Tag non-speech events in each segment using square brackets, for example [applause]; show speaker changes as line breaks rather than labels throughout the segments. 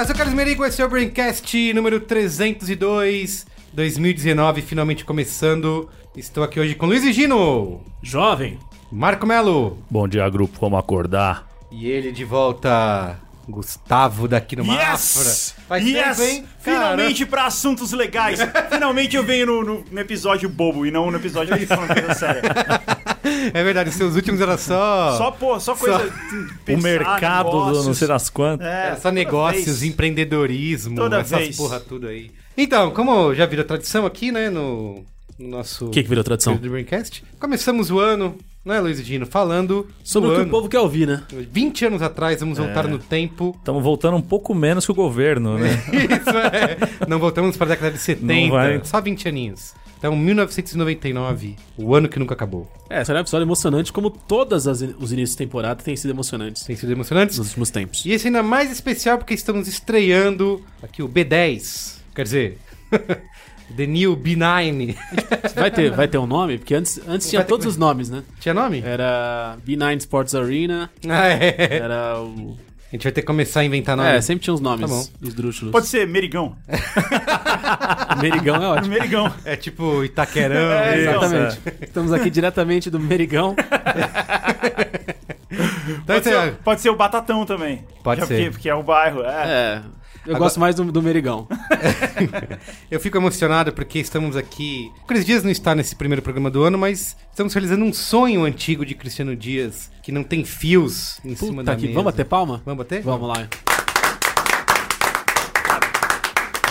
Eu sou o Carlos Merigo, esse é o Braincast número 302, 2019, finalmente começando. Estou aqui hoje com Luiz e Gino,
Jovem,
Marco Melo
Bom dia, grupo. Vamos acordar.
e ele de volta, Gustavo daqui no
yes!
Mafra. Faz
yes!
tempo, hein?
Finalmente pra assuntos legais. Finalmente eu venho no, no- no episódio bobo e não no episódio de tá falando coisa séria.
[laughs] Cara, é verdade, os seus últimos era só...
Só, pô, só coisa.
o mercado do não sei
será.
das quantas.
É, só negócios, empreendedorismo,
Toda
essas
vez.
porra tudo aí. Então, como já virou tradição aqui, né, no, no nosso...
O que, que virou tradição?
do Braincast, começamos o ano, né, Luiz e Gino, falando
Sobre
do
o que
ano.
o povo quer ouvir, né?
20 anos atrás, vamos voltar no tempo. [laughs]
Estamos voltando um pouco menos que o governo, né?
Isso é. Não voltamos para a década de 70.
Não vai.
Só 20 aninhos. Então, 1999, o ano que nunca acabou.
É, será um episódio emocionante, como todas as in- os inícios de temporada têm sido emocionantes
Tem sido emocionante.
nos últimos tempos.
E esse ainda é mais especial porque estamos estreando aqui o B10. Quer dizer, [laughs] The New B9.
Vai ter, vai ter um nome? Porque antes, antes tinha
ter
todos
que-
os nomes, né?
[laughs] Tinha nome?
Era B9 Sports Arena,
Ah, é.
era o...
A gente vai ter que começar a inventar nome.
É, sempre tinha uns nomes,
Tá
os drúxulos.
Pode ser Merigão.
[laughs] Merigão é ótimo.
[laughs]
[laughs] Merigão.
É tipo Itaquerão.
É,
né?
então.
Exatamente. Estamos aqui diretamente do Merigão.
Então,
Pode
esse é-
ser, um pode ser o Batatão também.
Pode
Já
ser.
Porque, porque é o bairro. É.
É, eu
Agora-
gosto mais do, do Merigão.
Eu fico emocionado porque estamos aqui. O Cris Dias não está nesse primeiro programa do ano, mas estamos realizando um sonho antigo de Cristiano Dias, que não tem fios em cima da
Puta que...
mesa.
Vamos bater palma?
Vamos bater?
Vamos lá.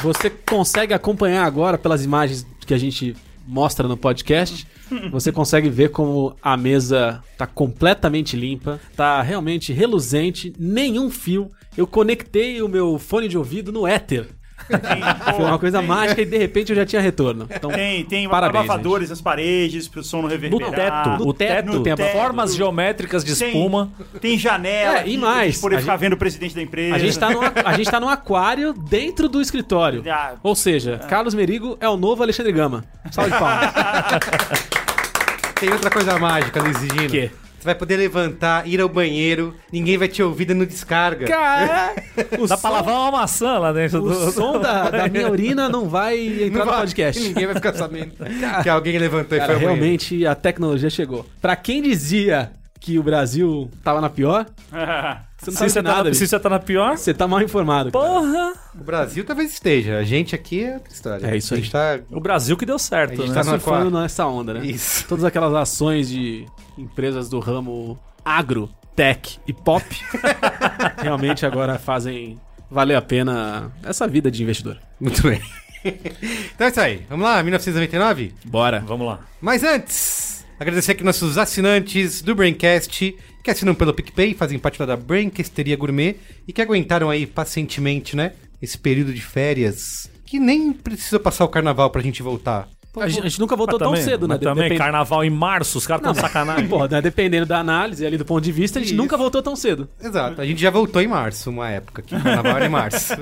Você consegue acompanhar agora pelas imagens que a gente mostra
[laughs]
no podcast. Você consegue ver como a mesa tá completamente limpa, tá realmente reluzente, nenhum fio. Eu conectei o meu fone de ouvido no éter.
É.
Tem,
Foi uma coisa
tem,
mágica e de repente eu já
[laughs]
tinha retorno. Então,
Tem, tem
Parabéns,
abafadores nas paredes pro som não
No
reverberar.
teto. O teto.
no
tem
teto.
Formas geométricas de
Tem-
espuma.
Tem janela.
É, e
aqui pra
mais,
gente Poder
a
ficar
gente-
vendo o presidente da empresa.
a gente, tá num, a gente tá num aquário dentro do escritório.
Ah.
Ou seja, Carlos Merigo é o novo Alexandre Gama. Salve de palmas.
[laughs]
Tem outra coisa mágica, Luiz e Gino.
Quê?
Você vai poder levantar, ir ao banheiro, ninguém vai te ouvir dando descarga.
Cara, o
é. Dá
som-
pra lavar uma maçã lá dentro
O
do. [laughs]
som da, da minha urina não vai entrar
Não
tá no
vai- [laughs]
podcast.
Ninguém vai ficar sabendo que alguém levantou e
[laughs] Cara,
foi ao banheiro.
realmente a tecnologia chegou. Pra quem dizia que o Brasil tava na pior, você não
Se
sabe
você,
de nada.
tá, se
bicho.
você tá na pior.
Você tá mal informado. cara.
Porra!
O Brasil talvez esteja, a gente aqui é outra história.
É isso
A gente tá...
O Brasil que deu certo,
A gente
né?
tá no-
surfando nessa onda, né?
Isso.
Todas aquelas ações de empresas do ramo agro, tech e [laughs] pop realmente agora fazem valer a pena essa vida de investidor.
Muito bem. [laughs] então é isso aí. Vamos lá, 1999?
Bora.
Vamos lá.
Mas antes, agradecer aqui nossos assinantes do Braincast, que assinam pelo PicPay, fazem parte lá da Braincasteria Gourmet e que aguentaram aí pacientemente, né? Esse período de férias, que nem precisou passar o carnaval pra gente voltar.
A gente, a gente nunca voltou
Mas
tão
também-
cedo, né?
mas Também,
Depende- [laughs]
carnaval em março, os caras
Não,
tão
mas- [laughs]
sacanagem.
Pô, né, dependendo da análise ali do ponto de vista, a gente
Isso.
nunca voltou tão cedo.
Exato, a gente já voltou em março, uma época, que o carnaval era em
[laughs]
março.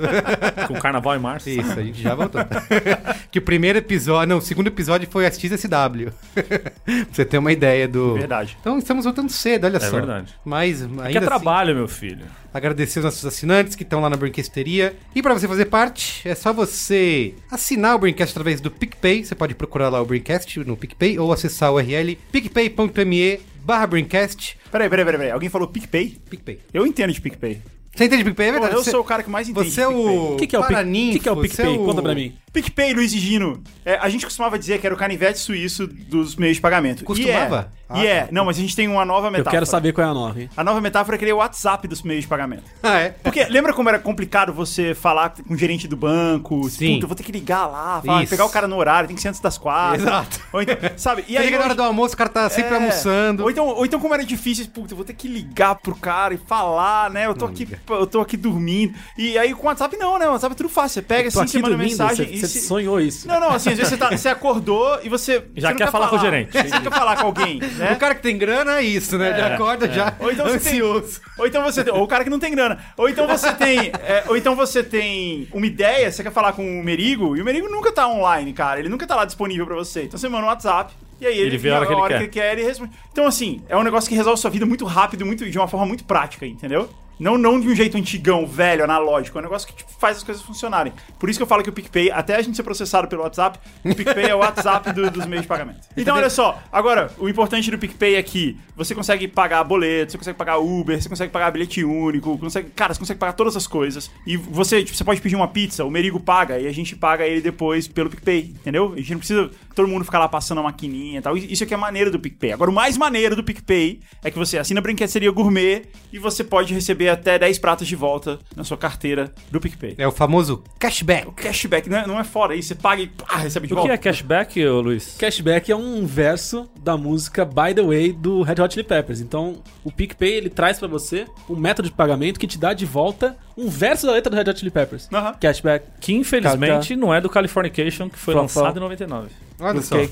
Com carnaval em março. é
Isso, a gente já voltou. [laughs] que o primeiro episódio, não, o segundo episódio foi a XSW. [laughs] pra você ter uma ideia do...
[laughs] Verdade.
Então estamos voltando cedo, olha só.
É verdade.
Mas ainda
Que é
assim-
trabalho, meu filho.
Agradecer os nossos assinantes que estão lá na Brinquesteria. E para você fazer parte, é só você assinar o Brincast através do PicPay. Você pode procurar lá o Brincast no PicPay ou acessar o URL picpay.me barra Brincast.
Peraí, peraí, peraí, peraí. Alguém falou PicPay?
PicPay.
Eu entendo de PicPay.
Você entende PicPay? É
Pô,
verdade.
eu
você,
sou o cara que mais entende.
Você é
de PicPay.
o.
O que, que é o PicPay?
Paraninfo,
que, que é o
você
PicPay? Conta pra mim.
PicPay, Luiz e Gino. É, a gente costumava dizer que era o canivete suíço dos meios de pagamento. E
Costumava? Ah, tá.
é. e é, não, mas a gente tem uma nova
Eu
metáfora.
quero saber qual é a nova, hein?
A nova metáfora é criar o WhatsApp dos meios de pagamento.
[laughs] Ah, é?
Porque lembra como era complicado você falar com o gerente do banco?
Sim.
Puta, eu vou ter que ligar lá, falar,
Isso.
pegar o cara no horário, tem que ser antes das quatro.
Exato.
Ou então, sabe? E
Chega
aí,
na hora
hoje-
do almoço, o cara tá sempre
é.
almoçando.
Ou então, ou então como era difícil, puta, eu vou ter que ligar pro cara e falar, né? Eu tô aqui, eu tô aqui dormindo. E aí com o WhatsApp não, né? O WhatsApp é tudo fácil. Você pega assim,
Tô aqui
você manda
dormindo,
mensagem
você,
e
você
se-
sonhou isso.
Não, não, assim, às vezes você, tá- você acordou e você
Já
você não
quer falar com o gerente.
Você não quer falar com alguém, né?
O cara que tem grana é isso, né? Já acorda já
Ou então você tem-
ansioso.
Ou então você tem, ou o cara que não tem grana. Ou então você tem, é, ou então você tem uma ideia, você quer falar com o Merigo, e o Merigo nunca tá online, cara. Ele nunca tá lá disponível pra você. Então você manda um WhatsApp e aí ele,
Ele vê a hora que ele quer.
ele responde. Então assim, é um negócio que resolve sua vida muito rápido, muito de uma forma muito prática, entendeu? Não, não de um jeito antigão, velho, analógico. É um negócio que tipo, faz as coisas funcionarem. Por isso que eu falo que o PicPay, até a gente ser processado pelo WhatsApp, o PicPay é o WhatsApp do- dos meios de pagamento. Então, olha só. Agora, o importante do PicPay é que você consegue pagar boleto, você consegue pagar Uber, você consegue pagar bilhete único, consegue, cara, você consegue pagar todas as coisas. E você, tipo, você pode pedir uma pizza, o Merigo paga e a gente paga ele depois pelo PicPay, entendeu? A gente não precisa todo mundo ficar lá passando a maquininha e tal. Isso é que é maneiro do PicPay. Agora, o mais maneiro do PicPay é que você assina a Brinquedoseria Gourmet e você pode receber até 10 pratos de volta na sua carteira do PicPay.
É o famoso cashback.
O cashback não é, não é fora, aí você paga e pá, recebe de
O que
volta.
é cashback, ô, Luiz?
Cashback é um verso da música By the Way do Red Hot Chili Peppers. Então, o PicPay ele traz pra você um método de pagamento que te dá de volta um verso da letra do Red Hot Chili Peppers.
Aham.
Cashback.
Que infelizmente não é do Californication, que foi
Fofão.
lançado em 99.
Olha só.
Ok.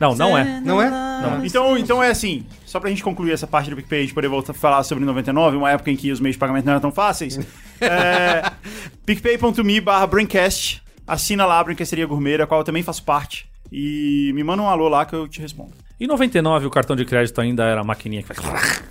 Não, não é.
Não é?
Então, então é assim, só pra gente concluir essa parte do PicPay e a gente poder voltar a falar sobre 99, uma época em que os meios de pagamento não eram tão
[laughs]
fáceis, é, picpay.me barra Braincast, assina lá a Brinquesteria Gourmet, a qual eu também faço parte, e me manda um alô lá que eu te respondo.
Em 99 o cartão de crédito ainda era a maquininha que faz...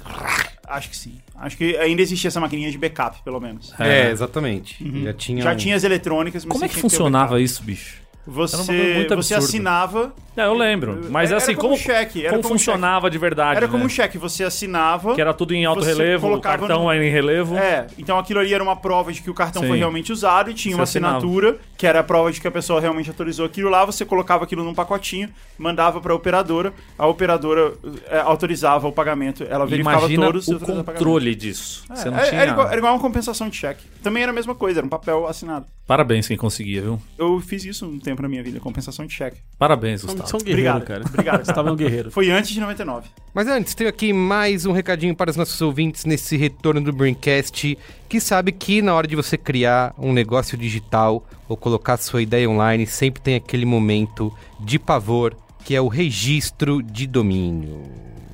Acho que sim. Acho que ainda existia essa maquininha de backup, pelo menos.
É, exatamente. Já tinha.
Uhum. Já
um-
tinha as eletrônicas, mas
Como
você
é que
tinha ter o
funcionava
backup.
isso, bicho? Era uma coisa
Você,
muito
você
absurda.
assinava,
Não, eu lembro. Mas
Era
assim,
como
como,
um cheque, era
como
como um
funcionava de verdade,
era como
né?
um cheque, você assinava...
Que era tudo em alto
Você
relevo, o
colocava
cartão
no-
era em relevo.
É, então aquilo ali era uma prova de que o cartão
Sim. é
foi realmente usado e tinha
Você
uma
assinava.
assinatura, que era a prova de que a pessoa realmente autorizou aquilo lá, você colocava aquilo num pacotinho, mandava pra operadora, a operadora eh, autorizava o pagamento, ela verificava
Imagina
todos
o
autorizava
controle disso. Você não
pagamento. É,
tinha...
era, igual, era igual uma compensação de cheque. Também era a mesma coisa, era um papel assinado.
Parabéns quem conseguia, viu?
Eu fiz isso um tempo na minha vida, compensação de cheque.
Parabéns,
São,
Gustavo.
são guerreiro,
Obrigado,
cara. [laughs]
obrigado.
Você tava um guerreiro.
Foi antes de 99.
Mas antes, tenho aqui mais um recadinho para os nossos ouvintes nesse retorno do Braincast, que sabe que na hora de você criar um negócio digital ou colocar sua ideia online, sempre tem aquele momento de pavor, que é o registro de domínio.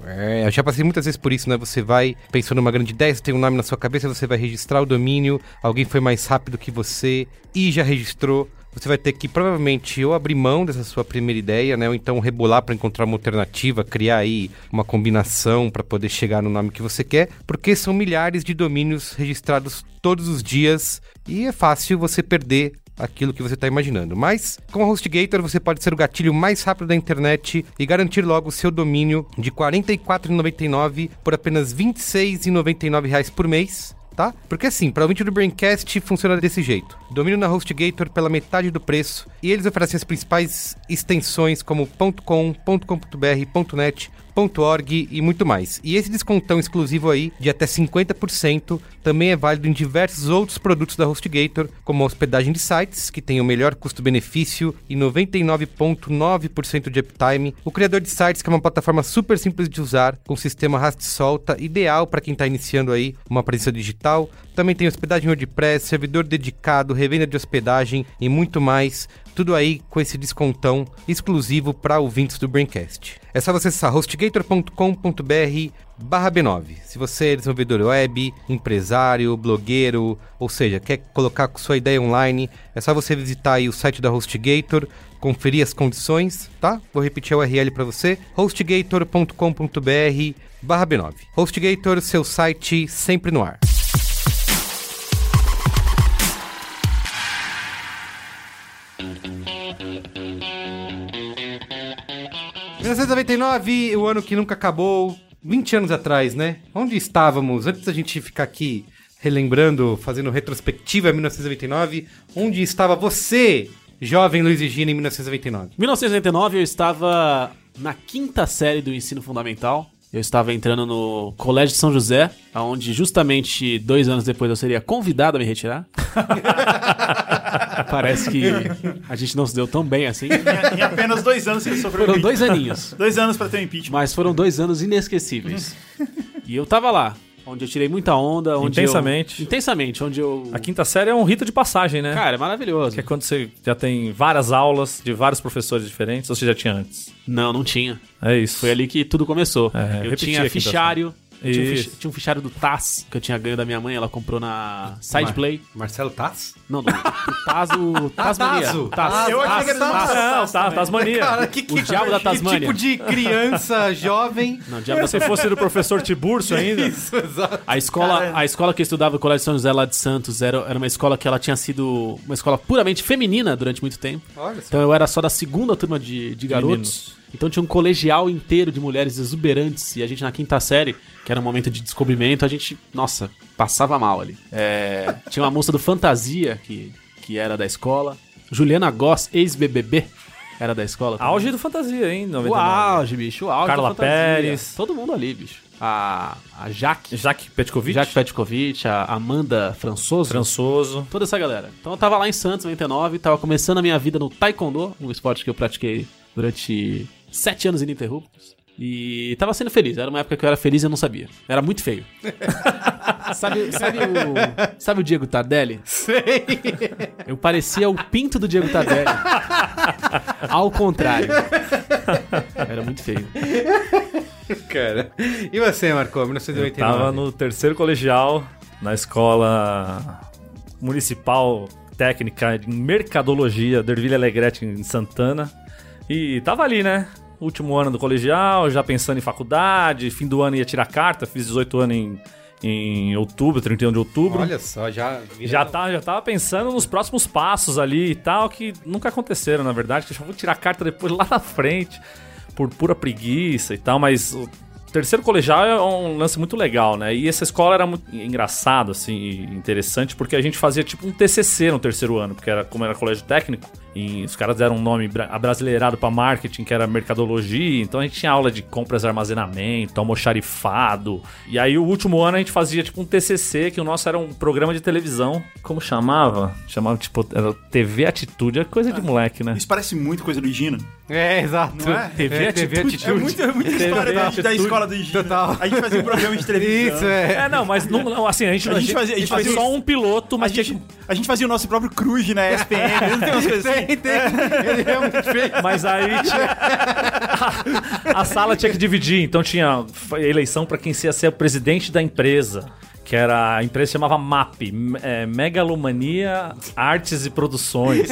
É, eu já passei muitas vezes por isso, né? Você vai pensando numa grande ideia, você tem um nome na sua cabeça, você vai registrar o domínio, alguém foi mais rápido que você e já registrou. Você vai ter que provavelmente ou abrir mão dessa sua primeira ideia, né? Ou então rebolar para encontrar uma alternativa, criar aí uma combinação para poder chegar no nome que você quer, porque são milhares de domínios registrados todos os dias e é fácil você perder aquilo que você está imaginando. Mas com a HostGator você pode ser o gatilho mais rápido da internet e garantir logo o seu domínio de R$ 44,99 por apenas R$ 26,99 reais por mês. Tá? Porque assim, para o ouvinte do Braincast funciona desse jeito. Domínio na HostGator pela metade do preço e eles oferecem as principais extensões como .com, .com.br, .net, .org e muito mais. E esse descontão exclusivo aí de até 50% também é válido em diversos outros produtos da HostGator, como a hospedagem de sites, que tem o melhor custo-benefício e 99,9% de uptime, o criador de sites, que é uma plataforma super simples de usar, com sistema raste-solta, ideal para quem está iniciando aí uma presença digital, também tem hospedagem WordPress, servidor dedicado, revenda de hospedagem e muito mais. Tudo aí com esse descontão exclusivo para ouvintes do Braincast. É só você acessar hostgator.com.br barra B9. Se você é desenvolvedor web, empresário, blogueiro, ou seja, quer colocar com sua ideia online, é só você visitar aí o site da HostGator, conferir as condições, tá? Vou repetir a URL para você, hostgator.com.br barra B9. HostGator, seu site sempre no ar. Em 1999, o ano que nunca acabou, 20 anos atrás, né? Onde estávamos? Antes da gente ficar aqui relembrando, fazendo retrospectiva em 1999, onde estava você, jovem Luiz e Gina, em 1999?
1989 eu estava na quinta série do ensino fundamental. Eu estava entrando no Colégio de São José, onde justamente dois anos depois eu seria convidado a me retirar. Parece que a gente não se deu tão bem assim.
Em apenas dois anos ele sofreu
Foram
impeachment.
dois aninhos.
Dois anos pra ter um impeachment.
Mas foram dois anos inesquecíveis. e eu tava lá, onde eu tirei muita onda. Onde eu-
Intensamente.
intensamente, onde eu.
A quinta série é um rito de passagem, né?
Cara, é maravilhoso.
Que é quando você já tem várias aulas de vários professores diferentes, ou você já tinha antes?
Não, não tinha.
É isso.
Foi ali que tudo começou.
É,
eu
repetia a
tinha
quinta
fichário. eu Tinha um,
Isso.
fich- tinha um fichário do Taz, que eu tinha ganho da minha mãe, ela comprou na Sideplay.
Marcelo Tass?
Não, do, do Ah, Taz, [laughs]
Tazo.
o Tasmania. Taz.
Eu achei que era
Tass.
Não, tá, Tasmania.
Cara, que, que,
O diabo da
que
Tasmânia.
tipo de criança jovem?
Não, diabo
Se fosse do professor Tiburcio ainda.
[laughs]
Isso, exato.
A escola,
Cara.
a escola que eu estudava, o Colégio São José lá de Santos, era, era uma escola que ela tinha sido uma escola puramente feminina durante muito tempo.
Olha só.
Então eu era só da segunda turma de, de garotos. Então tinha um colegial inteiro de mulheres exuberantes. E a gente na quinta série, que era um momento de descobrimento, a gente, nossa, passava mal ali. É, [laughs] tinha uma moça do Fantasia, que, que era da escola. Juliana Goss, ex-BBB, era da escola. também.
Auge do fantasia, hein? 99.
O auge, bicho. O auge
Carla
do Fantasia.
Pérez.
Todo mundo ali, bicho. A, a Jaque.
Jaque Petkovic. é
Jaque Petkovic, a Amanda Françoso.
Trançoso.
Toda essa galera. Então eu tava lá em Santos, 99, tava começando a minha vida no Taekwondo, um esporte que eu pratiquei durante sete anos ininterruptos. E tava sendo feliz. Era uma época que eu era feliz e eu não sabia. Era muito feio. [laughs] sabe, sabe o, sabe o Diego Tardelli?
Sei.
Eu parecia o pinto do Diego Tardelli. Ao contrário. Era muito feio.
Cara. E você, Marco? 1989.
Tava no terceiro colegial, na escola municipal técnica de mercadologia da Ervilha Alegrete em Santana. E tava ali, né? Último ano do colegial, já pensando em faculdade, fim do ano ia tirar carta, fiz 18 anos em, em outubro, 31 de outubro.
Olha só, já...
Já, tá, já tava pensando nos próximos passos ali e tal, que nunca aconteceram, na verdade, que eu já vou tirar a carta depois [laughs] lá na frente, por pura preguiça e tal, mas o terceiro colegial é um lance muito legal, né? E essa escola era muito engraçado, assim, e interessante, porque a gente fazia tipo um TCC no terceiro ano, porque era como era colégio técnico, e os caras deram um nome bra- abrasileirado pra marketing, que era mercadologia, então a gente tinha aula de compras e armazenamento, almoxarifado. E aí o último ano a gente fazia tipo um TCC, que o nosso era um programa de televisão. Como chamava? Chamava tipo, era TV Atitude, é coisa de moleque, né?
Ah. Isso parece muito coisa do Gina.
É, exato.
Não é?
TV,
TV
Atitude.
É muito- é muita história da, da escola do Gina.
Total.
A gente fazia um
[laughs]
programa de televisão.
Isso, é.
É, não, mas não, não, assim, a gente,
A gente fazia- a gente fazia
só
isso.
um piloto,
A
mas tinha que
gente, a gente fazia o nosso próprio Cruz na
[laughs]
SPM. Não tem umas coisas assim?
Tem, tem. Ele realmente fez.
Mas aí tinha... a, a sala tinha que dividir, então tinha f- eleição pra quem ia ser o presidente da empresa. Que era. A empresa chamava MAP, M- é, Megalomania Artes e Produções.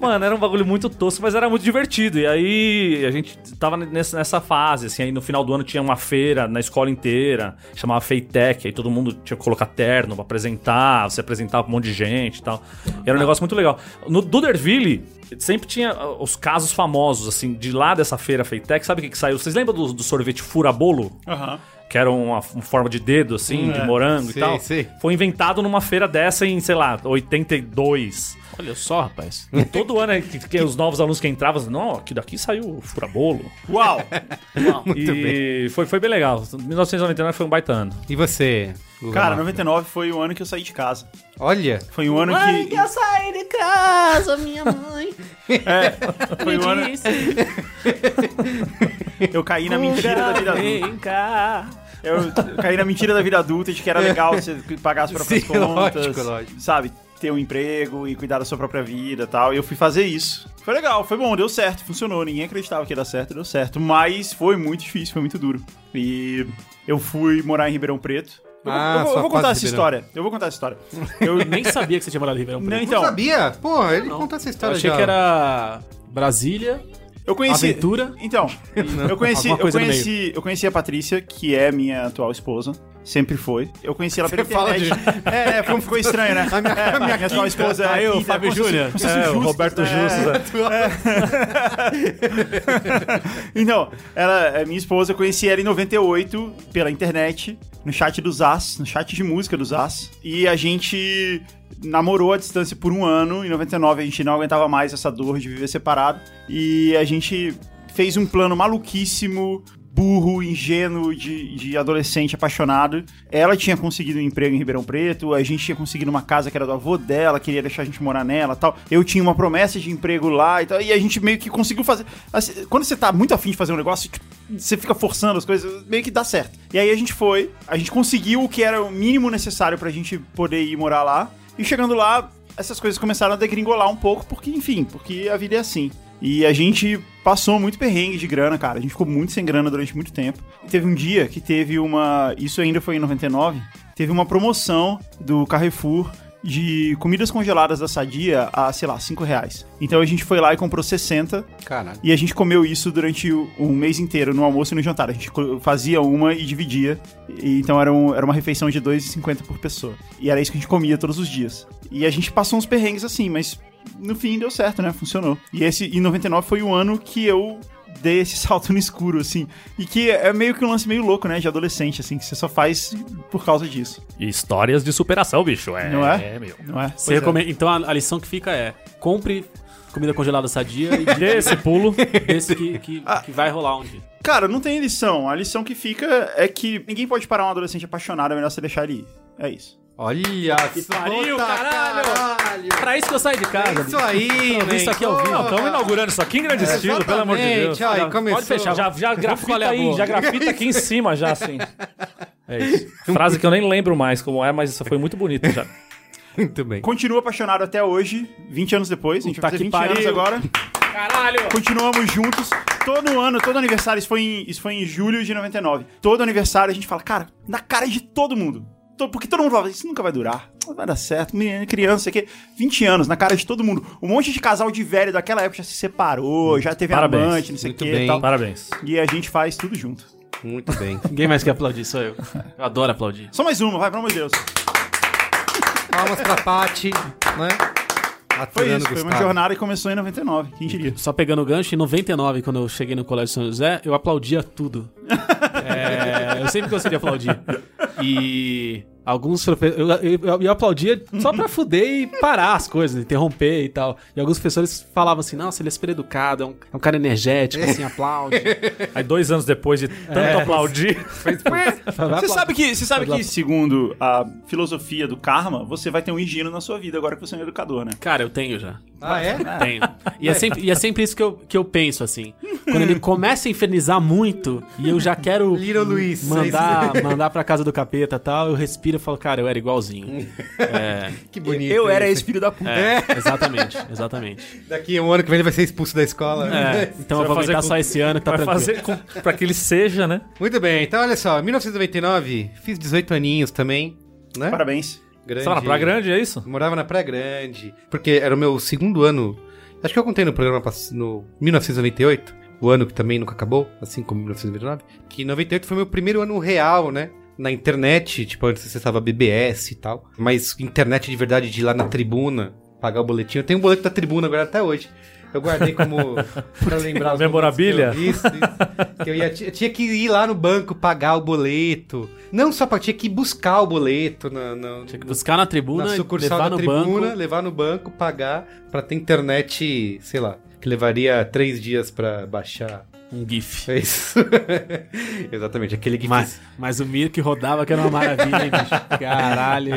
Mano, era um bagulho muito tosco, mas era muito divertido. E aí a gente tava nessa, nessa fase, assim, aí no final do ano tinha uma feira na escola inteira, chamava Feitec, aí todo mundo tinha que colocar terno pra apresentar, você apresentava pra um monte de gente e tal. E era um negócio muito legal. No Duderville, sempre tinha ah, os casos famosos, assim, de lá dessa feira Feitec, sabe o que, que saiu? Vocês lembram do, do sorvete furabolo?
Aham.
Que era um, uma, f- uma forma de dedo, assim, de morango
É, Sei,
e tal.
sei.
Foi inventado numa feira dessa em, sei lá, 82.
Olha só, rapaz.
Todo ano é que, que os novos alunos que entravam, assim, não, que daqui saiu o furabolo.
Uau!
e Foi, foi bem legal. 1999 foi um baita ano.
E você? Guga
Cara,
Marco?
99 foi o ano que eu saí de casa.
Olha.
Foi um ano que. que eu saí de casa, minha mãe. É, foi um ano. Eu caí na mentira da vida adulta.
cá.
Eu, eu caí na mentira da vida adulta de que era legal você pagar as
[laughs]
próprias
Sim,
contas.
lógico, lógico.
Sabe? Ter um emprego e cuidar da sua própria vida e tal. E eu fui fazer isso. Foi legal, foi bom, deu certo, funcionou. Ninguém acreditava que ia dar certo, deu certo. Mas foi muito difícil, foi muito duro. E eu fui morar em Ribeirão Preto. Eu, vou-
Ah,
eu vou- eu
sua
vou contar
fase
essa
Ribeirão.
história. Eu vou contar essa história. Eu
Eu nem sabia que você tinha morado em Ribeirão
Não,
um Preto.
Não
então.
sabia? Pô, ele contou essa
Eu
história
achei
já.
que era Brasília,
Eu conheci.
Aventura?
Então, eu conheci,
alguma
eu
coisa no
conheci, eu conheci a Patrícia, que é minha atual esposa. Sempre foi. Eu conheci ela pela
Você fala
internet. É, né? Ficou, ficou estranho, né? A minha, é, minha, atual esposa
Aí
é
o
quinta,
Fábio
Conceição-
Júnior.
Conceição
É, o
Justo,
Roberto
né?
Justus.
Então, ela é minha esposa, eu conheci ela em 98 pela internet, no chat do Zaz, no chat de música do Zaz. E a gente namorou à distância por um ano. Em 99 a gente não aguentava mais essa dor de viver separado. E a gente fez um plano maluquíssimo, burro, ingênuo de, de adolescente apaixonado. Ela tinha conseguido um emprego em Ribeirão Preto, a gente tinha conseguido uma casa que era do avô dela, queria deixar a gente morar nela tal. Eu tinha uma promessa de emprego lá e tal, e a gente meio que conseguiu fazer. assim, quando você tá muito afim de fazer um negócio, tipo, você fica forçando as coisas, meio que dá certo. E aí a gente foi, a gente conseguiu o que era o mínimo necessário pra gente poder ir morar lá. E chegando lá, essas coisas começaram a degringolar um pouco, porque, enfim, porque a vida é assim. E a gente passou muito perrengue de grana, cara. A gente ficou muito sem grana durante muito tempo. E teve um dia que teve uma. Isso ainda foi em 99. Teve uma promoção do Carrefour de comidas congeladas da Sadia a, sei lá, 5 reais. Então a gente foi lá e comprou 60
Caralho.
e a gente comeu isso durante o- um mês inteiro, no almoço e no jantar. A gente co- fazia uma e dividia. E, então era, um- era uma refeição de 2,50 por pessoa. E era isso que a gente comia todos os dias. E a gente passou uns perrengues assim, mas no fim deu certo, né? Funcionou. E esse em 99 foi o ano que eu dei esse [laughs] salto no escuro, assim. E que é meio que um lance meio louco, né? De adolescente, assim, que você só faz por causa disso,
E histórias de superação, bicho. É,
Não é?
meu.
não é?
Você recomenda- Então a, a lição que fica é: compre comida congelada sadia [laughs] e
Dê esse pulo.
desse que, que,
Ah.
que vai rolar um dia.
Cara, não tem lição. A lição que fica é que ninguém pode parar um adolescente apaixonado, é melhor você deixar ele ir. É isso.
Olha que
pariu, caralho! Pra isso que eu saio de
É
casa.
Isso aí,
Pra ver isso aqui ao vivo.
Não, estamos inaugurando isso aqui em grande estilo, pelo amor de Deus.
Exatamente, aí começou.
Pode fechar.
Já, já
olhar
grafita
a
aí,
boa.
já grafita aqui em cima, já assim. É isso. Frase que eu nem lembro mais como é, mas isso foi muito bonito já.
Muito bem.
Continua apaixonado até hoje, 20 anos depois. A gente vai fazer
Puta
20
que
anos
pariu.
agora.
Caralho!
Continuamos juntos. Todo ano, todo aniversário, isso foi, em, isso foi em julho de 99. Todo aniversário a gente fala, cara, na cara de todo mundo. To- Porque todo mundo fala, isso nunca vai durar. Não vai dar certo. Menina, criança, aqui. 20 anos, na cara de todo mundo. Um monte de casal de velho daquela época já se separou, já teve
Parabéns.
amante, não sei o
Muito
que
bem.
e tal.
Parabéns.
E a gente faz tudo junto.
Muito bem.
Ninguém mais quer aplaudir,
[laughs]
sou eu. Eu adoro aplaudir.
Só mais uma, vai, pelo amor de Deus.
Palmas pra Paty, né?
Foi
Aturando
isso, foi uma
Gustavo.
jornada que começou em 99, quem diria.
Só pegando o gancho, em 99, quando eu cheguei no Colégio São José, eu aplaudia tudo. [laughs] É, eu sempre gostei de aplaudir. E alguns professores. Eu, eu, eu aplaudia só pra fuder e parar as coisas, interromper e tal. E alguns professores falavam assim: nossa, ele é super educado, é um, é um cara energético, assim, aplaude.
Aí dois anos depois de tanto aplaudir,
Você sabe que, você sabe que segundo a filosofia do karma, você vai ter um higieno na sua vida agora que você é um educador, né?
Cara, eu tenho já.
Ah, é?
Tenho. E é sempre, e é sempre isso que eu, que eu penso, assim. Quando ele começa a infernizar muito e eu já quero
Little Luiz,
mandar, mandar pra casa do capeta e tal, eu respiro e falo, cara, eu era igualzinho. é,
Que bonito.
Eu era
isso.
esse filho da puta.
é, exatamente,
[laughs]
exatamente.
Daqui a um ano que vem ele vai ser expulso da escola.
É, então eu vou
fazer
aumentar
com-
só esse ano que tá
vai
tranquilo.
fazer com, pra que ele seja, né?
Muito bem, então olha só, 1999, fiz 18 aninhos também, né?
É? Parabéns.
Grande.
Você tá na Praia Grande, é isso?
Morava na Praia Grande, porque era o meu segundo ano. Acho que eu contei no programa pass- no 1998, o ano que também nunca acabou, assim como 1999, que 98 foi meu primeiro ano real, né? Na internet, tipo, antes você estava BBS e tal, mas internet de verdade de ir lá na tribuna, pagar o boletim. Eu tenho um boleto da tribuna agora até hoje. Eu guardei como. pra lembrar os
Memorabilia?
momentos que eu- Isso, isso. Que eu, ia, eu tinha que ir lá no banco pagar o boleto. Não só pra. Tinha que ir buscar o boleto na, na,
Tinha que buscar na tribuna,
na sucursal
levar
da
no
tribuna,
banco.
levar no banco, pagar pra ter internet, sei lá, que levaria três dias pra baixar.
Um GIF.
É isso. [laughs] Exatamente, aquele que
Mas, mas o Mir que rodava que era uma maravilha, hein, bicho? Caralho.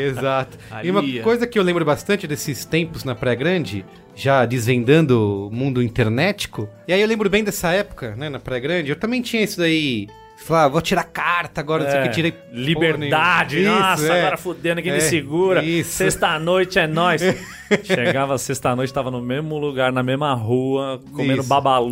[laughs]
[laughs]
Exato.
Ali é.
E uma
ia.
coisa que eu lembro bastante desses tempos na Praia Grande, já desvendando o mundo internetico. E aí eu lembro bem dessa época, né, na Praia Grande. Eu também tinha isso daí. Falar, vou tirar carta agora, não sei o
É.
que, tirei. porra
Liberdade,
nenhuma.
nossa,
Isso, é.
agora fudendo, ninguém me
É,
segura.
isso.
Sexta-noite é
[laughs]
nóis. Chegava sexta-noite, tava no mesmo lugar, na mesma rua, comendo
Isso. [laughs]
babalu,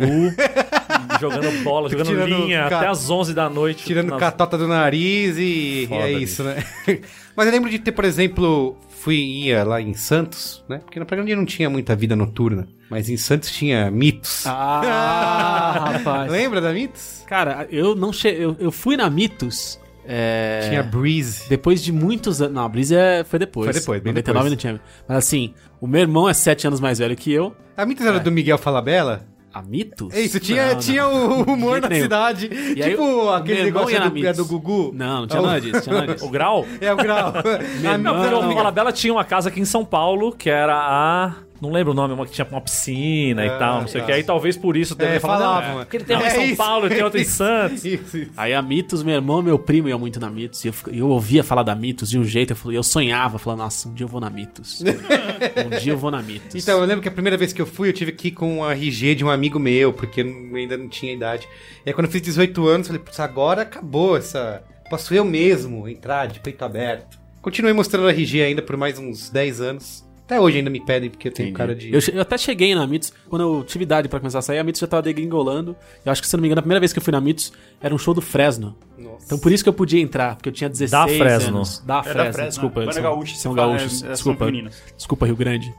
jogando bola, jogando
Tirando
linha,
ca-
até às 11 da noite.
Tirando
Nossa,
catota do nariz e, e
Foda,
é isso, né? [laughs] Mas eu lembro de ter, por exemplo, fui ia lá em Santos, né? Porque na Praia Grande não tinha muita vida noturna, mas em Santos tinha mitos. [laughs]
Ah, rapaz.
Lembra da mitos?
Cara, eu não che... eu, eu fui na Mitos. é,
Tinha Breeze.
Depois de muitos anos. Não, a Breeze é- foi depois.
Foi depois, bem
99
depois.
não tinha. Mas assim, o meu irmão é 7 anos mais velho que eu.
A mitos era do Miguel Falabella?
A Mitos?
É isso, tinha,
É. Não, não.
tinha o humor
jeito
da
nenhum.
cidade.
E aí,
tipo
o
aquele
meu irmão
negócio
ia na
do, é
Mitos.
do Gugu.
Não, não tinha
É o-
nada disso. um Tinha nada
O
disso.
grau?
[laughs] É o grau. A
[laughs]
Não, porque
irmão-
Mitos era
o
do Miguel.
Falabella tinha uma casa aqui em São Paulo, que era a Não lembro o nome, uma que tinha uma piscina
É,
e tal, não sei o que.
tá.
Aí talvez por isso deve
É,
é, falar, não,
falavam.
é, porque ele tem uma
É
em São
isso,
Paulo, ele tem
é
outra em
isso.
Santos.
Isso, isso.
Aí a Mitos, meu irmão, meu primo ia muito na Mitos. E eu, fica- eu ouvia falar da Mitos de um jeito, eu, falei- eu sonhava, falando, nossa, um dia eu vou
[laughs]
na Mitos. um dia eu vou na Mitos.
Então, eu lembro que a primeira vez que eu fui, eu tive que ir com a RG de um amigo meu, porque eu ainda não tinha idade. E aí, quando eu fiz 18 anos, eu falei, putz, agora acabou essa. Posso eu mesmo entrar de peito aberto. Continuei mostrando a RG ainda por mais uns 10 anos. Até hoje ainda me pedem, porque eu tenho cara de.
Eu, che- eu até cheguei na Mitos, quando eu tive idade pra começar a sair, a Mitos já tava degringolando. Eu acho que, se eu não me engano, a primeira vez que eu fui na Mitos era um show do Fresno.
Nossa.
Então por isso que eu podia entrar, porque eu tinha 16
Da Fresno.
anos.
É,
Da Fresno. é
Fresno,
desculpa.
né? Banda
são-
gaúcha,
São
você fala,
gaúchos,
é, são
desculpa.
femininas.
Desculpa, Rio
[laughs]
Grande.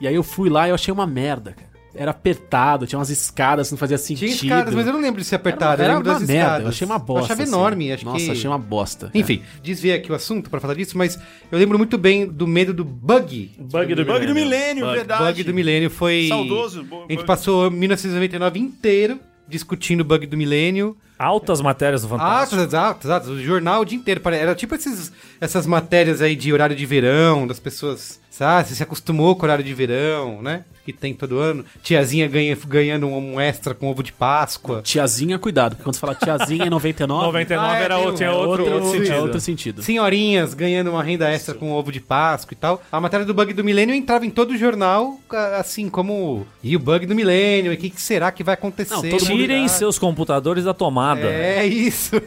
e aí eu fui lá e eu achei uma merda, cara. Era apertado, tinha umas escadas, não fazia sentido.
Tinha escadas, mas eu não lembro de ser apertado.
Era
eu lembro
uma
das
merda,
escadas.
eu achei uma bosta.
Eu achava
assim.
enorme, acho
Nossa,
que.
achei uma bosta. cara.
Enfim, desviei aqui o assunto pra falar disso, mas eu lembro muito bem do medo do bug.
Bug do
Bug do
milênio.
milênio, verdade.
Bug do milênio foi.
Saudoso, bo-
A gente
bug.
passou 1999 inteiro discutindo o bug do milênio.
Altas matérias
Ah,
do Fantástico.
Atas, atas, atas, o jornal o dia inteiro. pare- Era tipo esses, essas matérias aí de horário de verão, das pessoas, sabe? Você se acostumou com o horário de verão, né? Que tem todo ano. Tiazinha ganha, ganhando um extra com ovo de Páscoa.
Tiazinha, cuidado, porque quando você fala tiazinha é 99.
99
Ah, é,
era
tem
outro,
um-
tinha
é
outro,
outro-
outro
outro-
sentido.
É outro sentido.
Senhorinhas ganhando uma renda extra com ovo de Páscoa e tal. A matéria do bug do milênio entrava em todo jornal, a- assim como. E o bug do milênio, e o que, que será que vai acontecer?
Não, todo mundo-
Tirem seus computadores da tomada.
É isso.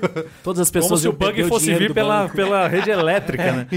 Todas as
Como
pessoas
se o
iam perder
bug fosse
dinheiro
vir
do
pela, [laughs]
banco.
pela rede elétrica, né?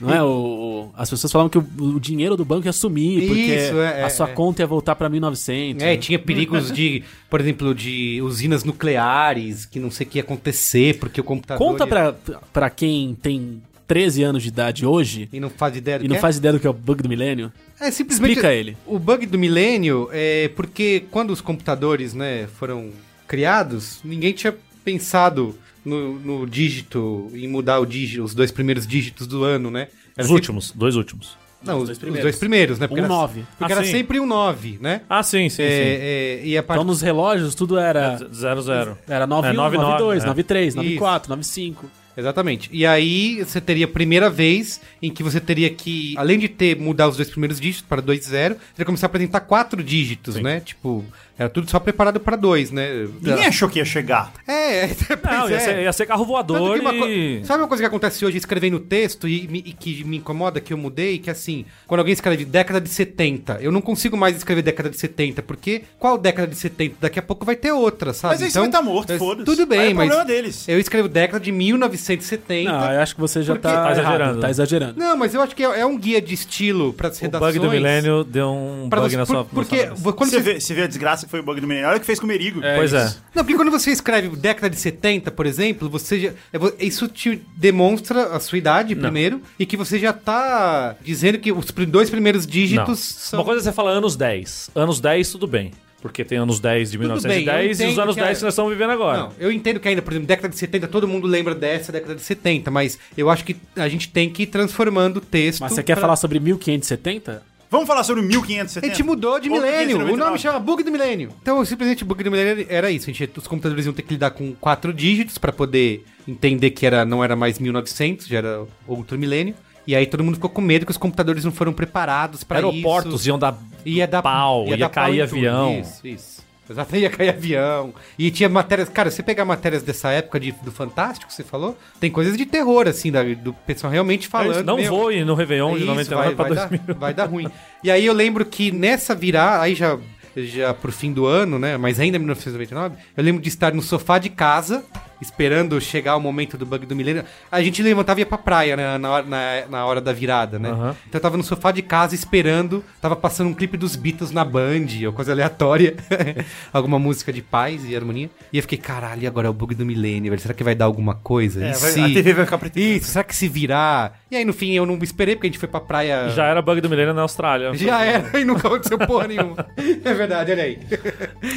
Não é? O, o- as pessoas falavam que o, o dinheiro do banco ia sumir, porque
Isso, é,
a
é,
sua
é.
conta ia voltar pra 1900.
É,
né?
tinha perigos de, por exemplo, de usinas nucleares, que não sei o que ia acontecer, porque o computador.
Conta
ia-
pra, pra quem tem 13 anos de idade hoje
E não faz ideia do
e não
que é?
faz ideia do que é o bug do milênio.
É simplesmente.
Explica ele.
O bug do milênio é porque quando os computadores né, foram criados, ninguém tinha pensado no, no dígito, em mudar o dígito, os dois primeiros dígitos do ano, né? Era
É, Os
sempre-
últimos, dois últimos.
Não, os,
dois
os
primeiros.
dois primeiros, né?
Um
era-
nove.
Porque
Ah,
era
sim.
sempre um 9, né?
Ah, sim, sim, sim.
É, é, e a
Então
partir
nos relógios tudo era...
00.
Era 91,
É, 99,
92,
é.
93,
Isso.
94, 95.
Exatamente. E aí você teria a primeira vez em que você teria que, além de ter mudar os dois primeiros dígitos para 2 0, você ia começar a apresentar quatro dígitos, né? Tipo, era tudo só preparado para dois, né?
Ninguém achou que ia chegar.
É, [laughs] é, pois
Não, ia,
é.
ser, ia ser carro
Tanto
voador
que uma co-
e...
Sabe uma coisa que acontece hoje escrevendo texto e, me- e que me incomoda, que eu mudei? Que assim, quando alguém escreve década de 70, eu não consigo mais escrever década de 70, porque qual década de 70? Daqui a pouco vai ter outra, sabe?
Mas aí você vai tá morto,
mas-
foda-se.
Tudo bem,
Aí é
mas.
problema deles.
Eu escrevo década de 1970.
Não, eu acho que você já
Porque-
tá,
Tá
errado,
exagerando.
Tá exagerando.
Não, mas eu acho que é, é um guia de estilo para as
O
redações.
bug do milênio deu um
Pra
bug
você,
na
por-
sua...
porque
na sua-
vo- quando
você,
você,
vê, você vê a desgraça que foi o bug do milênio. Olha o que fez com o Merigo.
Pois é.
Não, porque quando você escreve década de 70, por exemplo, você já, é vo- isso te demonstra a sua idade, primeiro, e que você já tá dizendo que os pri- dois primeiros dígitos
Não.
são...
Uma coisa é você falar anos 10. Anos 10, tudo bem. Porque tem anos 10 de
Tudo bem, eu
1910 e os
entendo
anos
que
10
é-
que nós estamos vivendo agora.
Não, eu entendo que ainda, por exemplo, década de 70, todo mundo lembra dessa década de 70, mas eu acho que a gente tem que ir transformando o texto.
Mas você quer
pra-
falar sobre 1570?
Vamos falar sobre o
A
1570?
gente mudou de
Ou
milênio. O
1599.
nome chama Bug do Milênio. Então, simplesmente, o Bug do Milênio era isso. A gente, os computadores iam ter que lidar com quatro dígitos pra poder entender que era, não era mais 1900, já era outro milênio. E aí todo mundo ficou com medo que os computadores não foram preparados pra
Aeroportos
isso.
iam dar
Ia dar
pau, ia,
dar pau
cair
em tudo.
avião.
Isso, isso. Exatamente, ia cair avião. E tinha matérias. Cara, se você pegar matérias dessa época de- do Fantástico, você falou, tem coisas de terror, assim, da- do pessoal realmente falando.
É Não
meu,
voe no Réveillon de
É isso,
99 para
vai, vai
2000.
Dar, vai dar ruim. E aí eu lembro que nessa virada, aí já, já pro fim do ano, né? Mas ainda 1999, eu lembro de estar no sofá de casa, esperando chegar o momento do bug do milênio. A gente levantava e ia pra praia né, na, hora, na, na hora da virada, né?
Aham.
Então eu tava no sofá de casa esperando, tava passando um clipe dos Beatles na Band, ou coisa aleatória. [laughs] Alguma música de paz e harmonia. E eu fiquei, caralho, e agora é o bug do milênio, velho. Será que vai dar alguma coisa? E
É, vai-
se-
A TV vai ficar preta.
isso, será que se virar? E aí, no fim, eu não esperei, porque a gente foi pra praia.
Já era bug do milênio na Austrália.
Ah. Já é. era, [laughs] e nunca aconteceu porra nenhuma. É verdade, olha aí.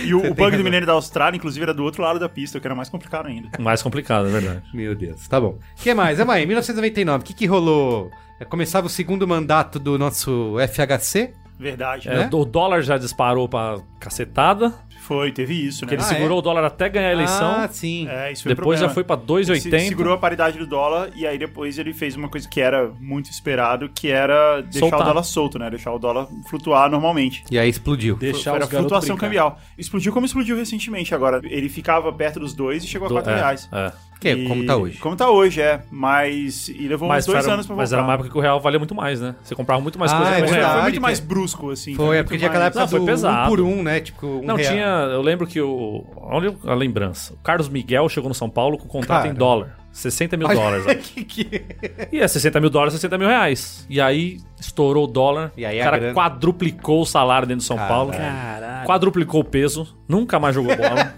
E o, o
tem
bug
razão.
do milênio da Austrália, inclusive, era do outro lado da pista, o que era mais complicado ainda.
Mais complicado, é verdade.
Meu Deus, tá bom. O que mais? Emma, em 1999, o que, que rolou? É, Começava o segundo mandato do nosso FHC.
Verdade,
É,
né?
O dólar já disparou pra cacetada.
Foi, teve isso, né?
Que ele
Ah,
segurou
é?
o dólar até ganhar a eleição.
Ah, sim.
É, isso foi o
Depois já
problema.
foi pra
Ele se-
2,80.
Segurou a paridade do dólar e aí depois ele fez uma coisa que era muito esperado, que era deixar
Soltar.
o dólar solto, né? Deixar o dólar flutuar normalmente.
E aí explodiu.
Deixar
Foi
os
a
garotos
flutuação
brincar.
cambial. Explodiu como explodiu recentemente agora. Ele ficava perto dos dois e chegou a
Do-
4
é,
reais.
é.
Que é
E-
como tá hoje.
Como tá hoje, é. Mas. E levou
Mas,
uns dois
era,
anos pra voltar.
mas era uma né? época que o real valia muito mais, né? Você comprava muito mais
Ah,
coisa
é
com o
Foi,
real.
verdade.
foi muito
que-
mais brusco, assim.
Foi, é porque tinha aquela época
Não, foi
do
pesado.
um por um, né? Tipo, um
Não,
real.
tinha. Eu lembro que o. Olha a lembrança. O Carlos Miguel chegou no São Paulo com um contrato
Cara.
em dólar. 60 mil dólares.
[laughs]
né?
que, que...
E é 60 mil dólares, 60 mil reais. E aí estourou o dólar.
E aí
o
a
cara
grana.
quadruplicou o salário dentro de São Paulo.
Caralho.
Quadruplicou o peso. Nunca mais jogou
[laughs]
bola.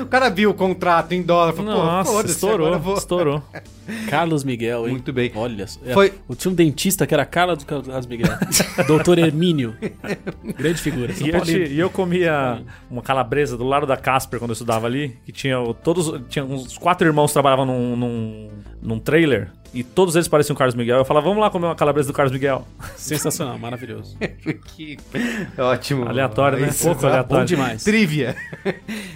O cara viu o contrato em dólar, falou, pô,
Nossa,
foda-se, agora
estourou.
eu vou... [laughs]
Estourou.
Carlos Miguel, hein?
Muito bem.
Olha só. É,
Foi-
O tinha um dentista que era Carla do Carlos Miguel. Doutor Hermínio. Grande figura. São
E eu,
Paulino.
te- e eu comia uma calabresa do lado da Casper quando eu estudava ali, que tinha o- todos. Tinha uns quatro irmãos que trabalhavam num, num, num trailer. E todos eles pareciam o Carlos Miguel. Eu falava, vamos lá comer uma calabresa do Carlos Miguel.
Sensacional, maravilhoso.
que... Ótimo.
Aleatório, né?
Isso,
Pouco
exato.
Bom
aleatório.
[laughs]
demais.
Trivia.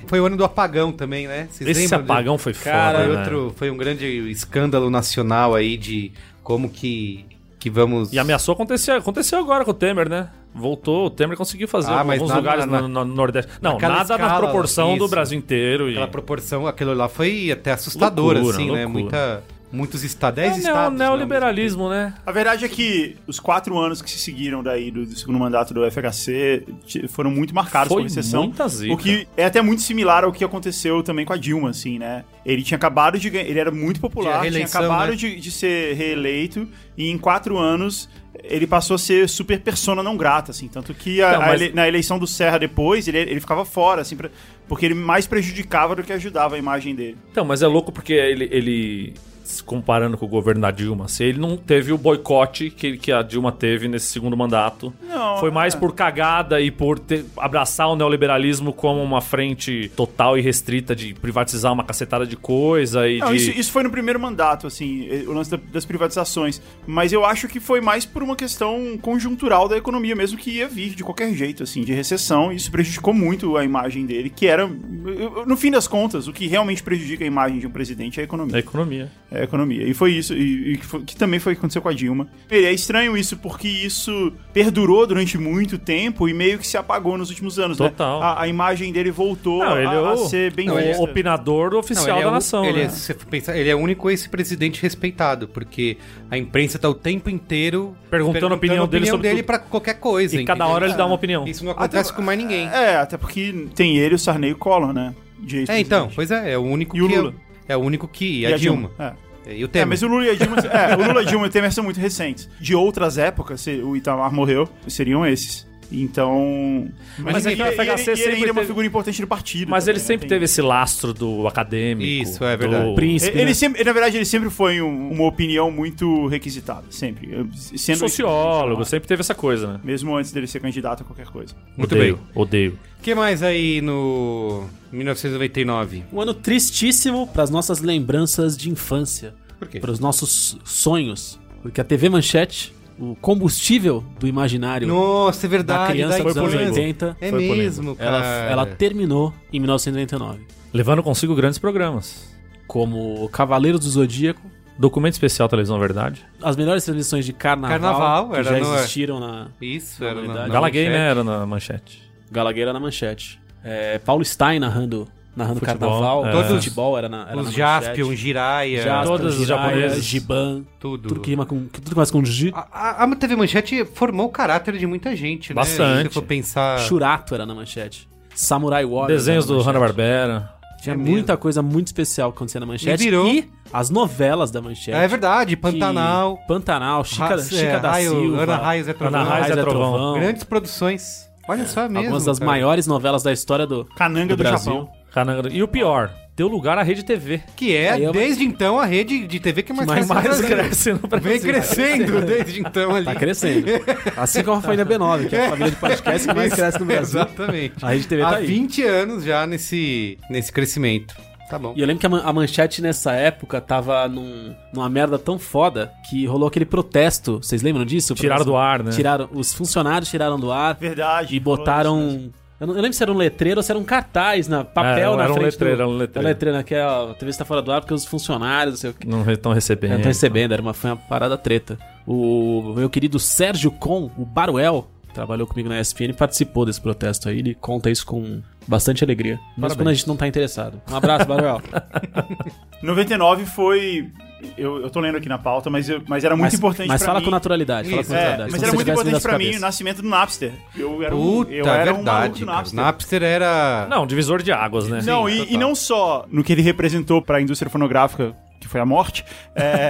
Foi o ano do apagão também, né? Vocês
Esse
lembram dele?
apagão foi
Cara,
foda. né?
outro, foi um grande escândalo nacional aí de como que, que vamos...
E ameaçou acontecer. Aconteceu agora com o Temer, né? Voltou, o Temer conseguiu fazer
Ah,
em
mas
alguns
nada
lugares
na-
no, no- no Nordeste. Não,
naquela
nada na
escala,
proporção do
isso.
Brasil inteiro. E... É
Aquela proporção, aquilo lá foi até assustador,
Loucura,
assim, né?
loucura.
Muita, muitos estados,
É
10
o
estados. né,
neoliberalismo, né?
A verdade é que os quatro anos que se seguiram daí do, do segundo mandato do FHC t- foram muito marcados
Foi
por exceção.
muita zica.
O que é até muito similar ao que aconteceu também com a Dilma, assim, né? Ele tinha acabado de ganhar, ele era muito
Tinha
popular,
reeleição,
tinha acabado
né?
de, de ser reeleito e em quatro anos ele passou a ser super persona não grata, assim, tanto que a-
Não,
a
Então, mas-
ele- na eleição do Serra depois ele, ele ficava fora, assim, pra- porque ele mais prejudicava do que ajudava a imagem dele.
Então, mas é louco porque ele, ele se comparando com o governo da Dilma, se ele não teve o boicote que, que a Dilma teve nesse segundo mandato.
Não,
Foi mais
é.
por cagada e por ter- abraçar o neoliberalismo como uma frente total e restrita de privatizar uma cacetada de coisa e
Não,
de...
isso, isso foi no primeiro mandato, assim, eh, o lance da- das privatizações. Mas eu acho que foi mais por uma questão conjuntural da economia mesmo, que ia vir de qualquer jeito, assim, de recessão. Isso prejudicou muito a imagem dele, que era, eh, no fim das contas, o que realmente prejudica a imagem de um presidente é a
da
economia.
economia.
É a economia. E foi isso, e, e que, foi- que também foi o que aconteceu com a Dilma. E é estranho isso, porque isso perdurou durante muito tempo e meio que se apagou nos últimos anos,
Total.
né? A, a imagem dele voltou
Não, ele
a,
é
a
o,
ser bem
o
vista.
opinador
Não,
oficial
ele é
da
o-
nação,
ele,
né?
é, se você for pensar, ele é o único ex-presidente respeitado, porque a imprensa tá o tempo inteiro
Perguntando a opinião dele sobre tudo.
para qualquer coisa.
E cada
entendeu?
hora ele dá uma opinião.
Isso não acontece com mais ninguém. É,
É, até porque tem ele, o Sarney e o Collor, né? De ex-presidente.
então, pois é, é o único
E o
que
Lula?
É, é o único que e a Dilma.
É.
E o
É,
Temer.
mas o Lula e a Dilma. é, o Lula, a Dilma e o Temer são muito recentes. De outras épocas, se o Itamar morreu, seriam esses. Então.
Mas é que
ele,
o
ele,
FHC
ele, ele
sempre
ainda é uma
teve-
figura importante do partido.
Mas ele
também,
sempre
né?
teve esse lastro do acadêmico.
Isso, é
do-
verdade.
Príncipe. né?
Ele, ele sempre, na verdade, ele sempre foi um- uma opinião muito requisitada, sempre. Eu- Sendo
sociólogo, sempre teve essa coisa, né?
Mesmo antes dele ser candidato a qualquer coisa.
Muito
odeio,
bem.
Odeio.
O que mais aí no 1999?
Um ano tristíssimo para as nossas lembranças de infância.
Por quê?
Para os nossos sonhos. Porque a TV Manchete, o combustível do imaginário
Nossa, é
da
verdade.
criança
da
dos anos
infância.
80,
É
Foi polêmico.
mesmo, cara.
ela, ela terminou em 1999.
Levando consigo grandes programas.
Como Cavaleiros do Zodíaco,
Documento especial Televisão Verdade.
as melhores transmissões de carnaval,
Carnaval,
que
era
já
no-
existiram na
Isso,
Na
era na,
verdade.
na
Galaguei Gala Gay,
manchete.
né? Era na manchete.
Galagueira na manchete. É, Paulo Stein narrando, narrando
Futebol,
carnaval.
é.
Todo
Todos-
futebol era na era na
Os Jaspion,
manchete.
Jiraiya,
Jaspion,
Todas as
Jiraiya,
japonesas.
Giban,
tudo.
tudo que rima com tudo que mais com G.
A, a- a TV Manchete formou o caráter de muita gente, né? Se
Bastante.
você for pensar...
Churato era na manchete. Samurai Warriors.
Desenhos
era na
do
manchete.
Hanna-Barbera.
Tinha
É
muita coisa muito especial que acontecia na manchete.
E virou-
as novelas da manchete.
É verdade, Pantanal,
Que- Pantanal, Chica,
Ra-
Chica
é,
da
Raio-
Silva.
Ana Raio, Zé Trovão.
Ana Raio,
Ana
Zé
Raio, Zé
Trovão. É,
Trovão.
grandes produções. Olha só mesmo,
Algumas das
cara.
maiores novelas da história do,
Cananga
do
do,
Brasil.
Japão.
Hanna- E o pior, deu lugar à Rede TV.
Que é,
Aí é uma-
desde então, a rede de TV que mais,
mais-
cresce no
mais
Brasil.
cresce no Brasil.
Vem
[laughs]
crescendo desde então ali.
Tá crescendo. Assim como a família B9, que é a família de podcast que mais cresce no Brasil.
Exatamente.
A Rede TV tá
Há
aí.
20 anos já nesse, nesse crescimento. Tá bom.
E eu lembro que a, man- a manchete nessa época tava num- numa merda tão foda que rolou aquele protesto. Vocês lembram disso?
Tiraram do ar, né?
Tiraram, os funcionários tiraram do ar
Verdade.
e botaram Eu, não- eu lembro se era um letreiro ou se era um cartaz na papel
Era-
na
era um
frente.
letreiro,
do,
era um letreiro.
Era letreiro, né? Que é, ó, a TV está fora do ar porque os funcionários, não sei o que.
Não estão recebendo.
Não tô recebendo, era uma, foi uma parada treta. O meu querido Sérgio Con, o Baruel, que trabalhou comigo na ESPN, participou desse protesto aí. Ele conta isso com bastante alegria. Mesmo quando a gente não tá interessado. Um
[laughs]
abraço, Baruel.
99 foi. Eu, eu tô lendo aqui na pauta, mas, eu- mas era muito
mas,
importante
mas
pra
fala
mim.
com naturalidade. Fala
Isso,
com
é,
naturalidade.
Mas
como
era
se
muito
tivesse vindo
importante
à sua
pra mim o
cabeça.
nascimento do Napster. Eu era um,
Puta, é
eu era um maluco
verdade.
do
cara.
Napster.
Napster. era.
Não, divisor de águas, né?
Não, e,
total.
e não só no que ele representou pra indústria fonográfica, que foi a morte, é,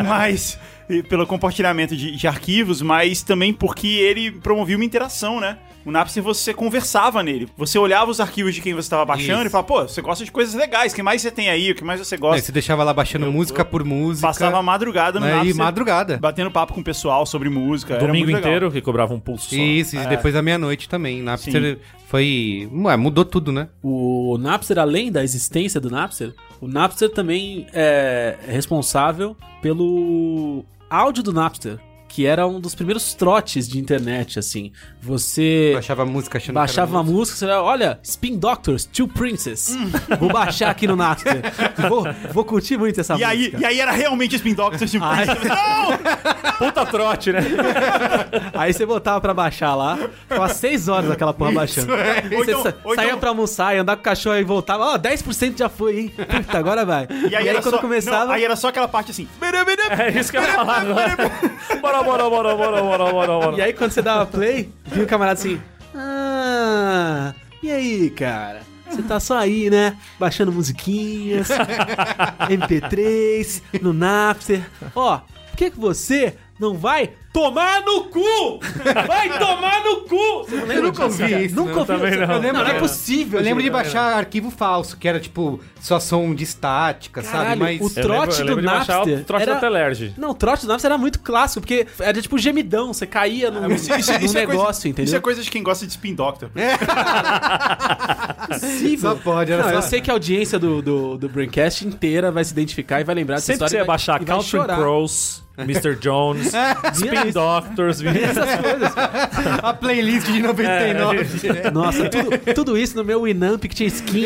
[laughs] mas e pelo compartilhamento de, de arquivos, mas também porque ele promovia uma interação, né? O Napster você conversava nele, você olhava os arquivos de quem você estava baixando
Isso.
e falava, pô, você gosta de coisas legais, o que mais você tem aí, o que mais você
Né,
gosta?
você deixava lá baixando música por música.
Passava a madrugada no
né,
Napster,
e madrugada.
batendo papo com o pessoal sobre música, era
Domingo
muito legal.
inteiro que cobrava um pulso só.
Isso,
É.
e depois da meia-noite também. Napster foi. Ué, mudou tudo, né?
O Napster, além da existência do Napster, o Napster também é responsável pelo áudio do Napster, que era um dos primeiros trotes de internet, assim. Você
Baixava música achando
baixava
que era
uma música, você ia, olha, Spin Doctors, Two Princess.
Hum.
Vou baixar aqui
[laughs]
no Napster. vou, vou curtir muito essa
E
música.
aí, e aí era realmente Spin Doctors, tipo, [laughs]
Ai.
não!
Puta trote, né?
[laughs] Aí você botava pra baixar lá, ficava seis horas aquela porra baixando. Aí
Ou
você
então-
sa-
ou
saía
então-
pra almoçar, ia andar com o cachorro e voltava, ó, 10% já foi, hein? Puta, agora vai. E aí,
era
quando
só-
começava.
não, aí era só aquela parte assim,
[laughs] É isso que eu ia falar agora. [laughs] Bora, bora, bora, bora, bora, bora, bora.
E aí quando você dava play, vinha o camarada assim, ah, e aí, cara? Você tá só aí, né? Baixando musiquinhas, MP3, no Napster. Ó, por que que você não vai tomar no cu? Vai tomar no cu! Você não
Eu nunca
disso,
ouvi
cara?
isso,
Nunca
não, tipo,
ouvi
também
isso.
não.
Não, não, é
Eu
possível.
Eu lembro de
gente.
baixar arquivo falso, que era tipo só som de estática, sabe?
Caralho,
Mas.
o
Eu lembro-
trote
eu lembro
do
de baixar
Napster.
O trote
era...
da Telerge.
Não, o trote do Napster era muito clássico, porque era tipo gemidão, você caía num, [laughs]
é
num Um negócio,
coisa,
entendeu? É,
Isso é coisa de quem gosta de Spin Doctor.
Só pode, era
Não,
só.
eu sei que a audiência do, do, do Braincast inteira vai se identificar e vai lembrar dessa
Sempre que você ia
história.
baixar
e vai,
Country Crows, Mr.
[laughs]
Jones, Spin Doctors,
Essas coisas.
A playlist de
É,
99.
Nossa, tudo, tudo isso no meu Winamp que tinha skin.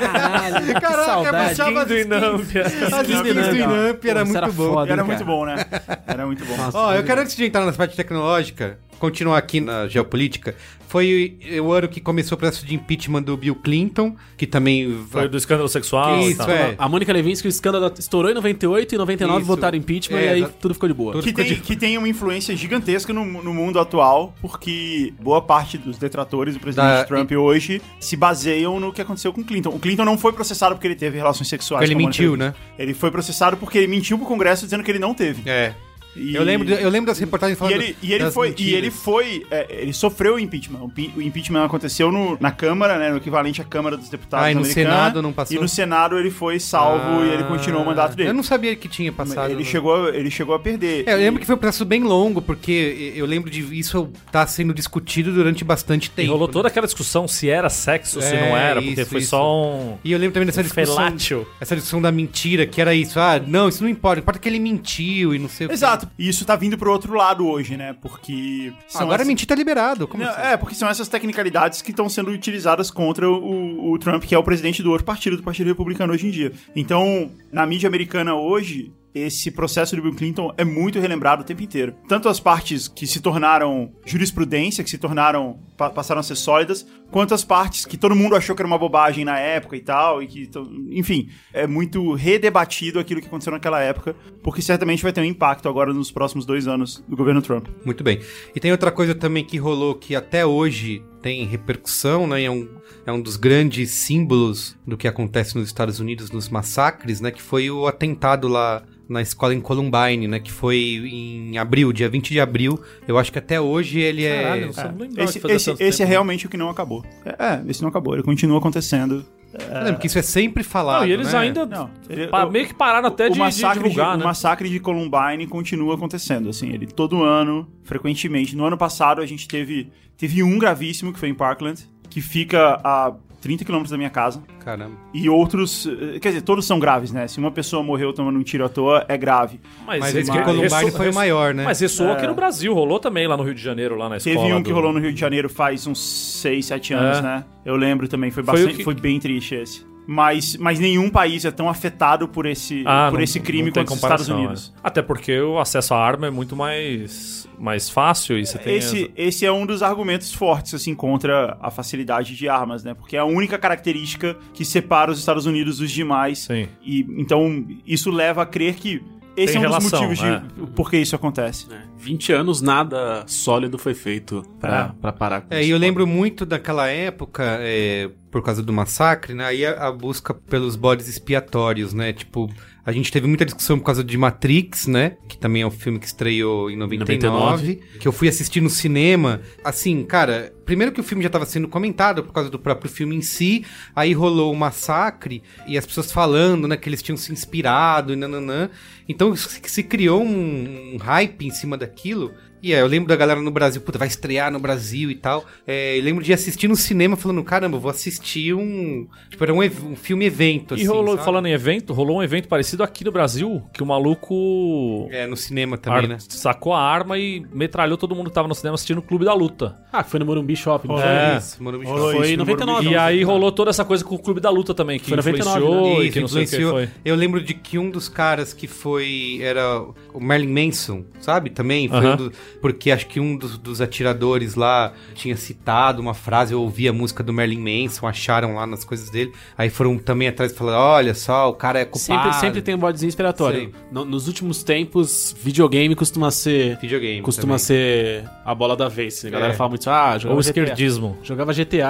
Caralho, que
Caraca,
saudade.
baixava-
Vindo e Nampia.
As
Skin do
skins do
Inamp.
Inamp era
Nossa,
muito
era
bom.
foda.
Era
cara.
muito bom, né? Era muito bom.
Nossa.
Ó, eu quero antes de entrar nas partes tecnológicas, continuar aqui na geopolítica. Foi o ano que começou o processo de impeachment do Bill Clinton, que também.
Foi do escândalo sexual. tá
Que
e
isso,
tal.
é.
A Mônica Levinsky, o escândalo estourou em 98 e 99
Isso.
votaram impeachment
É,
e aí
exa-
tudo ficou de boa.
Tudo-
Que tem, que tem uma influência gigantesca no, no mundo atual, porque boa parte dos detratores do presidente
Da-
Trump hoje se baseiam no que aconteceu com o Clinton. O Clinton não foi processado porque ele teve relações sexuais.
Porque ele
com a Mônica
mentiu, né?
Lewinsky. Ele foi processado porque ele mentiu pro Congresso dizendo que ele não teve.
É.
E-
Eu, lembro, eu lembro das reportagens
E
falando.
ele, e ele
das
foi, e
mentiras.
ele foi, é, ele sofreu o impeachment. O pi- o impeachment aconteceu no- na Câmara, né, no equivalente à Câmara dos Deputados
Ah, e no
americana.
Senado não passou?
E no Senado ele foi salvo
Ah.
e ele continuou o mandato dele.
Eu não sabia que tinha passado.
ele
né?
chegou, ele chegou a perder.
É, eu lembro
E-
que foi um processo bem longo, porque eu lembro de isso tá sendo discutido durante bastante
E
tempo. né?
rolou toda aquela discussão se era sexo, se
É,
não era, porque
isso,
foi
isso.
só um.
E eu lembro também dessa discussão.
Felátil.
Essa discussão da mentira, que era isso. Ah, não, isso não importa. Importa que ele mentiu e não sei o quê.
Exato. E isso tá vindo pro outro lado hoje, né? Porque são
Agora
essas-
mentir tá liberado. Como
Não,
assim?
é, porque são essas tecnicalidades que estão sendo utilizadas contra o, o Trump, que é o presidente do outro partido, do Partido Republicano hoje em dia. Então, na mídia americana hoje, esse processo do Bill Clinton é muito relembrado o tempo inteiro. Tanto as partes que se tornaram jurisprudência, que se tornaram. pa- passaram a ser sólidas, quanto as partes que todo mundo achou que era uma bobagem na época e tal, e que. to- Enfim, é muito redebatido aquilo que aconteceu naquela época, porque certamente vai ter um impacto agora nos próximos dois anos do governo Trump.
Muito bem. E tem outra coisa também que rolou que até hoje tem repercussão, né? É um, é um dos grandes símbolos do que acontece nos Estados Unidos nos massacres, né? Que foi o atentado lá na escola em Columbine, né? Que foi em abril, dia 20 de abril. Eu acho que até hoje ele
Caralho,
é.
não sei, não lembrava
Esse,
que fazia
esse-
tanto
esse é
tempo.
realmente o que não acabou. É, é, esse não acabou. Ele continua acontecendo.
Eu lembro que isso é sempre falado.
Não, e eles
né?
ainda.
Não, ele-
pa-
o-
meio que pararam até de,
o,
de
massacre de-
divulgar,
o
né?
massacre de Columbine continua acontecendo, assim. Ele todo ano, frequentemente. No ano passado, a gente teve, teve um gravíssimo, que foi em Parkland, que fica a 30 quilômetros da minha casa.
Caramba.
E outros. eh, Quer dizer, todos são graves, né? Se uma pessoa morreu tomando um tiro à toa, é grave.
Mas esse que
mas-
Columbine
ressou-
foi o maior, né?
Mas ressoou
É.
aqui no Brasil, rolou também lá no Rio de Janeiro, lá na escola.
Teve um que
do-
rolou no Rio de Janeiro faz uns 6, 7 anos,
É.
né? Eu lembro também, foi
Foi o
bastante. Foi,
que-
bem triste esse. Mas, mas nenhum país é tão afetado por esse,
Ah,
por
não-
esse crime
não tem
quanto os Estados
comparação,
Unidos.
é. Até porque o acesso à arma é muito mais, mais fácil e você tem.
Esse,
essa-
esse é um dos argumentos fortes assim contra a facilidade de armas, né? Porque é a única característica que separa os Estados Unidos dos demais.
Sim.
E então isso leva a crer que esse
Tem
é um dos
relação,
motivos de por que isso acontece.
20 É, anos nada sólido foi feito pra, pra parar com
É,
isso.
e eu lembro muito daquela época, é, por causa do massacre, né? Aí a, a busca pelos bodes expiatórios, né? Tipo, a gente teve muita discussão por causa de Matrix, né? Que também é um filme que estreou em 99, que eu fui assistir no cinema. Assim, cara, primeiro que o filme já estava sendo comentado por causa do próprio filme em si, aí rolou o massacre e as pessoas falando, né, que eles tinham se inspirado e nananã. Então se se criou um, um hype em cima daquilo. E é, eu lembro da galera no Brasil, puta, vai estrear no Brasil e tal. É, eu lembro de assistir no cinema falando, caramba, eu vou assistir um. Tipo, era um, ev- um filme
Então,
evento, assim.
E rolou,
sabe?
falando em evento, rolou um evento parecido aqui no Brasil, que o maluco
É, no cinema
ar-
também, né?
sacou a arma e metralhou todo mundo que tava no cinema assistindo o Clube da Luta.
Ah, foi no Morumbi Shopping. não
É.
né? Isso, Morumbi de
Rolou
Fora.
Foi
isso
em
no
99.
E aí rolou toda essa coisa com o Clube da Luta também, que
Foi 99,
influenciou
né?
e que não
Isso,
sei o que
influenciou.
foi.
Eu lembro de que um dos caras que foi. Era o Merlin Manson, sabe? Também. Foi
Aham.
um do- porque acho que um dos, dos atiradores lá tinha citado uma frase, eu ouvi a música do Merlin Manson, acharam lá nas coisas dele. Aí foram também atrás e falaram: olha só, o cara é culpado.
Sempre, sempre tem um bodezinho inspiratório. No- nos últimos tempos, videogame costuma ser.
Videogame.
Costuma
também.
ser a bola da vez. né? A galera
É.
fala muito isso. Ah,
Ou
jogava
o
GTA.
esquerdismo.
Jogava GTA,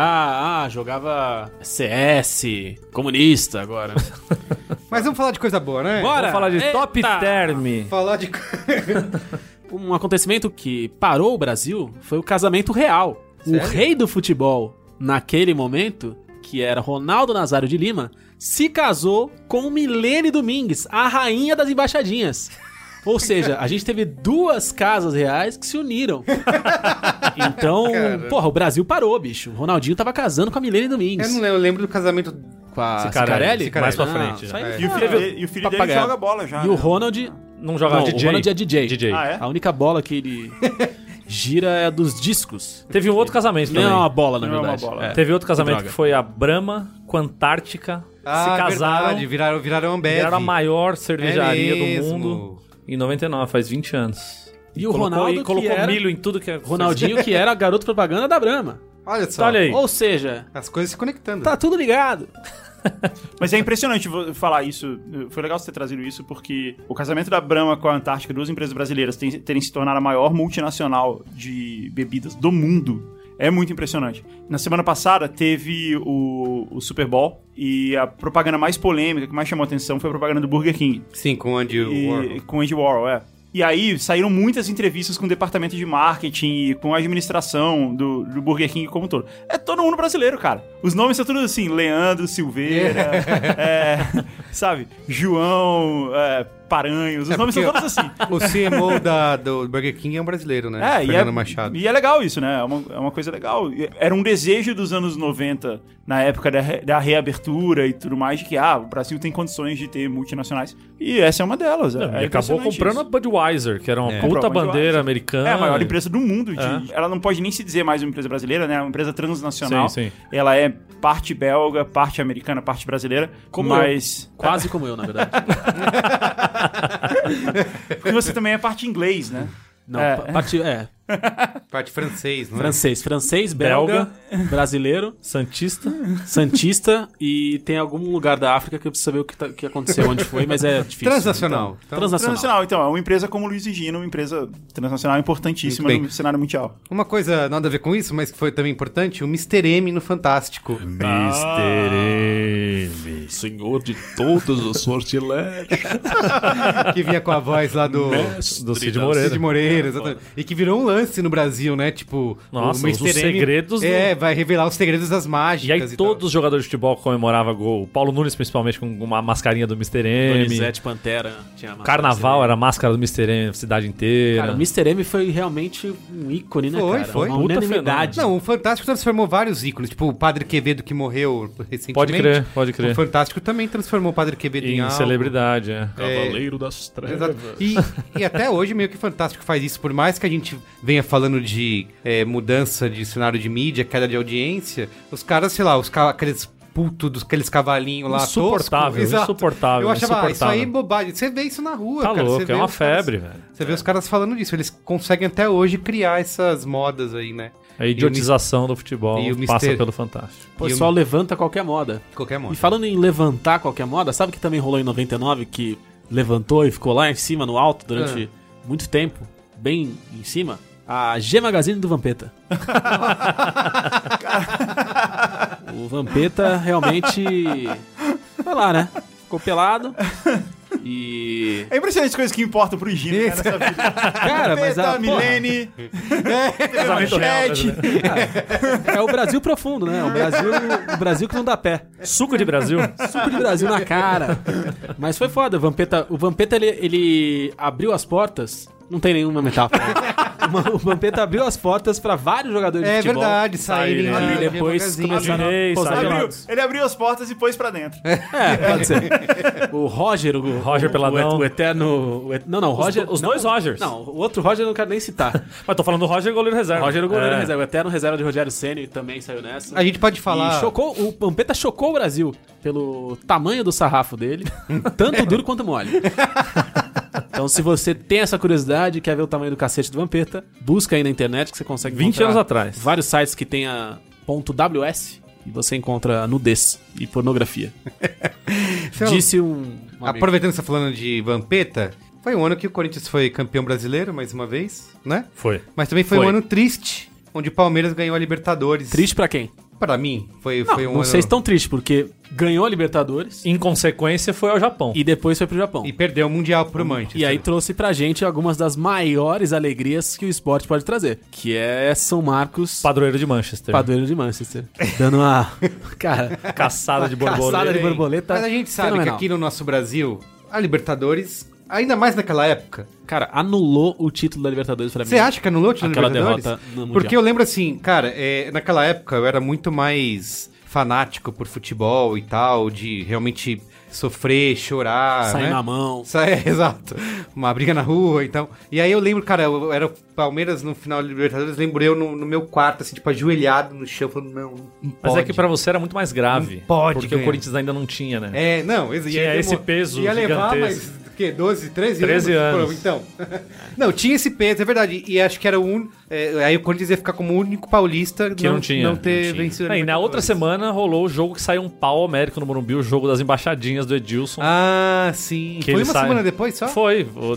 ah, jogava CS, comunista agora.
Mas vamos falar de coisa boa, né?
Bora!
Vamos falar de
Eita!
Top Term.
Falar de.
Um acontecimento que parou o Brasil foi o casamento real. O
Sério?
rei do futebol, naquele momento, que era Ronaldo Nazário de Lima, se casou com Milene Domingues, a rainha das
[laughs]
embaixadinhas. Ou seja, a gente teve duas casas reais que
[laughs]
se uniram. Então,
Cara.
porra, o Brasil parou, bicho. O Ronaldinho tava casando com a Milene
[laughs] eu
Domingues. Ah,
não lembro, eu lembro do casamento.
Com a
Cicarelli?
Cicarelli?
Cicarelli.
Mais pra
Não,
frente.
isso aí
é.
foi
E o filho,
uma
dele, e o filho dele
papagaiada.
joga bola já.
E né? Ah, o
né?
Ronald
Não jogava
não,
DJ.
O Ronald é DJ.
DJ.
Ah, é?
A única bola
[laughs]
que ele gira é a dos discos.
Teve um outro casamento
Não
também.
é uma bola, na
Não é uma
verdade.
bola.
É.
Teve outro casamento
Droga.
que foi a Brahma com a Antártica.
Ah,
se casaram.
verdade, viraram, viraram Ambev. É
Era a maior cervejaria do
mesmo.
mundo em 99, faz 20 anos.
E o
colocou,
Ronaldo
e colocou
que era-
milho em tudo que é. [laughs]
Ronaldinho, que era garoto propaganda da Brahma.
Olha só.
Olha aí.
Ou seja,
As coisas se conectando.
tá tudo ligado.
Mas é impressionante vo- falar isso. Foi legal você ter trazido isso, porque o casamento da Brahma com a Antártica, duas empresas brasileiras, tem- terem se tornado a maior multinacional de bebidas do mundo. É muito impressionante. Na semana passada teve o, o Super Bowl e a propaganda mais polêmica, que mais chamou a atenção, foi a propaganda do Burger King.
Sim, com onde
E-
o.
com o Andy Warhol, é. E aí saíram muitas entrevistas com o departamento de marketing e com a administração do, do Burger King como um todo. É todo mundo brasileiro, cara. Os nomes são tudo assim, Leandro, Silveira, é, sabe, João, é, Paranhos, os
É,
nomes são
porque-
todos assim.
O CMO da, do Burger King é um brasileiro, né?
É, e
Fernando
é,
Machado.
e é legal isso, né? É uma, é uma coisa legal. E Era um desejo dos anos 90, na época da, re- da reabertura e tudo mais, de que ah, o Brasil tem condições de ter multinacionais. E essa é uma delas. é-
Não,
é
ele acabou
impressionante
comprando
isso.
a Budweiser, que era uma
Comprou
puta
a Budweiser.
bandeira americana.
Ah.
É a maior empresa do mundo. de-
É.
Ela não pode nem se dizer mais uma empresa brasileira, né? É uma empresa transnacional.
Sim, sim.
Ela é parte belga, parte americana, parte brasileira.
Como
mas.
Quase como eu,
[laughs]
na verdade.
Porque você também é parte inglês, né?
Não,
É.
pa- parte, é,
Parte francês, né?
francês. Francês, belga,
Belga. [laughs]
brasileiro,
Santista.
santista e tem algum lugar da África que eu preciso saber o que, tá- o que aconteceu, onde foi,
[laughs]
mas é difícil.
Transnacional.
Então,
Então,
[laughs] transnacional.
Transnacional, então. É uma empresa como o Luiz e Gino, uma empresa transnacional importantíssima
Muito bem.
no cenário mundial.
Uma coisa nada a ver com isso, mas que foi também importante, o Mr. M no Fantástico.
Senhor de todos
[laughs]
os sortilégios.
que vinha com a voz lá do...
Mestre
do Cid
das-
Moreira. É,
Cid Moreira, exatamente. E que virou um romance no Brasil, né? Tipo,
Nossa, os
Mr. M-
segredos do-
É, vai revelar os segredos das mágicas.
E
tal.
aí todos os jogadores de futebol comemoravam gol. Paulo Nunes, principalmente, com uma mascarinha do Mr. M.
Donizete Pantera. Tinha uma-
Carnaval era a máscara do Mr. M, cidade inteira.
Cara, o Mr. M foi realmente um ícone, né,
Foi,
cara?
foi.
Uma
Puta
unanimidade.
Não, o Fantástico transformou vários ícones, tipo o Padre Quevedo que morreu recentemente.
Pode crer, pode crer.
O Fantástico também transformou o Padre Quevedo em,
Em
algo.
celebridade, é.
Cavaleiro das Trevas.
Exato. E, e até hoje meio que Fantástico faz isso, por mais que a gente venha falando de é, mudança de cenário de mídia, queda de audiência, os caras, sei lá, os ca- aqueles putos, dos- aqueles cavalinhos lá
Insuportável,
tosco. Exato.
insuportável,
Eu achava, ah, isso aí é
insuportável.
bobagem. Você vê isso na rua,
Tá
cara. você
louco,
vê
é uma
os caras-
febre, velho.
Você vê os caras falando disso, eles conseguem até hoje criar essas modas aí, né?
A idiotização do futebol
e o
passa
Mr.
pelo Fantástico.
O pessoal levanta qualquer moda.
Qualquer moda.
E falando em levantar qualquer moda, sabe que também rolou em 99 que levantou e ficou lá em cima, no alto, durante
Ah.
muito tempo, bem em cima? A G Magazine
[laughs]
do Vampeta. o Vampeta realmente. Foi lá, né? Ficou pelado. E.
É impressionante as coisas que importam pro Gino cara, nessa vida.
É,
Cara, mas
Peta,
a. porra, Tá
Milene, TV
Casamento real,
Manchete.
é o Brasil profundo, né? O Brasil, o Brasil que não dá pé.
Suco de Brasil?
Suco de Brasil na cara. Mas foi foda. O Vampeta, o Vampeta ele, ele abriu as portas. Não tem nenhuma metáfora. O Ma- o Vampeta abriu as portas pra vários jogadores
É
de futebol.
verdade, um saírem.
Saírem,
na-
E
na
depois
magazine.
começaram
Adorei,
a postar
sabe?
Abriu-
gelados.
ele abriu as portas e pôs pra dentro.
É, pode ser. O Roger, o,
Roger
o,
Peladão.
O, eterno. o et- não, não, o Roger.
os
não,
dois Rogers.
Não, o outro Roger eu não quero nem citar.
Mas tô falando do Roger goleiro reserva.
Roger o goleiro
É.
reserva. O eterno reserva de Rogério Ceni também saiu nessa.
A gente pode falar.
E chocou, o Pampeta chocou o Brasil pelo tamanho do sarrafo
[laughs]
dele, tanto duro quanto mole. Então, se você tem essa curiosidade e quer ver o tamanho do cacete do Vampeta, busca aí na internet que você consegue
20
encontrar
anos atrás.
Vários sites que tem a .ws e você encontra nudez e pornografia.
Sei lá,
Disse um, um amigo.
Aproveitando que você tá falando de Vampeta, foi um ano que o Corinthians foi campeão brasileiro, mais uma vez, né?
Foi.
Mas também foi,
Foi.
um ano triste, onde o Palmeiras ganhou a Libertadores.
Triste pra quem?
Pra mim, foi,
Não,
foi um
não
ano...
sei se tão triste, porque ganhou a Libertadores
Em consequência, foi ao Japão.
e depois foi pro Japão.
E perdeu o Mundial pro Manchester.
E aí trouxe pra gente algumas das maiores alegrias que o esporte pode trazer, que é São Marcos,
Padroeiro de Manchester.
padoeiro de Manchester. Dando uma, [laughs] cara,
Caçada de borboleta.
caçada de borboleta.
Mas a gente sabe
fenomenal.
que aqui no nosso Brasil, a Libertadores, ainda mais naquela época...
Cara, anulou o título da Libertadores pra mim.
Você acha que anulou o título da
Aquela
Libertadores?
derrota no Mundial.
Porque eu lembro assim, cara, é, naquela época eu era muito mais fanático por futebol e tal, de realmente sofrer, chorar,
Sair
né? [laughs]
na mão.
Isso é, exato. Uma briga na rua, então. E aí eu lembro, cara, eu era o Palmeiras no final da Libertadores, lembro eu no, no meu quarto, assim, tipo, ajoelhado no chão, falando, não, não
Mas
pode.
é que pra você era muito mais grave.
Não pode
Porque
ganhar.
o Corinthians ainda não tinha, né?
É, não, ex-
Tinha
ia
esse
demo-
peso
Ia levar
gigantesco.
mais que 12, 13 anos.
13 anos.
Pô, Então. [laughs] não, tinha esse peso, é verdade. E acho que era o único. é, aí o Corinthians ia ficar como o único paulista
Que não, tinha.
não ter
não tinha.
vencido. a
É, e na
Libertadores.
outra semana rolou o jogo que saiu um pau Américo no Morumbi, o jogo das embaixadinhas do Edilson.
Ah, sim.
que
Foi
ele
uma
sai-
semana depois só?
Foi. O-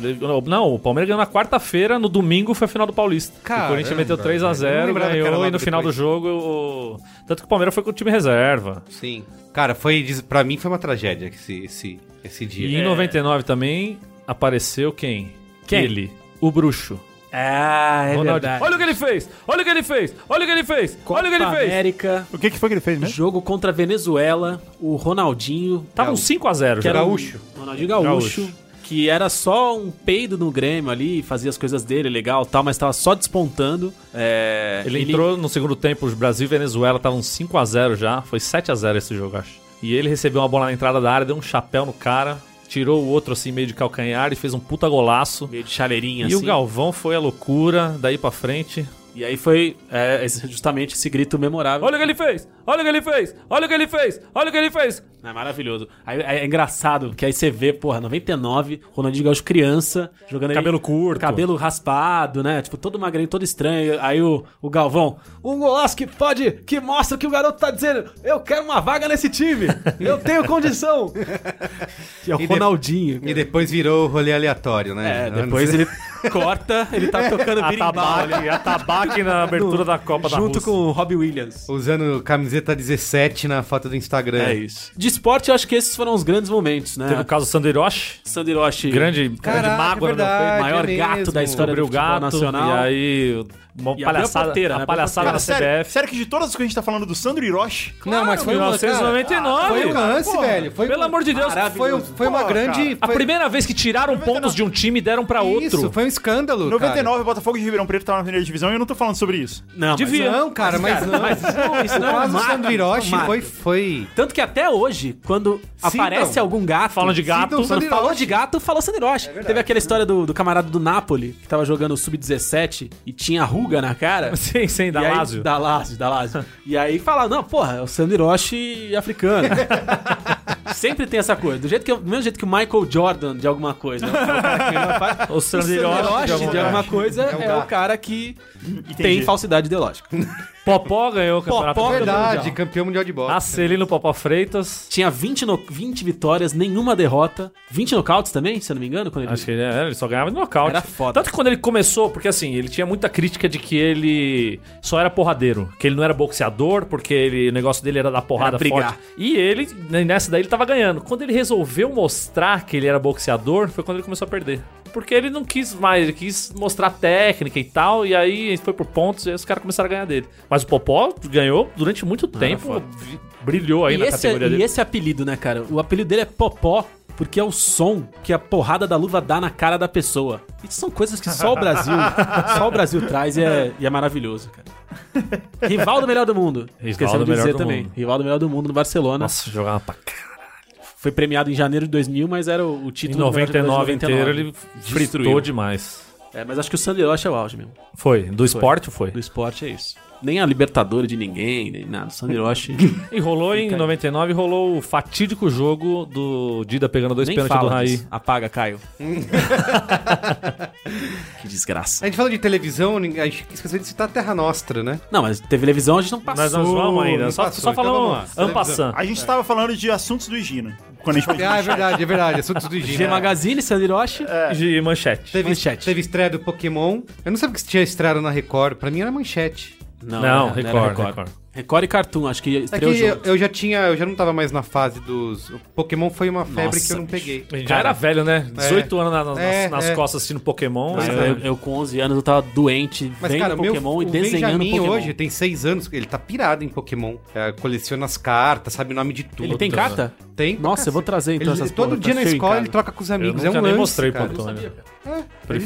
Não, o Palmeiras ganhou na quarta-feira, no domingo foi a final do Paulista.
Caramba,
o Corinthians meteu 3 a
eu não
0
lembrava que era
ganhou, e
logo
no final do
depois.
jogo... o- Tanto que o Palmeiras foi com o time reserva.
Sim. Cara, foi. diz- Pra mim foi uma tragédia esse, esse, esse dia.
E em 99 também apareceu quem?
Quem?
Ele, o bruxo.
Ah, é
Ronaldinho.
verdade.
Olha o que ele fez! Olha o que ele fez! Olha o que ele fez! Olha o que ele
Copa
fez!
América,
O que, que foi que ele fez mesmo?
jogo contra a Venezuela, o Ronaldinho,
Tava um
Gaúcho.
5x0
que
já.
era o
Gaúcho.
Ronaldinho Gaúcho, que era só um peido no Grêmio ali, fazia as coisas dele, legal, tal, mas tava só despontando. É,
Ele entrou no segundo tempo, o Brasil e Venezuela estavam 5x0 já. Foi 7x0 esse jogo, acho. E ele recebeu uma bola na entrada da área, deu um chapéu no cara, tirou o outro assim, meio de calcanhar e fez um puta golaço.
meio de chaleirinha
E
assim.
o Galvão foi a loucura, daí pra frente.
E aí foi é, esse- justamente esse grito memorável.
Olha o que ele fez! Olha o que ele fez! Olha o que ele fez! Olha o que ele fez!
É maravilhoso. Aí, aí é engraçado, porque aí você vê, porra, 99, Ronaldinho Gaúcho criança, jogando ele-
Cabelo curto.
Cabelo raspado, né? Tipo, todo magrinho, todo estranho. Aí o, o Galvão, um golaço que pode, que mostra o que o garoto tá dizendo. Eu quero uma vaga nesse time. Eu tenho condição. que é o
E de-
Ronaldinho.
E depois virou o rolê aleatório, né?
É,
[laughs]
depois ele corta, ele tá tocando birimbau [laughs] ali.
Atabaque, atabaque na abertura da Copa da
Junto
Rússia.
com o Robbie Williams.
Usando camiseta 17 na foto do Instagram.
É isso. De esporte, eu acho que esses foram os grandes momentos, né?
Teve o caso do Sandro Hiroshi,
Sandroshi.
grande, grande
Caraca,
mágoa,
é verdade,
né? Foi maior
é
gato
mesmo.
da história do
Cobriu o
futebol
gato,
nacional. E aí, uma
E abriu a
palhaçada,
porteira, né?
a palhaçada
Cara,
na
sério,
CBF.
sério que de todas as coisas que a gente tá falando do Sandro Hiroshi,
não, mas foi um lance. cara.
1999.
Foi um lance,
Porra,
velho. Foi,
Pelo amor de Deus,
foi, um- foi uma
Pô,
grande.
a
foi-
primeira vez que tiraram pontos de um time e deram pra outro. [laughs]
Isso, foi um escândalo.
99 o Botafogo de Ribeirão Preto tava na primeira divisão e eu não tô falando sobre isso.
Não, mas-
Cara. Não, cara, mas, não.
isso
o
não
caso do
mata,
Sandro Hiroshi
isso não
foi.
mata.
foi...
Tanto que até hoje, quando aparece algum gato.
Falam de gato.
Quando
Sandro
falou
Hiroshi. É
de gato, falou Sandiroche. Teve aquela história do, do camarada do Napoli, que tava jogando o Sub-17 e tinha ruga na cara.
Sim, sim, da
E aí-
Lazio.
Da Lazio, da Lazio. e aí fala, não, porra, é o
[laughs]
Sandiroche africano. Sempre tem essa coisa. Do, jeito que, eu- do mesmo jeito que o Michael Jordan de alguma coisa. né? O cara que ganhou a
[laughs]
faixa,
O
O
Sandro Hiroshi,
Sandiroche de alguma coisa
É o
é o
gato.
cara que tem
Entendi.
falsidade ideológica.
Popó ganhou o campeonato.
Popó
Popó
Verdade,
Mundial.
campeão mundial de bola.
Acelino Popó Freitas.
Tinha 20, no- 20 vitórias, nenhuma derrota. 20 nocautes também, se eu não me engano, quando ele.
Acho que ele, é, ele só ganhava de nocaute.
Era foda.
Tanto que quando ele começou, porque assim, ele tinha muita crítica de que ele só era porradeiro, que ele não era boxeador, porque ele, o negócio dele era dar porrada
Era brigar.
forte. E ele, né, nessa daí, ele tava ganhando. Quando ele resolveu mostrar que ele era boxeador, foi quando ele começou a perder. Porque ele não quis mais, ele quis mostrar técnica e tal, e aí foi por pontos e aí os caras começaram a ganhar dele. Mas o Popó ganhou durante
Ah,
muito tempo, vi- brilhou aí
E
na
esse, é-
categoria
e
dele.
esse apelido, né, cara? O apelido dele é Popó, porque é o som que a porrada da luva dá na cara da pessoa. Isso são coisas que só o
[laughs]
Brasil, só o Brasil traz e é, e é maravilhoso, cara. Rival do melhor do mundo. Esquecendo de
melhor
dizer
do
também.
mundo.
Rival do melhor do mundo no Barcelona.
Nossa, jogava pra cá.
Foi premiado em janeiro de 2000, mas era o, o
Em
título do melhor jogador de
99 inteiro ele fritou
Destruiu.
demais.
É, mas acho que o Sandro Rocha é o auge mesmo.
Foi, do esporte foi.
Do esporte é isso. Nem a Libertadores de ninguém, nem nada. O Sandro
[laughs]
Rocha-
E rolou em 99, rolou o fatídico jogo do Dida pegando dois
Nem
pênaltis do
fala
Raí.
disso. Apaga, Caio. [laughs] que desgraça.
A gente falou de televisão, a gente esqueceu de citar a Terra Nostra, né?
Não, mas televisão a gente não passou.
Mas nós vamos ainda, só,
passou,
só
então
falando um
vamos lá.
Ampassan.
A gente tava falando de assuntos do Higino. Quando a gente
Ah, é verdade, é verdade. Assuntos do
G
Gino.
Magazine, Sandiroshi.
De manchete.
Teve,
Manchete.
teve estreia do Pokémon. Eu não sabia que tinha estreia na Record. Pra mim era manchete.
Não,
né? era-
Record,
era
Record.
Record e Cartoon, acho que
É
estreou
que eu,
junto.
eu já tinha, eu já não tava mais na fase dos. O Pokémon foi uma febre
Nossa,
que eu não peguei.
A gente já era velho, né? 18 anos na- nas,
É,
nas
é.
costas assistindo Pokémon.
Mas
né?
eu, eu com 11 anos eu tava doente,
Mas,
vendo
cara,
Pokémon
meu,
e
o
desenhando
Benjamin
Pokémon.
hoje tem seis anos, ele tá pirado em Pokémon. É, coleciona as cartas, sabe o nome de tudo.
Ele tem carta?
Tem.
Nossa, eu vou trazer então
Ele-
essas
todo
porra
dia
pra
na
feio em
escola
casa.
ele É, troca com os amigos.
nunca
é um
nem
lance,
mostrei pro
cara.
Antônio.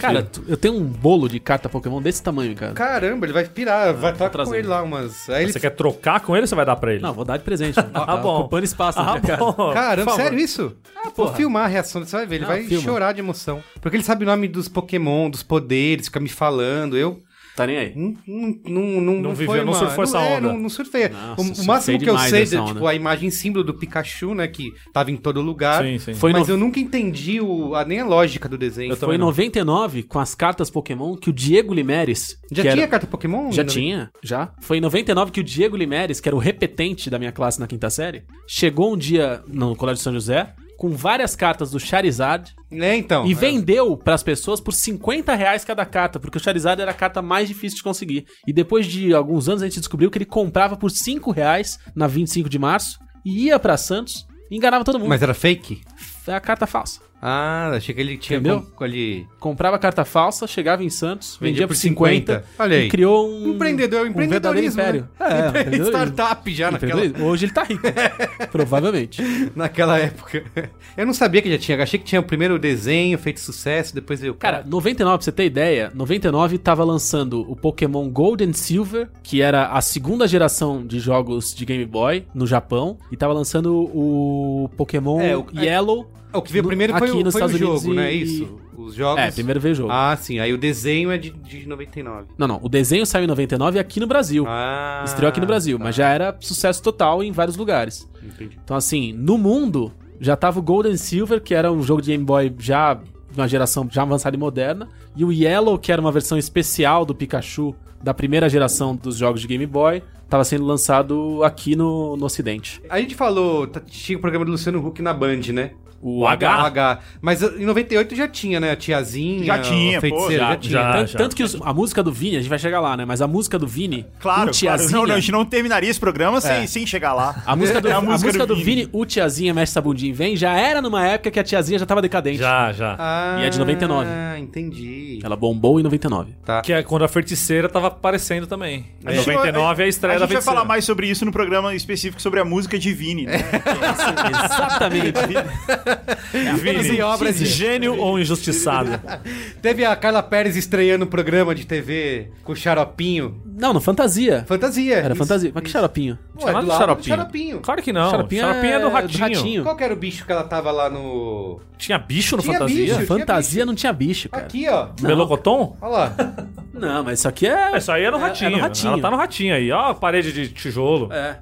Cara, tu- eu tenho um bolo de carta Pokémon desse tamanho, cara.
Caramba, ele vai
Ah,
pirar,
tá
vai trocar com
trazer.
ele lá umas. Aí ele
Você quer trocar com ele ou você vai dar pra ele?
Não, vou dar de [laughs] presente. Ah,
bom.
Ocupando espaço na
Ah,
minha casa.
bom.
Caramba,
Por favor.
sério isso? Vou filmar a reação dele, você vai ver. Ele
Ah,
vai
filma.
chorar de emoção. Porque ele sabe o nome dos Pokémon, dos poderes, fica me falando. Eu
Tá nem aí.
não, não, não, não,
Não
foi
viveu, não
uma-
surfou essa
é,
onda.
não, não surfei.
Nossa,
o, o
surfei
máximo que eu
demais
sei
essa
é
onda.
tipo, a imagem símbolo do Pikachu, né? Que tava em todo lugar.
Sim, sim.
Foi
mas
no-
eu nunca entendi o, a, nem a lógica do desenho.
Foi em 99, com as cartas Pokémon, que o Diego Limeres.
Já
que
tinha né?
era-
carta Pokémon?
Já
Não-
tinha, já. Foi em 99 que o Diego Limeres, que era o repetente da minha classe na quinta série, chegou um dia no Colégio São José com várias cartas do Charizard
É, então.
e
É.
vendeu pras pessoas por 50 reais cada carta, porque o Charizard era a carta mais difícil de conseguir. E depois de alguns anos a gente descobriu que ele comprava por 5 reais na 25 de março e ia pra Santos e enganava todo mundo.
Mas era fake?
É a carta falsa.
Ah, achei que ele tinha.
Entendeu?
com- Ele...
Comprava carta falsa, chegava em Santos, vendia,
Vendia
por
por
50,
50. Olha
e
aí.
criou um
Empreendedor,
um verdadeiro
empreendedorismo.
império.
né? [laughs]
É,
Empre-
empreendedorismo.
startup já naquela,
Entendeu? Hoje ele tá rico, [laughs] provavelmente.
naquela época. [laughs] Eu não sabia que já tinha, achei que tinha o primeiro desenho feito sucesso, depois veio o
Cara, 99, pra você ter ideia, 99 tava lançando o Pokémon Gold and Silver, que era a segunda geração de jogos de Game Boy no Japão, e tava lançando o Pokémon
É, o-
Yellow.
O que veio
no-
primeiro foi,
aqui
o,
nos
foi o
Estados Unidos
jogo, né?
e-
Isso. Os jogos.
É, primeiro veio o jogo.
Ah, sim. Aí o desenho é de, de 99.
Não, não, o desenho saiu em 99 aqui no Brasil.
Ah.
Estreou aqui no Brasil,
tá.
mas já era sucesso total em vários lugares.
Entendi.
Então, assim, no mundo, já tava o Golden Silver, que era um jogo de Game Boy já de uma geração já avançada e moderna, e o Yellow, que era uma versão especial do Pikachu da primeira geração dos jogos de Game Boy, tava sendo lançado aqui no, no Ocidente.
A gente falou, tá- tinha o programa do Luciano Huck na Band, né?
O, H.
O H. Mas eh, em 98 já tinha, né? A tiazinha.
Já tinha,
a
pô,
feiticeira,
já,
já, tinha.
já. Ah,
tanto, tanto que os- a música do Vini, a gente vai chegar lá, né? Mas a música do Vini,
Claro,
o
claro.
Tiazinha.
Não, não, a gente não terminaria esse programa sem, sem chegar lá.
A música do,
[laughs] É
a música do, Vini. o Tiazinha Mestre Sabundinho Vem, já era numa época que a Tiazinha já tava decadente.
Já, já.
Ah,
E é de 99.
Ah, entendi.
Ela bombou em 99.
Tá.
Que é quando a feiticeira tava aparecendo também. Em
A gente-
99 é a estreia
A
da
gente vai
feiticeira.
falar mais sobre isso no programa específico sobre a música de Vini,
[laughs]
né?
Exatamente. É
Vini. obras de-
Gênio ou injustiçado?
Teve a Carla Pérez estreando o programa de TV com o xaropinho.
não, não, fantasia.
Fantasia.
Era
isso.
fantasia. Mas que xaropinho.
Ué,
Chamado
é do lado do
xaropinho.
xaropinho.
Claro que não. Xaropinha,
Xaropinho
é do
é- do
ratinho.
Ratinho.
Qual que era o bicho que ela tava lá no.
Tinha bicho no
Tinha
fantasia?
bicho.
Fantasia não tinha bicho, cara.
Aqui, ó.
Melocoton?
Olha lá.
Não, mas isso aqui é.
Isso aí é no ratinho.
no ratinho.
Ela tá no ratinho aí. Ó, a parede de tijolo.
É.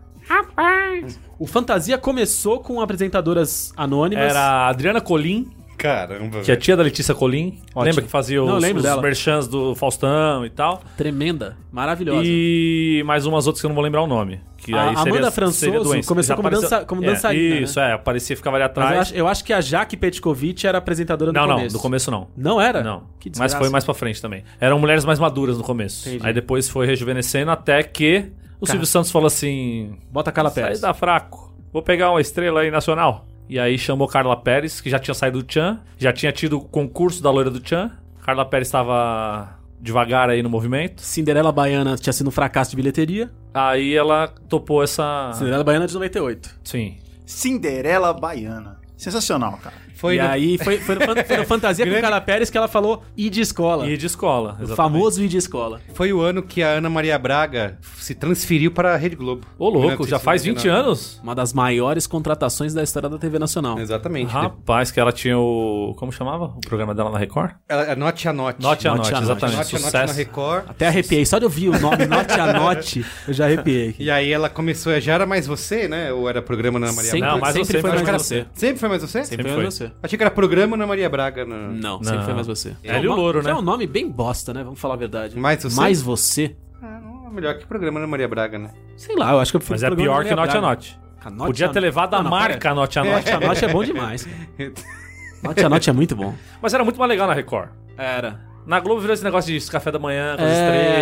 O Fantasia começou com apresentadoras anônimas.
Era a Adriana Colim,
Caramba.
que é a tia da Letícia Colim.
Ótimo.
Lembra que fazia
Não, eu
os,
lembro
os
dela.
merchans do Faustão e tal?
Tremenda, maravilhosa.
E mais umas outras que eu não vou lembrar o nome. Que
A
aí seria,
Amanda Françoso
seria doença.
começou
Já
como dança- como dançarina, né?
É, isso, é. Aparecia, ficava ali
Mas eu
atrás.
acho, eu acho que a Jaque Petkovic era apresentadora no
Não, não,
começo.
do começo não.
Não era?
Não.
Que
Mas
desgraça.
foi mais pra frente também. Eram mulheres mais maduras no começo.
Entendi. Tá.
Aí depois foi rejuvenescendo até que o Silvio Santos falou assim:
Bota a Carla
Sai
Pérez.
da fraco. Vou pegar uma estrela aí nacional. E aí chamou Carla Pérez, que já tinha saído do Tchan, já tinha tido o concurso da loira do Tchan. Carla Pérez estava devagar aí no movimento.
Cinderela Baiana tinha sido um fracasso de bilheteria.
Aí ela topou essa.
Cinderela Baiana de 98.
Sim.
Cinderela Baiana. Sensacional, cara.
Foi
e
no-
aí foi, foi, no, fan- foi
[laughs]
no Fantasia com a Carla Pérez que ela falou ir de escola.
E de escola.
o
exatamente.
famoso ir de escola.
Foi o ano que a Ana Maria Braga se transferiu para a Rede Globo.
Ô, louco, já faz 20
1999.
anos?
Uma das maiores contratações da história da TV Nacional.
Exatamente.
Rapaz, que ela tinha o. Como chamava? O programa dela na Record?
Ela, é note a note.
Note a
Note
Note,
a tá Note.
Note
exatamente.
a note na
Sucesso.
Record.
Até arrepiei. Só de ouvir o nome Note a Note, eu já arrepiei.
E aí ela começou, já era mais você, né? Ou era programa Ana Maria
Sempre,
Braga?
Não, mas
sempre
você,
foi
mas
mais
cara-
você.
Sempre foi mais você?
Sempre,
Sempre
foi
foi.
mais você.
Achei que era programa Ana Maria Braga. né? Não.
Não, sempre
Não.
foi mais você.
É ele e o
ma-
louro,
É
né?
um nome bem bosta, né? Vamos falar a verdade.
Mais você?
Mais você?
Ah, não, melhor que programa Ana Maria Braga, né?
Sei lá, eu acho que eu
Mas é pior que Note a Note.
Ah, Note
Podia ter levado a
Não, não,
marca Note a Note.
Note a Note é bom demais. Note a Note é muito bom.
Mas era muito mais legal na Record.
Era.
Na Globo virou esse negócio de café da manhã com as
É.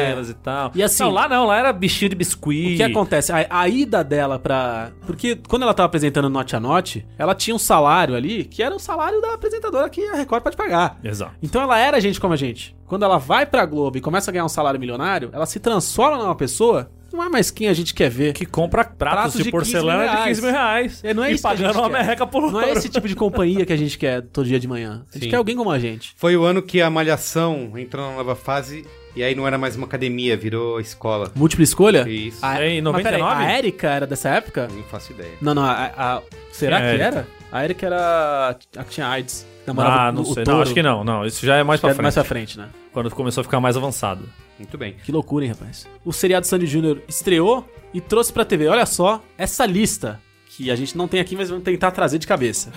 estrelas e tal.
E assim-
Não, lá não, lá era bichinho de
O
biscuit.
que acontece? A, a ida dela pra. Porque quando ela tava apresentando Note a Note, ela tinha um salário ali que era o salário da apresentadora que a Record pode pagar.
Exato.
Então ela era gente como a gente. Quando ela vai pra Globo e começa a ganhar um salário milionário, ela se transforma numa pessoa. Não é mais quem a gente quer ver.
Que compra pratos,
Pratos
de,
de 15
porcelana
mil
de 15 mil reais.
É, não é
e
isso que a
pagando
gente
uma
quer.
merreca por
Não é esse tipo de companhia que a gente quer todo dia de manhã. A gente
Sim.
quer alguém como a gente.
Foi o ano que a Malhação entrou na nova fase e aí não era mais uma academia, virou escola.
Múltipla escolha?
Isso.
A,
É em
mas peraí,
99?
a Erika era dessa época?
Não faço ideia.
Não, não. a- a- será
Quem é
que
a
era? A Erika era a que tinha AIDS. Namorava
Ah, não
o
sei.
touro.
Não, acho que não. Não, isso já é mais
Acho que
pra
era
frente.
mais pra frente, né?
Quando começou a ficar mais avançado.
Muito bem.
Que loucura, hein, rapaz? O seriado Sandy Júnior estreou e trouxe pra TV. Olha só essa lista que a gente não tem aqui, mas vamos tentar trazer de [laughs] cabeça.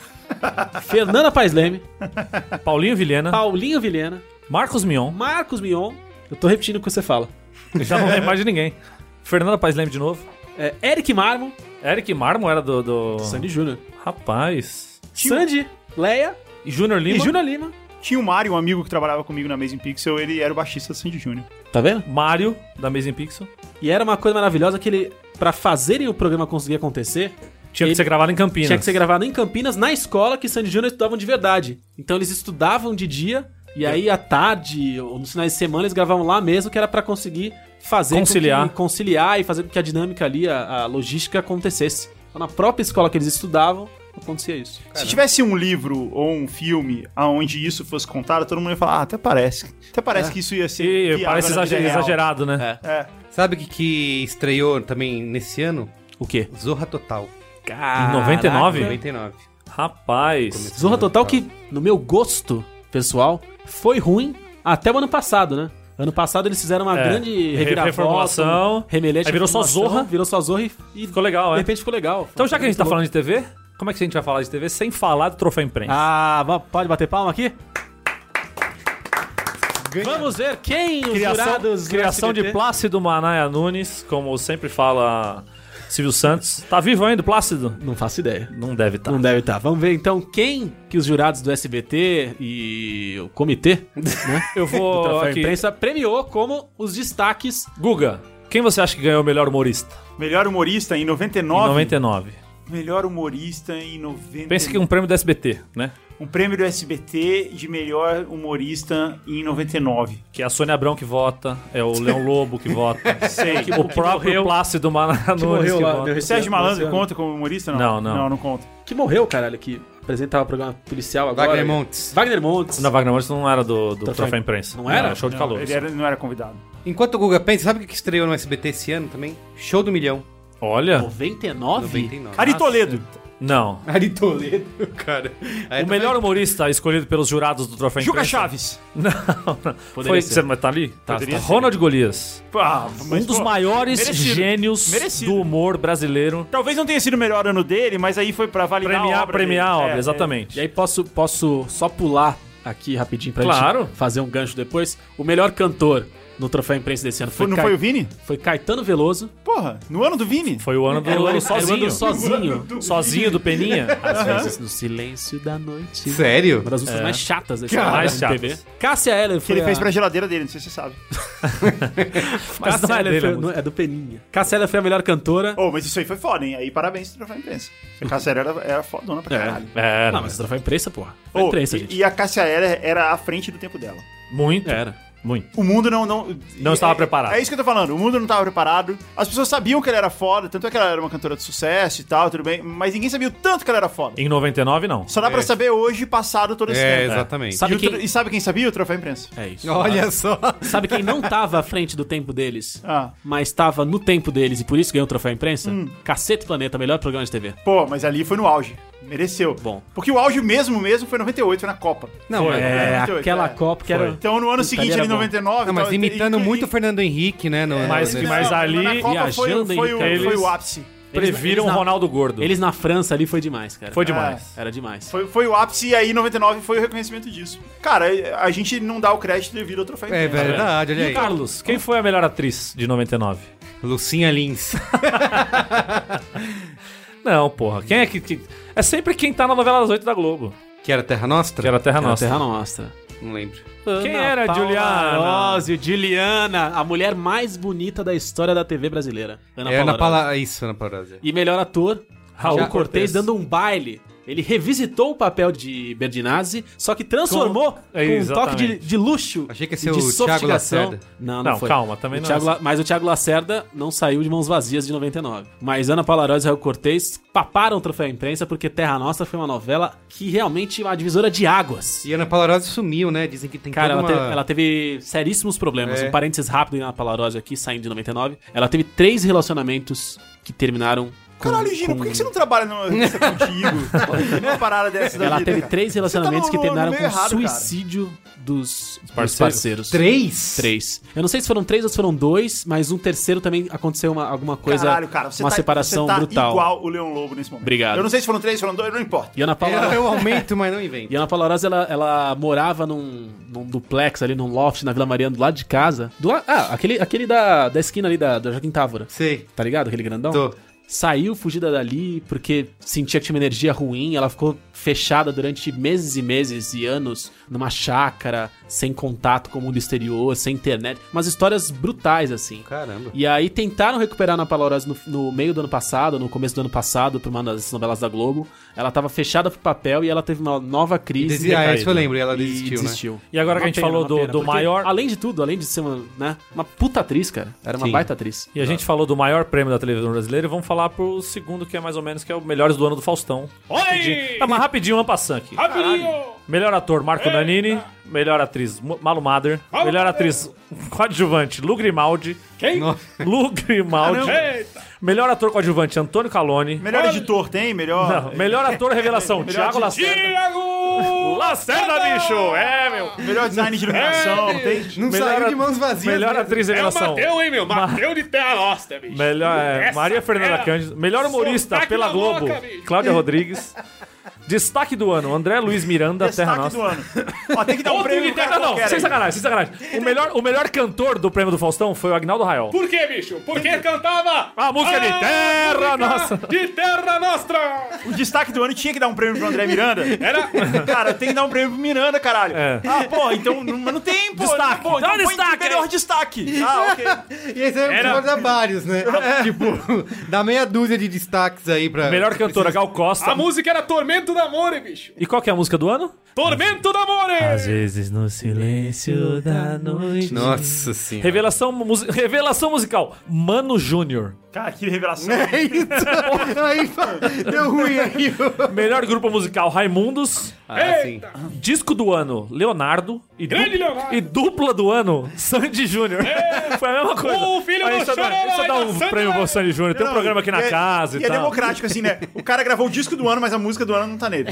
Fernanda Paes Leme, Tá.
Paulinho Vilhena,
Paulinho Vilhena,
Marcos Mion,
Marcos Mion. Eu tô repetindo o que você fala.
já não lembro mais de
[laughs]
ninguém. Fernanda Paes Leme de novo.
É, Eric Marmo,
Eric Marmo era do. do...
Sandy Júnior.
Rapaz.
Sandy, Leia
E Júnior
e
Lima.
Júnior Lima.
Tinha o Mário, um amigo que trabalhava comigo na Amazing Pixel, ele era o baixista do Sandy Júnior.
Tá vendo?
Mário, da Amazing Pixel.
E era uma coisa maravilhosa que ele, pra fazerem o programa conseguir acontecer,
Tinha
Ele-
que ser gravado em Campinas.
tinha que ser gravado em Campinas, na escola que Sandy Júnior estudavam de verdade. Então eles estudavam de dia, e aí à tarde, ou nos finais de semana, eles gravavam lá mesmo, que era pra conseguir fazer... com
Conciliar.
que- conciliar e fazer com que a dinâmica ali, a, a logística acontecesse. Então, na própria escola que eles estudavam, acontecia isso.
Se tivesse um livro ou um filme aonde isso fosse contado, todo mundo ia falar, ah, até parece. Até
É.
parece que isso ia ser.
E
viável
parece
na vida
exager-
real."
exagerado, né?
É.
Sabe o que, que estreou também nesse ano?
O quê?
Zorra Total,
Caraca.
99?
99.
Rapaz.
Começou
Zorra
no
Total que, no meu gosto pessoal, foi ruim até o ano passado, né? Ano passado eles fizeram uma
É,
grande
re-
reviravolta,
reformulação,
um remelete.
aí virou só
reformulação,
Zorra.
Virou só Zorra e, e
Ficou legal,
de
é.
repente ficou legal.
Então, já que a gente tá falando de TV, como é que a gente vai falar de TV sem falar do Troféu Imprensa?
Ah, va- pode bater palma aqui? Vamos ver quem os
criação
jurados do
criação de
SBT.
Plácido Manaia Nunes, como sempre fala Silvio Santos. Tá vivo ainda, Plácido?
Não faço ideia.
Não deve tá. estar.
Não deve estar. Vamos ver então quem que os jurados do SBT e o comitê
[laughs]
né,
Eu
do
vou
Troféu
aqui.
Imprensa premiou como os destaques.
Guga, quem você acha que ganhou o melhor humorista?
Melhor humorista em
Em
99.
99.
Melhor humorista em 99.
Pense que é um prêmio do SBT, né?
Um prêmio do SBT de melhor humorista em 99.
Que é a Sônia Abrão que vota, é o Leão Lobo que vota,
[laughs]
Sei.
o próprio Plácido Mara Nunes que, vota.
Sérgio é Malandro conta como humorista?
Não,
Não,
não.
Não, não conta.
Que morreu, caralho, que apresentava o programa policial agora.
Wagner Montes.
Wagner Montes.
Na Wagner Montes não era do, do
Troféu
Troféu Imprensa.
Não é? era?
show de
Não,
calor.
Ele era- não era convidado.
Enquanto o Guga pensa, sabe o que estreou no SBT esse ano também? Show do Milhão.
Olha.
99?
Ah,
99.
Ari Toledo.
Não.
Ari Toledo, cara. Aí tá
O melhor humorista escolhido pelos jurados do Troféu
É Juca
Imprensa.
Chaves.
Não, [laughs] não. Foi,
ser.
Você mas tá ali? Tá,
Poderia
tá.
ser.
Ronald Golias.
Ah, mas,
um dos
pô,
maiores
merecido.
gênios
Merecido.
do humor brasileiro.
Talvez não tenha sido o melhor ano dele, mas aí foi pra validar
Premiar,
a obra
premiar a
dele.
obra,
É,
exatamente.
E aí posso, posso só pular aqui rapidinho pra
Claro.
gente fazer um gancho depois. O melhor cantor no Troféu Imprensa desse ano
é. Foi-
foi,
não
Cai-
foi o Vini?
foi Caetano Veloso.
Porra, no ano do Vini?
Foi o ano do
Era o ano-
sozinho.
era o ano
[laughs]
sozinho.
Sozinho do Peninha.
Às vezes no silêncio da noite.
Sério?
Uma das músicas mais chatas desse ano. né,
Mais
da
chato.
MPB. Cássia Eller
Que
foi
ele fez
a-
pra geladeira dele, não sei se você sabe.
[laughs] Mas
Cássia
não é
Eller
dele a
foi-
música.
não, é do Peninha. Cássia Eller foi a melhor cantora.
Oh, mas isso aí foi foda, hein? Aí parabéns pro Troféu Imprensa. A Cássia era, era fodona
É,
pra caralho.
É. Era.
Não, mas troféu imprensa, porra. Foi
Oh,
imprensa,
e,
gente.
e a Cássia era, era à frente do tempo dela.
é Muito.
Era.
Muito.
O mundo não. Não,
Não estava
é-
preparado.
É isso que eu tô falando. O mundo não estava preparado. As pessoas sabiam que ela era foda, tanto é que ela era uma cantora de sucesso e tal, tudo bem. Mas ninguém sabia o tanto que ela era foda.
Em 99, não.
Só dá pra saber hoje, passado todo esse
É,
tempo.
exatamente.
Sabe
e, o tro-
quem-
e sabe quem sabia? O troféu imprensa.
É isso.
Olha só.
Sabe quem não tava à frente do tempo deles,
Ah.
mas tava no tempo deles e por isso ganhou o troféu imprensa? Cacete Planeta, melhor programa de TV.
Pô, mas ali foi no auge. Mereceu.
Bom.
Porque o auge mesmo mesmo foi 98, foi na Copa.
Não, é.
É,
98,
aquela
é.
Copa que era.
Então no ano seguinte,
era
ali,
bom.
99...
Não, mas
então,
imitando
e- e-
muito o Fernando Henrique, né? No,
Mas-
no-
que mais ali,
na Copa foi,
viajando
o-
em
foi, o-
Carlos.
foi o ápice.
Previram
eles na-
Ronaldo Gordo.
Eles na França ali foi demais, cara. É.
Foi demais.
Era demais.
Foi, foi o ápice e aí 99 foi o reconhecimento disso. Cara, a gente não dá o crédito devido ao troféu.
É
imprensa.
verdade,
E
olha
o
aí.
Carlos, quem foi a melhor atriz de 99?
Lucinha Lins.
Não, porra. Quem é que. que- É sempre quem tá na novela das 8 da Globo.
Que era Terra Nostra?
Que era Terra
Era
Nossa.
Terra Nostra.
Não lembro.
Quem era a Juliana?
Arósio, Juliana, a mulher mais bonita da história da TV brasileira. Ana
é Ana
Paula Arósio.
Paula... Isso, Ana Paula. Arósio.
E melhor ator,
Raul
Raul Cortez.
Cortez.
dando um baile. Ele revisitou o papel de Berdinazzi, só que transformou com,
É,
um toque
exatamente.
de, de luxo.
Achei que ia
e
ser
de
o Thiago
sofisticação.
Lacerda.
Não, não,
Não,
foi.
calma, também
O
não
Thiago
é
La- Mas o Thiago Lacerda não saiu de mãos vazias de 99. Mas Ana Paula Arósio e Raul Cortez paparam o troféu imprensa porque Terra Nossa foi uma novela que realmente é uma divisora de águas.
E Ana Paula Arósio sumiu, né? Dizem que tem
Cara, ela,
toda
teve,
uma...
ela teve seríssimos problemas.
É.
Um parênteses rápido na Palarosa aqui, saindo de 99. Ela teve três relacionamentos que terminaram com.
Caralho, Gino,
com-
por que que você não trabalha
[laughs]
numa revista contigo? Uma parada dessa da
Ela
vida,
teve
cara. tá
três relacionamentos
no-
que
no
terminaram
meio
com
errado, cara.
suicídio dos, dos
parceiros.
parceiros.
Três?
Três. Eu não sei se foram três ou se foram dois, mas um terceiro também aconteceu uma, alguma coisa.
Caralho, cara, você
uma
tá,
separação
você tá
brutal.
igual o Leão Lobo nesse momento.
Obrigado.
Eu não É, sei se foram três, foram dois, não importa.
E Ana Paula.
Eu, eu é um aumento, mas não invento.
[laughs] E a Ana Paula Rosa, ela, ela morava num, num duplex ali, num loft na Vila Mariana, do lado de casa. Do, la- ah, aquele, aquele da, da esquina ali da, da Joaquim Távora.
Sei.
Tá ligado? Aquele grandão?
Tô.
Saiu fugida dali porque sentia que tinha uma energia ruim. Ela ficou fechada durante meses e meses e anos numa chácara, sem contato com o mundo exterior, sem internet. Umas histórias brutais, assim.
Caramba.
E aí tentaram recuperar a Ana Paula Arósio no, no meio do ano passado, no começo do ano passado, por uma das novelas da Globo. Ela tava fechada pro papel e ela teve uma nova crise.
Desi... Ah, isso eu
recaída.
lembro. E ela
E
desistiu, né?
E agora que a gente falou
uma
do- do
porque,
maior-
Além de tudo, além de ser uma, né, uma puta atriz, cara. Era uma
Sim.
baita atriz.
E a gente falou do maior prêmio da televisão brasileira e vamos falar pro segundo, que é mais ou menos, que é o Melhores do Ano do Faustão. Rapidinho. Tá, mas rapidinho, uma passando aqui. Melhor ator, Marco Nanini. Melhor atriz, Mo- Malu Mader. Melhor atriz, [laughs] coadjuvante, Lu Grimaldi. Quem? Lu Grimaldi. Melhor ator coadjuvante, Antônio Calone.
Melhor editor tem, melhor...
Não, melhor ator revelação, Thiago Lacerda. Thiago Lacerda, bicho! É, meu.
Melhor design de iluminação, não tem?
Não
Melhor
saiu Um de
a-
mãos vazias.
Melhor
mesmo.
atriz revelação.
Mateu, hein, meu? Mateu de terra nossa, bicho.
Melhor é,
Essa
Maria Fernanda
fera.
Cândido. Melhor humorista
Sotaque
pela
da
Globo,
louca, bicho.
Cláudia Rodrigues. Destaque do ano, André Luiz Miranda, Terra
Destaque
Nossa.
do ano. Ó, tem que dar um
Outro
prêmio pro
Nintendo,
cara
não,
qualquer
sem
aí.
sacanagem, sem sacanagem. O melhor, o melhor cantor do prêmio do Faustão foi o Agnaldo Raiol.
Por que, bicho? Porque cantava
A música de Terra
Ah, música
Nossa.
De Terra Nostra!
O destaque do ano tinha que dar um prêmio pro André Miranda. Era? Cara, tem que dar um prêmio pro Miranda, caralho.
É.
Ah, pô, então não, mas não tem, pô.
Destaque.
Pô,
Dá
então
um
põe
destaque,
melhor
é.
destaque. Ah, ok.
E esse aí
Era-
é um da vários, né? [laughs] Tipo, dá meia dúzia de destaques aí pra.
Melhor cantora, Gal
A
Costa.
música era Tormento da Amore, bicho.
E qual que é a música do ano?
Tormento da
Ah,
Amore!
vezes no silêncio da noite.
Nossa senhora.
Revelação, musi- revelação musical. Mano Júnior.
Cara, que revelação.
É
[laughs]
isso. aí fa- deu ruim aí.
Melhor grupo musical, Raimundos.
Ah, sim.
Disco do ano, Leonardo. E,
Grande Leonardo. É.
e dupla do ano, Sandy Júnior. [laughs] Foi a mesma coisa.
O filho
Aí
do
só dá-
Chororó
só
e
dá
da
um
Sandy é-
prêmio pro
Júnior.
Sandy Júnior. Tem um programa aqui na
é-
casa e,
e é
tal.
democrático, assim, né? O cara gravou o disco do ano, mas a música do ano não tá nele.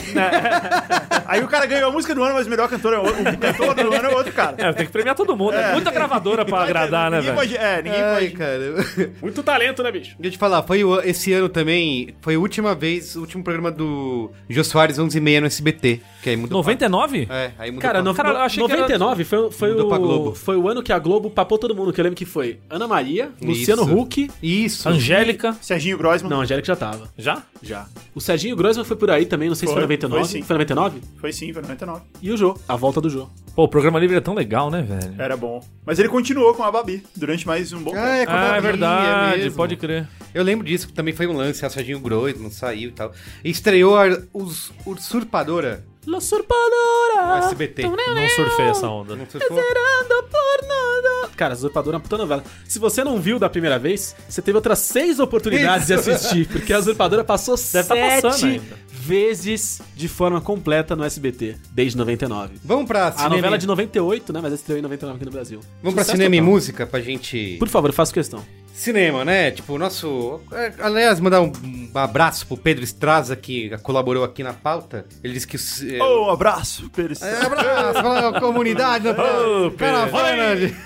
Aí o cara ganhou a música do ano, mas o melhor cantor é outro. O cantor do ano é outro cara.
É, tem que premiar todo mundo. É,
[laughs]
muita gravadora pra agradar, né,
ninguém
velho?
pode- É, ninguém
Ai,
pode.
cara.
Muito talento, né, bicho?
Deixa eu te falar, foi o- esse ano também, foi a última vez, o último programa do Jô Soares 11 e meia no SBT, que aí mudou.
99?
pra- É, aí mudou.
Cara,
pra-
no,
Cara, eu achei que era-
99 foi, foi,
Mudou pra
o,
Globo.
foi o ano que a Globo papou todo mundo, que eu lembro que foi Ana Maria, Luciano
Isso.
Huck.
Isso.
Angélica.
Serginho Grossman.
Não, a Angélica já tava.
Já?
Já. O Serginho Grossman foi por aí também, não sei se
Foi,
foi 99.
foi sim.
99?
Foi sim, foi 99.
E o Jô, a volta do Jô.
Pô, o programa livre é tão legal, né, velho?
Era bom. Mas ele continuou com a Babi durante mais um bom tempo.
Ah, é, com a
Ah, é
Babi,
verdade,
mesmo.
pode crer.
Eu lembro disso, que também foi um lance, a Serginho Grosso não saiu e tal. Estreou a Us- Usurpadora
La Surpadora!
no SBT.
Não surfei essa onda.
Não sei se
é.
foi-
Esperando por nada. Cara, Usurpadora é uma puta novela. Se você não viu da primeira vez, você teve outras seis oportunidades de assistir, porque a Usurpadora passou
Deve tá
sete
passando ainda.
vezes de forma completa no SBT, desde 99.
Vamos pra
A
cinema,
novela de 98, né? Mas estreou em 99 aqui no Brasil.
Vamos pra
Sucesso
cinema e
total.
música pra gente...
Por favor, eu faço questão.
Cinema, né? Tipo, o nosso. é, Aliás, mandar um um abraço pro Pedro Estraza, que colaborou aqui na pauta. Ele disse que. os- é,
Oh, abraço, Pérez.
é, abraço pra comunidade, né? pra
Ô, Pedro.
caravana. de-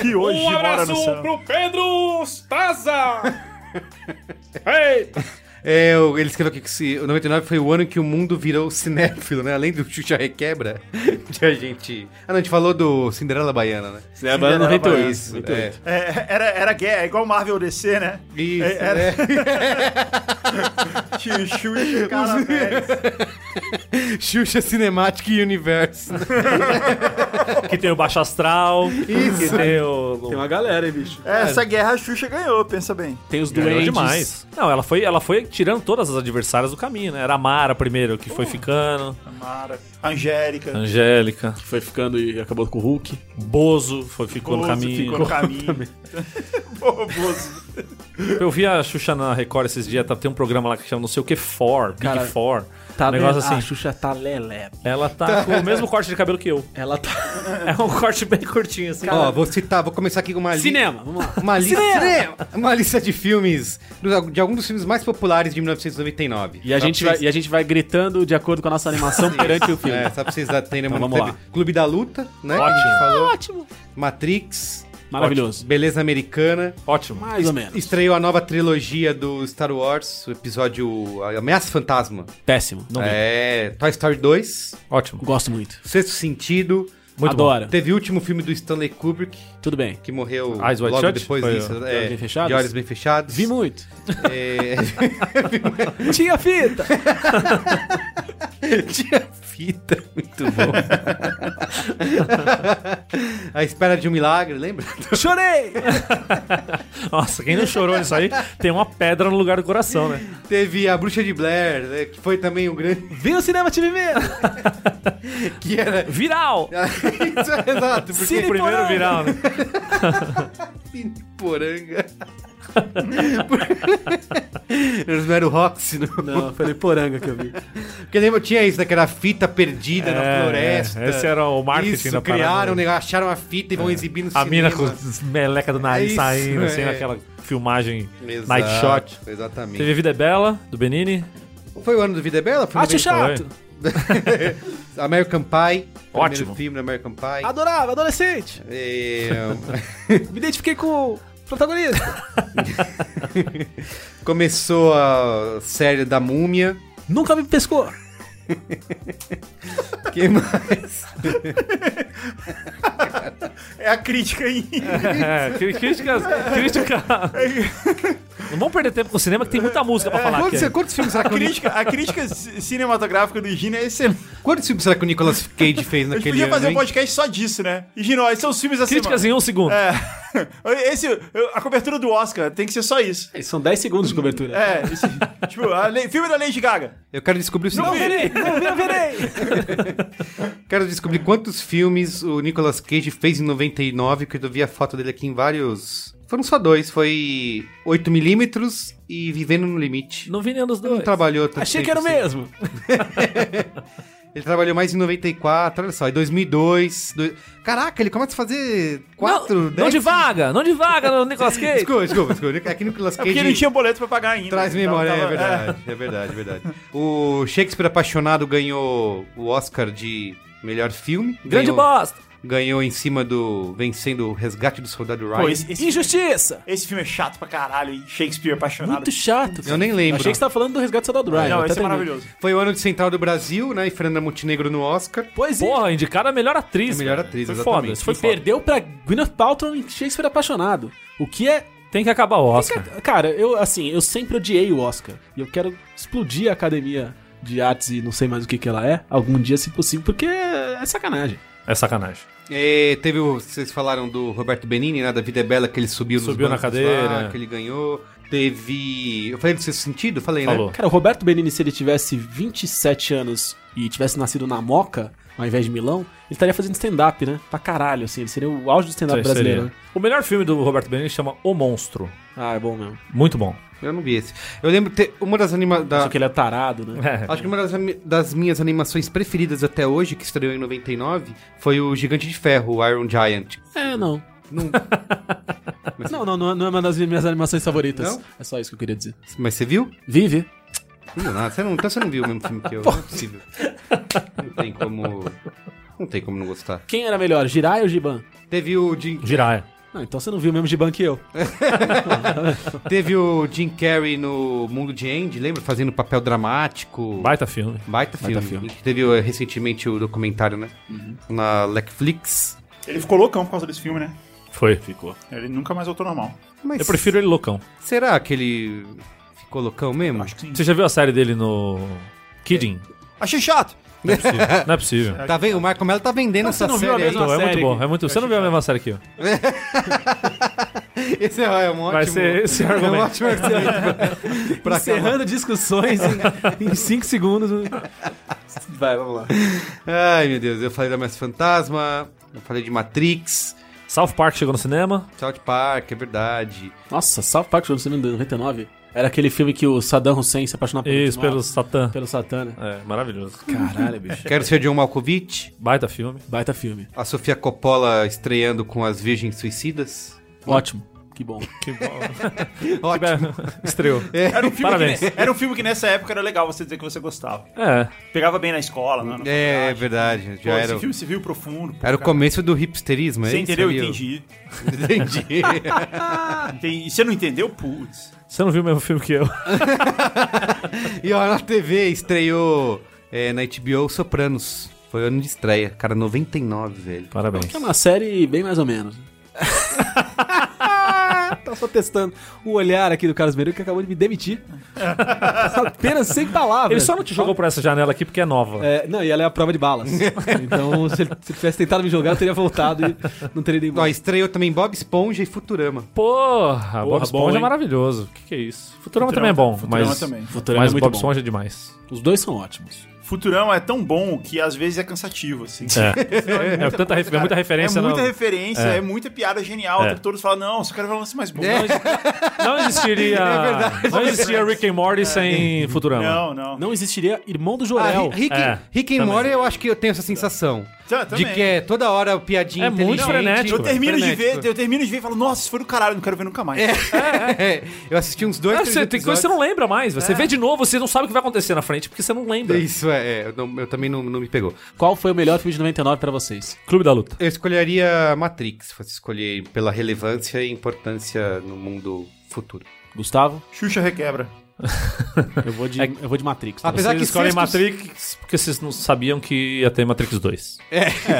Que hoje
um
mora
abraço
no céu.
pro Pedro Staza! Eita!
É, o- ele escreveu aqui que se, o 99 foi o ano em que o mundo virou cinéfilo, né? Além do Xuxa Requebra, [laughs] que a gente. Ah, não, a gente falou do Cinderela Baiana, né?
Cinema Baiana 98.
Isso,
98.
é.
É, era, era guerra, é igual Marvel DC, né?
Isso,
É, era-
né?
Tio Chu e o cara Pérez.
[laughs] [laughs] Xuxa Cinematic Universe. né?
Que tem o Baixo Astral.
Isso.
Que tem o.
Tem uma galera, hein, bicho.
É.
Essa guerra a Xuxa ganhou, pensa bem.
Tem os
Ganhou
duendes.
demais. Não, ela foi, ela foi tirando todas as adversárias do caminho, né? Era a Mara primeiro, que foi ficando.
Mara, Angélica,
Angélica.
Que foi ficando e acabou com o Hulk.
Bozo foi, ficou
Bozo
no caminho.
ficou no caminho. [laughs] Pô, Bozo.
Eu vi a Xuxa na Record esses dias, tá, tem um programa lá que chama não sei o que For, Big
Cara,
For.
Tá
um negócio assim.
A Xuxa tá lelé.
Ela tá com o mesmo corte de cabelo que eu.
Ela tá... [laughs]
É um corte bem curtinho, assim.
Ó, vou citar, vou começar aqui com uma lista.
Cinema, vamos lá.
Uma lista, uma lista de filmes, do- de alguns dos filmes mais populares de 1999.
E a,
Só
gente
pra
vai,
vocês-
e a gente vai gritando de acordo com a nossa animação perante o filme.
É, só pra vocês terem
Então,
uma
vamos lá.
Clube da Luta, né? que a gente falou. Matrix,
Maravilhoso.
Beleza Americana.
Ótimo.
Mais ou menos.
Estreou a nova trilogia do Star Wars, o episódio a- Ameaça Fantasma.
Péssimo. Não
É, Toy Story 2,
Ótimo.
Gosto muito.
Sexto Sentido.
Muito
Adoro.
Teve o último filme do Stanley Kubrick,
Tudo bem.
que morreu
Eyes Wide
logo
Shut?
depois
Foi
disso. É,
De Olhos Bem Fechados?
De Olhos Bem Fechados.
Vi muito.
É, [laughs]
Tinha fita.
Tinha fita, muito bom.
[laughs]
A Espera de um Milagre, lembra? [laughs]
Chorei.
bom. Nossa, quem não chorou nisso aí tem uma pedra no lugar do coração, né?
Teve A Bruxa de Blair, né, que foi também um grande... [laughs]
Vi o cinema te viver.
Que era... [laughs]
Viral!
Isso é Exato, porque...
O primeiro viral, né?
Poranga. [laughs] Eles não eram Roxy, não.
Não, foi no Poranga que eu vi.
Porque lembra, tinha isso, né? Que era fita perdida
É,
na floresta.
é, esse era o marketing
isso,
da parada. É.
criaram, um negócio, acharam a fita e vão exibir no
A mina
cinema.
com as meleca do nariz
É isso,
saindo, assim,
é.
naquela filmagem
Exato,
night shot.
Exatamente.
Teve Ah, Vida é Bela, do Benini.
Foi o ano do Vida é Bela? Foi
Acho chato.
American Pie.
Ótimo.
Primeiro filme do American Pie.
Adorava, adolescente.
É,
Me identifiquei com o protagonista.
[laughs] começou a série da Múmia.
Nunca me pescou.
que mais?
É a crítica aí.
É, [laughs] cri- críticas. Crítica. Não vamos perder tempo com o cinema, que tem muita música
É,
pra falar aqui.
Quantos, quantos filmes será
A
que o Ni-
[laughs] crítica, a crítica c- cinematográfica do Gino é excelente.
quantos filmes será que o Nicolas Cage fez
A gente
naquele
podia fazer
ano,
um
hein?
podcast só disso, né? E, Gino, esses são os filmes da
Críticas
semana.
em um segundo.
É. [laughs] Esse, a cobertura do Oscar tem que ser só isso.
São 10 segundos de cobertura.
É, esse, tipo, a lei- filme da Lady Gaga.
Eu quero descobrir o
Não
seguinte.
virei, não vi- eu virei.
Quero descobrir quantos filmes o Nicolas Cage fez em 99, que eu vi a foto dele aqui em vários. Foram só dois, foi 8mm e Vivendo no Limite.
Não vi nenhum dos
Não
dois.
trabalhou tanto
Achei
tempo
que era o
assim.
mesmo.
Ele trabalhou mais em 94, olha só, em 2002. dois- Caraca, ele começa a fazer quatro,
não, não
dez-
devaga, não devaga, no Nicolas Cage.
Desculpa, desculpa, desculpa. Aqui no Nicolas Cage
É Porque não tinha boleto pra pagar ainda.
traz
Então,
memória,
tava-
é verdade, é verdade, é verdade. O Shakespeare Apaixonado ganhou o Oscar de melhor filme.
Grande
ganhou,
bosta.
Ganhou em cima do... vencendo o Resgate do Soldado Ryan.
Pô, esse, esse-
Injustiça!
esse filme é chato pra caralho, e Shakespeare é apaixonado.
Muito chato.
Eu nem lembro.
Achei que você tava falando do resgate do Soldado Ryan.
Tá
não,
até
esse é
terminei.
maravilhoso.
Foi o ano de Central do Brasil, né? E Fernanda Montenegro no Oscar.
Pois é.
Porra, indicaram a melhor atriz.
É A melhor
velho.
atriz,
Foi
exatamente.
foda, isso
Foi
foi foda.
perdeu pra Gwyneth Paltrow em Shakespeare Apaixonado. O que é...
Tem que acabar o Oscar.
Cara, eu, assim, eu sempre odiei o Oscar. E eu quero explodir a Academia de Artes e não sei mais o que que ela é. Algum dia, se possível, porque é sacanagem.
É sacanagem.
É, teve o. Vocês falaram do Roberto Benini, né? Da Vida é Bela, que ele subiu nos
Subiu na
bancos
cadeira.
lá, que ele ganhou. Teve. Eu falei do seu sentido? Falei,
Falou.
né?
Cara, o Roberto Benini, se ele tivesse 27 anos e tivesse nascido na Moca, ao invés de Milão, ele estaria fazendo stand-up, né? Pra caralho, assim. Ele seria o auge do stand-up
Isso aí seria.
brasileiro. né?
O melhor filme do Roberto Benigni chama O Monstro.
Ah, é bom mesmo.
Muito bom.
Eu não vi esse. Eu lembro ter uma das anima... da-
Só que ele é tarado,
[laughs]
né?
É.
Acho que uma das, ami- das minhas animações preferidas até hoje, que estreou em 99, foi o Gigante de Ferro, o Iron Giant.
É, não.
Não-
[laughs] Não, não, não é- não é uma das minhas animações favoritas.
Não?
É só isso que eu queria dizer.
Mas você viu?
Vive.
Não, nada. Você não, então você não viu o mesmo filme
[laughs]
que eu. Não é possível. Não tem como. Não tem como não gostar.
Quem era melhor, Jirai ou Giban?
Teve o Jim,
Jiraya.
Não, então você não viu o mesmo Giban que eu.
teve o Jim Carrey no Mundo de Andy, lembra? Fazendo papel dramático.
Baita filme.
Baita filme.
filme.
E Teve eh, recentemente o documentário, né? Na Netflix.
Ele ficou loucão por causa desse filme, né?
Foi. Ficou.
Ele nunca mais voltou ao normal.
Mas
Eu prefiro ele loucão.
será que ele ficou loucão mesmo?
Acho que sim.
Você já viu a série dele no... Kidding?
Achei chato.
Não é possível. Não é possível.
Tá vendo? O Marco Mello tá vendendo essa
não viu a
série aí.
Então,
mesma-
é muito
série
bom. É muito... Você não viu a mesma série que eu.
[laughs] Esse é, é um ótimo...
Vai
[laughs]
ser esse o argumento.
É um ótimo argumento. pra- pra acabar.
discussões em 5 segundos. Vai, vamos lá.
Ai, meu Deus. Eu falei da Mestre Fantasma, eu falei de Matrix,
South Park chegou no cinema.
South Park, é verdade.
Nossa, South Park Show do cinema de 99. Era aquele filme que o Saddam Hussein se apaixonava
Isso, pelo
Pelo,
Satã.
pelo Satã, né?
É, maravilhoso.
Caralho, bicho.
Quero ser John Malkovich,
[laughs] Baita filme.
Baita filme.
a Sofia Coppola estreando com As Virgens Suicidas.
Ótimo. Que bom.
[laughs]
Ótimo.
Estreou.
Era um, filme
Parabéns.
Que, ne- era um filme que nessa época era legal você dizer que você gostava.
É.
Pegava bem na escola, né? Na
É, é
faculdade.
verdade.
Pô,
Já
esse
era, o-
filme se viu profundo. pô,
era o
cara.
começo do hipsterismo, é
Você
isso
entendeu?
ali, ó?
Entendi.
[laughs] Entendi.
Entendi. E você não entendeu? Putz.
Você não viu o mesmo filme que eu.
e ó, na TV estreou é, na HBO Sopranos. Foi ano de estreia. Cara, 99, velho.
Parabéns.
É uma série bem mais ou [laughs] menos. Tava Tá só testando o olhar aqui do Carlos Merigo que acabou de
[laughs]
me demitir. Apenas sem palavras.
Ele só não te jogou por essa janela aqui porque é nova.
É, não, e ela é a prova de
[laughs]
balas. então, se ele, se ele tivesse tentado me jogar, eu teria voltado e não teria ido
Ó,
embora.
estreou também Bob Esponja e Futurama.
Porra, Bob
bom,
Esponja é
hein?
maravilhoso. O que, que é isso? Futurama, também é bom,
Futurama
mas,
também.
Futurama
mas
é muito
Bob
bom.
Esponja é demais.
Os dois são ótimos.
Futurama é tão bom que às vezes é cansativo, assim.
É, é, tanta, ref- é muita referência.
É muita
não,
referência, é. muita piada genial.
É.
O tempo todo você fala, não, esse cara vai lançar mais bom.
[laughs] não existiria,
É verdade.
não existiria Rick and Morty sem Futurama.
Não, não.
Não existiria Irmão do
Ah,
Jorel.
Ri- Rick,
É,
Rick and
também.
Morty, eu acho que eu tenho essa sensação.
Tá,
de
também.
que é toda hora piadinha
É muito
inteligente.
frenético.
Eu termino de
frenético.
ver, eu termino de ver e falo, nossa, isso foi do caralho, não quero ver nunca mais.
É.
[laughs]
[laughs] eu assisti uns dois,
Ah,
três
você, tem coisa que você
episódios.
não lembra mais. Você vê de novo, você não sabe o que vai acontecer na frente porque você não lembra.
Isso, é. é, Eu, não- eu também não, não me pegou.
Qual foi o melhor filme de 99 pra vocês?
Clube da Luta.
Eu escolheria Matrix, se fosse escolher pela relevância e importância no mundo futuro.
[laughs]
Gustavo?
Xuxa requebra.
Eu vou
É
de, eu vou de Matrix. tá?
Apesar
Vocês
que
escolhem
sexto-
Matrix porque vocês não sabiam que ia ter Matrix 2.
É, [laughs]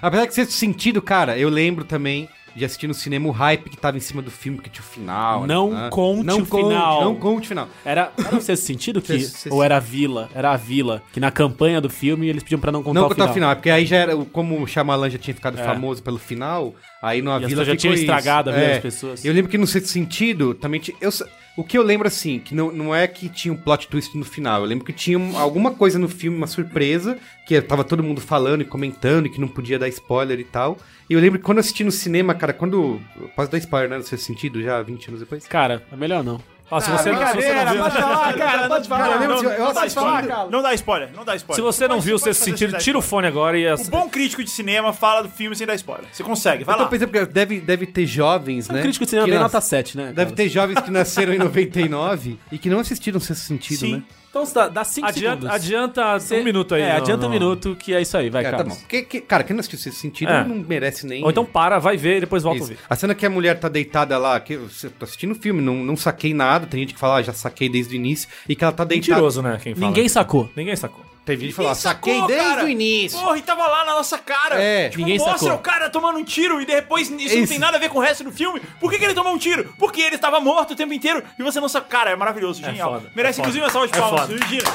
Apesar que sexto sentido, cara, eu lembro também de assistir no cinema o hype que tava em cima do filme, que tinha o final.
Não
né?
conte
não
o final.
Não conte o final.
Era, era o sexto sentido que.
Sexto- sexto-
Ou era a vila? Era a vila. Que na campanha do filme eles pediam pra não contar
não
o
contar
final. É.
o final, é porque aí já era. Como o Shyamalan já tinha ficado famoso pelo final, aí na
as
vila
pessoas já
ficou
tinham
isso.
estragado a vida
É.
das pessoas.
Eu lembro que no sexto sentido, também ti- eu, sa- o que eu lembro assim, que não, não é que tinha um plot twist no final, eu lembro que tinha um- alguma coisa no filme, uma surpresa, que tava todo mundo falando e comentando e que não podia dar spoiler e tal. E eu lembro que quando eu assisti no cinema, cara, quando. eu Posso dar spoiler, né? No sexto sentido, já 20 anos depois.
Cara, é melhor não.
Ah, se você, se você não viu,
cara, pode falar.
eu lembro
não,
que eu- eu
não dá
assisti-
spoiler, não dá spoiler, não dá spoiler.
se você não
Pode-
viu o
pode
sexto
fazer sem
sentido,
dar
tira o
spoiler.
fone agora e...
O bom é crítico de cinema fala do filme sem dar spoiler. Você consegue, vai
Eu
lá.
tô pensando porque deve, deve ter jovens, né?
O crítico de cinema
que
vem
nas-
nota 7, né?
Deve
cara?
ter jovens que nasceram em 99 e que não assistiram Sexto Sentido,
Sim.
né?
Então dá- dá 5 segundos.
Adianta, adianta
Você-
um minuto aí.
É,
não,
adianta
não.
um minuto que é isso aí, vai,
Cara,
cara.
tá bom. Que- que- cara, quem não assistiu Sexto Sentido
É.
não merece nem...
Ou então para, vai ver e depois volta a
Isso.
ouvir.
A cena que a mulher tá deitada lá, que eu eu tô assistindo o filme, não, não saquei nada, tem gente que fala, ah, já saquei desde o início, e que ela tá deitada.
Mentiroso, né? Quem fala.
Ninguém sacou.
Ninguém sacou.
Tem gente que fala, "Ah,
Ih, sacou,
saquei desde
cara.
o início.
Porra, e tava lá na nossa cara.
É,
tipo,
ninguém
mostra
sacou.
o cara tomando um tiro e depois isso, não
Isso.
tem nada a ver com o resto do filme. Por que, que ele tomou um tiro? Porque ele estava morto o tempo inteiro e você não sabe. Cara, é maravilhoso, genial.
foda,
Merece
é
inclusive uma salva de
É
palmas.
foda.
Gira.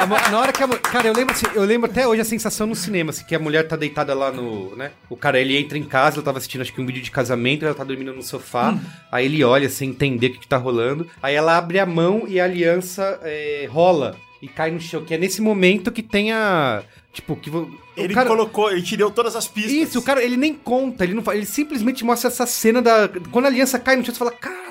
A mo- na hora que a mu- Cara, eu lembro assim, eu lembro até hoje a sensação no cinema, assim, que a mulher tá deitada lá no. né? O cara ele entra em casa, ela tava assistindo acho que um vídeo de casamento, ela tá dormindo no sofá,
Hum.
aí ele olha sem entender o que, que tá rolando. Aí ela abre a mão e a aliança é, rola e cai no chão. Que é nesse momento que tem a. Tipo, que. vo- o
Ele
cara-
colocou, ele te deu todas as pistas.
Isso, o cara, ele nem conta, ele não fala, ele simplesmente mostra essa cena da. Quando a aliança cai no chão, você fala, caralho!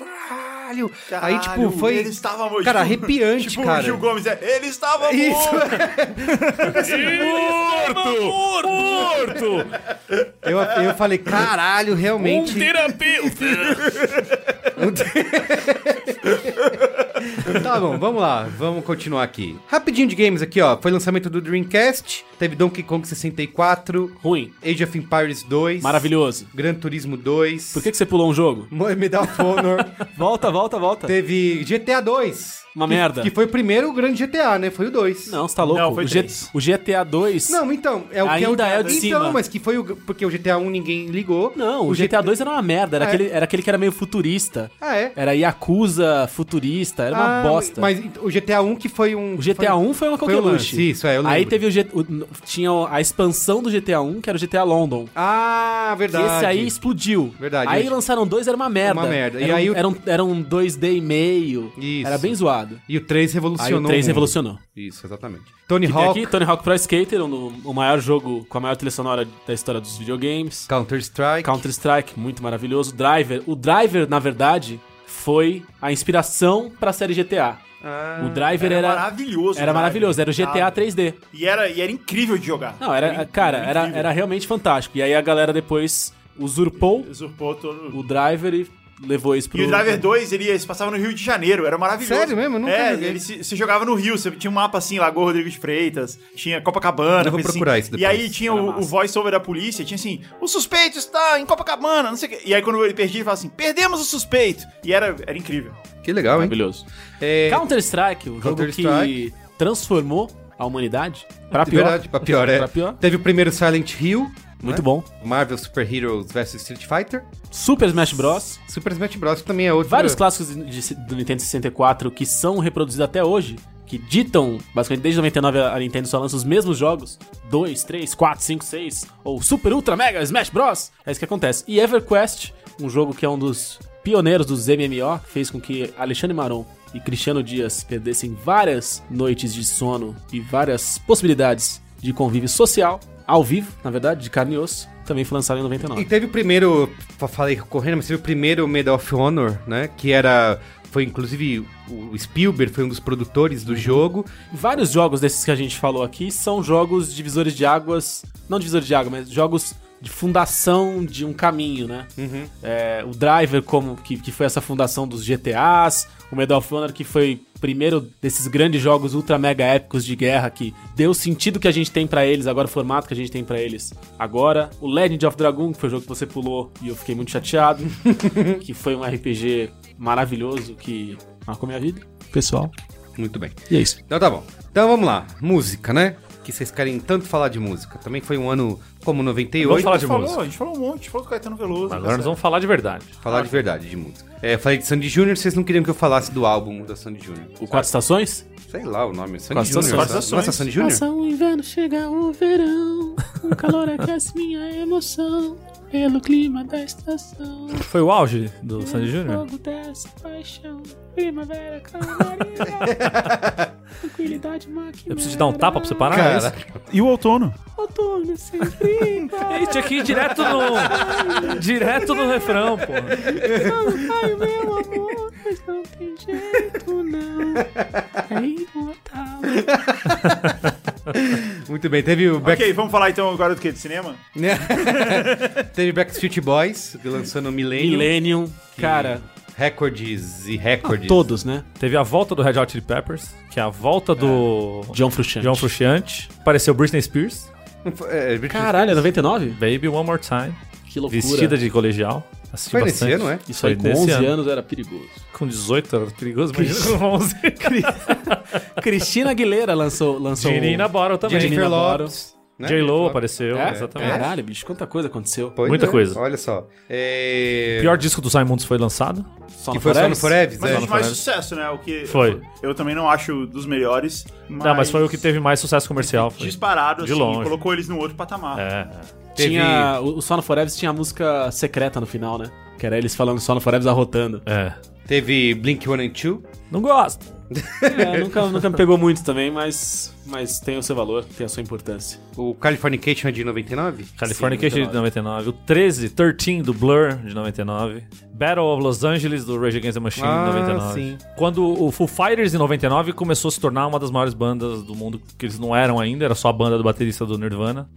Aí, tipo, foi.
Ele estava morto.
Cara, arrepiante,
[laughs] tipo,
cara.
o Gil Gomes, é, ele estava
Isso.
morto.
Morto! Morto!
Eu, eu falei, caralho, realmente. Um
Um
[laughs]
terapeuta.
Tá bom, vamos lá, vamos continuar aqui. Rapidinho de games aqui, ó. Foi lançamento do Dreamcast, teve Donkey Kong 64,
Ruim.
Age of Empires 2,
Maravilhoso.
Gran Turismo 2,
Por que, que você pulou um
[laughs]
jogo?
Mo- Medal of Honor,
[laughs] Volta, volta, volta.
teve GTA 2.
Uma
que-
merda.
Que foi o primeiro grande GTA, né? Foi o 2.
Não, você tá louco.
Não, foi
o, G-
três.
o GTA 2.
Não, então, é o que é o
Ainda é o de
então,
cima.
mas que foi o porque o GTA 1 ninguém ligou.
Não, o GTA 2 era uma merda. Era,
É.
aquele, era aquele que era meio futurista.
Ah, é.
Era Yakuza futurista. Era É uma
Ah,
bosta.
Mas ent- o GTA 1 que foi um
O GTA
foi...
1 foi
foi o
uma
lance,
coqueluche.
isso, é, eu
Aí
lembro.
teve o, G- o- n- Tinha a expansão do GTA 1, que era o GTA London.
Ah,
Que
verdade.
esse aí explodiu.
Verdade.
Aí
Hoje-
lançaram dois, era uma merda.
Uma merda. E
Era, um-
aí o-
era, um, era um 2D e meio.
Isso.
Era bem zoado.
E o 3
Aí
revolucionou.
o 3
mundo.
revolucionou.
Isso, exatamente. Tony
Que tem
Hawk,
aqui, Tony Hawk Pro Skater, um- o maior jogo com a maior trilha sonora da história dos videogames.
Counter-Strike.
Counter-Strike, muito maravilhoso. Driver. O Driver, na verdade, foi a inspiração pra série GTA.
Ah,
o Driver
Era
era, era,
maravilhoso. cara.
maravilhoso, era o GTA 3D.
E era, e era incrível de jogar.
Não, era, cara, era,
incrível.
era realmente fantástico. E aí a galera depois usurpou
Usurpou todo...
o Driver e levou isso pro...
E o Driver 2, ele ia- se passava no Rio de Janeiro, era maravilhoso.
Sério mesmo? Eu nunca
É,
joguei.
ele se, se jogava no Rio, você tinha um mapa assim, Lagoa Rodrigues de Freitas, tinha Copacabana.
Eu vou
coisa assim.
procurar isso depois.
E aí tinha
Era
o,
massa.
o voice-over da polícia, tinha assim, o suspeito está em Copacabana, não sei o quê. E aí quando ele perdia, ele falava assim, perdemos o suspeito. E era, era incrível.
Que legal, hein?
Maravilhoso.
É,
Counter-Strike, o jogo
Counter-Strike.
que transformou a humanidade pra
de
pior.
verdade, pra pior, é.
Pra pior.
Teve o primeiro Silent Hill.
Muito
né?
bom.
Marvel Super Heroes vs Street Fighter.
Super Smash Bros.
Super Smash Bros. que também é outro.
Vários clássicos de- do Nintendo 64 que são reproduzidos até hoje, que ditam, basicamente desde 99 a a Nintendo só lança os mesmos jogos, 2, 3, 4, 5, 6, ou Super Ultra Mega Smash Bros. É isso que acontece. E EverQuest, um jogo que é um dos pioneiros dos MMO, que fez com que Alexandre Maron e Cristiano Dias perdessem várias noites de sono e várias possibilidades de convívio social, ao vivo, na verdade, de carne e osso, também foi lançado em
E
99.
teve o primeiro, fa- falei correndo, mas teve o primeiro Medal of Honor, né? Que era. Foi inclusive o Spielberg, foi um dos produtores do jogo.
Vários jogos desses que a gente falou aqui são jogos divisores de águas. Não divisores de água, mas jogos de fundação de um caminho, né? É, o Driver, como que, que foi essa fundação dos GTAs, o Medal of Honor, que foi primeiro desses grandes jogos ultra mega épicos de guerra que deu o sentido que a gente tem pra eles, agora o formato que a gente tem pra eles agora. O Legend of Dragon, que foi o jogo que você [laughs] pulou e eu fiquei muito chateado, que foi um RPG maravilhoso que Marcou minha vida, pessoal.
Muito bem.
E é isso.
Então tá bom. Então vamos lá. Música, né? Que vocês querem tanto falar de música. Também foi um ano como 98.
Vamos falar
A
de
gente falou,
música.
a gente falou um monte, falou do Caetano Veloso.
Agora nós vamos falar de verdade.
Falar de verdade de música. É, falei de Sandy Júnior, vocês não queriam que eu falasse do álbum da Sandy Júnior.
O Quatro Estações?
Sei lá o nome. Sandy
Quatro
Júnior.
Estações.
Nossa, nossa, Sandy Júnior?
Passa o um inverno, chega o verão. O calor aquece minha emoção. Pelo clima da estação.
Foi o auge do Sandy Júnior?
Fogo dessa paixão. Primavera, calmaria. Tranquilidade máquina.
Eu preciso te dar um tapa pra você parar? é isso?
Cara,
E o outono?
Outono sem frio.
Ei, tinha que ir direto no. direto no refrão, pô.
Ai, meu amor, mas não tem jeito, não. É imortal.
muito bem. Teve o Back...
Ok, vamos falar então agora do que? De cinema?
Teve Backstreet Boys lançando Millennium.
Millennium, cara.
Recordes e recordes.
Todos, né?
Teve a volta do Red Hot Chili Peppers, que é a volta do.
John Frusciante.
John Frusciante. Apareceu Britney Spears,
É, Britney-
Caralho, é 99?
Baby One More Time,
Que loucura.
vestida de colegial. Assisti
Foi nesse
bastante.
ano, é?
Isso
Foi
aí com
nesse
11
ano.
anos era perigoso. [laughs]
Com 18 era perigoso, imagina com 11.
Cristina Aguilera lançou. lançou
Girina Bottle também.
Jennifer
Jennifer
Lopes. né?
J-Lo apareceu,
É?
exatamente.
Caralho, bicho, quanta coisa aconteceu.
Pois
Muita coisa.
Olha só. É...
O pior disco do Simons foi lançado.
Só
que
no
foi só no
Forever?
Foreves,
Mas
é.
o de mais sucesso, né? O que
Foi.
Eu também não acho dos melhores. Mas...
Não, mas foi o que teve mais sucesso comercial. Foi.
Disparado,
De
assim,
longe.
colocou eles num outro patamar.
É, é.
Teve-
Tinha, o o Só no Forever tinha a música secreta no final, né? Que era eles falando Só no Forever arrotando.
é.
Teve Blink One and Two.
Não gosto.
É, nunca, nunca me pegou muito também, mas, mas tem o seu valor, tem a sua importância.
O Californication é de 99.
Californication de 99. O 13, 13 do Blur de 99. Battle of Los Angeles do Rage Against the Machine
Ah,
de 99.
sim.
Quando o Foo Fighters em 99 começou a se tornar uma das maiores bandas do mundo, que eles não eram ainda, era só a banda do baterista do Nirvana.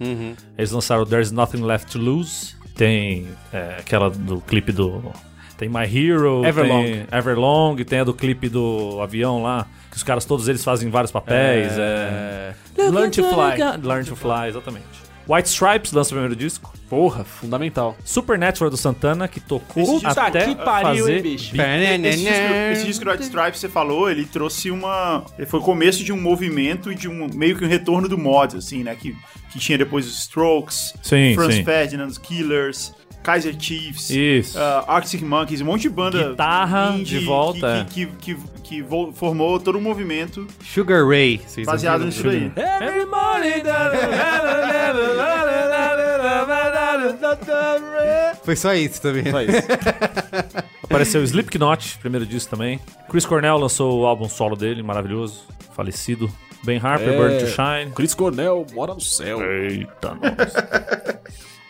Eles lançaram There's Nothing Left to Lose. Tem é, aquela do clipe do. Tem My Hero,
Everlong.
tem Everlong, tem a do clipe do avião lá, que os caras todos eles fazem vários papéis. É... Learn to Fly. Learn to Fly, exatamente. White Stripes lança o primeiro disco.
Porra, fundamental.
Supernatural do Santana, que tocou
Esse disco
até
que pariu,
fazer
hein, bicho?
beat.
Esse disco, esse disco do White Stripes, você falou, ele trouxe uma... ele foi o começo de um movimento e de um... meio que um retorno do mod, assim, né? Que, que tinha depois os Strokes,
Sim,
Franz
sim.
Ferdinand, os Killers, Kaiser Chiefs,
Isso.
ah, Arctic Monkeys, um monte de banda
Guitarra
indie
de volta,
que, que, que, que- que vo- formou todo um movimento
Sugar Ray. vocês
baseado
ouviram?
nisso daí.
Every morning that-
Foi só isso também.
Só [laughs] isso.
Apareceu Slipknot, primeiro disco também. Chris Cornell lançou o álbum solo dele, maravilhoso, falecido. Ben Harper,
É.
Burn to Shine.
Chris Cornell mora no céu.
Eita, nossa.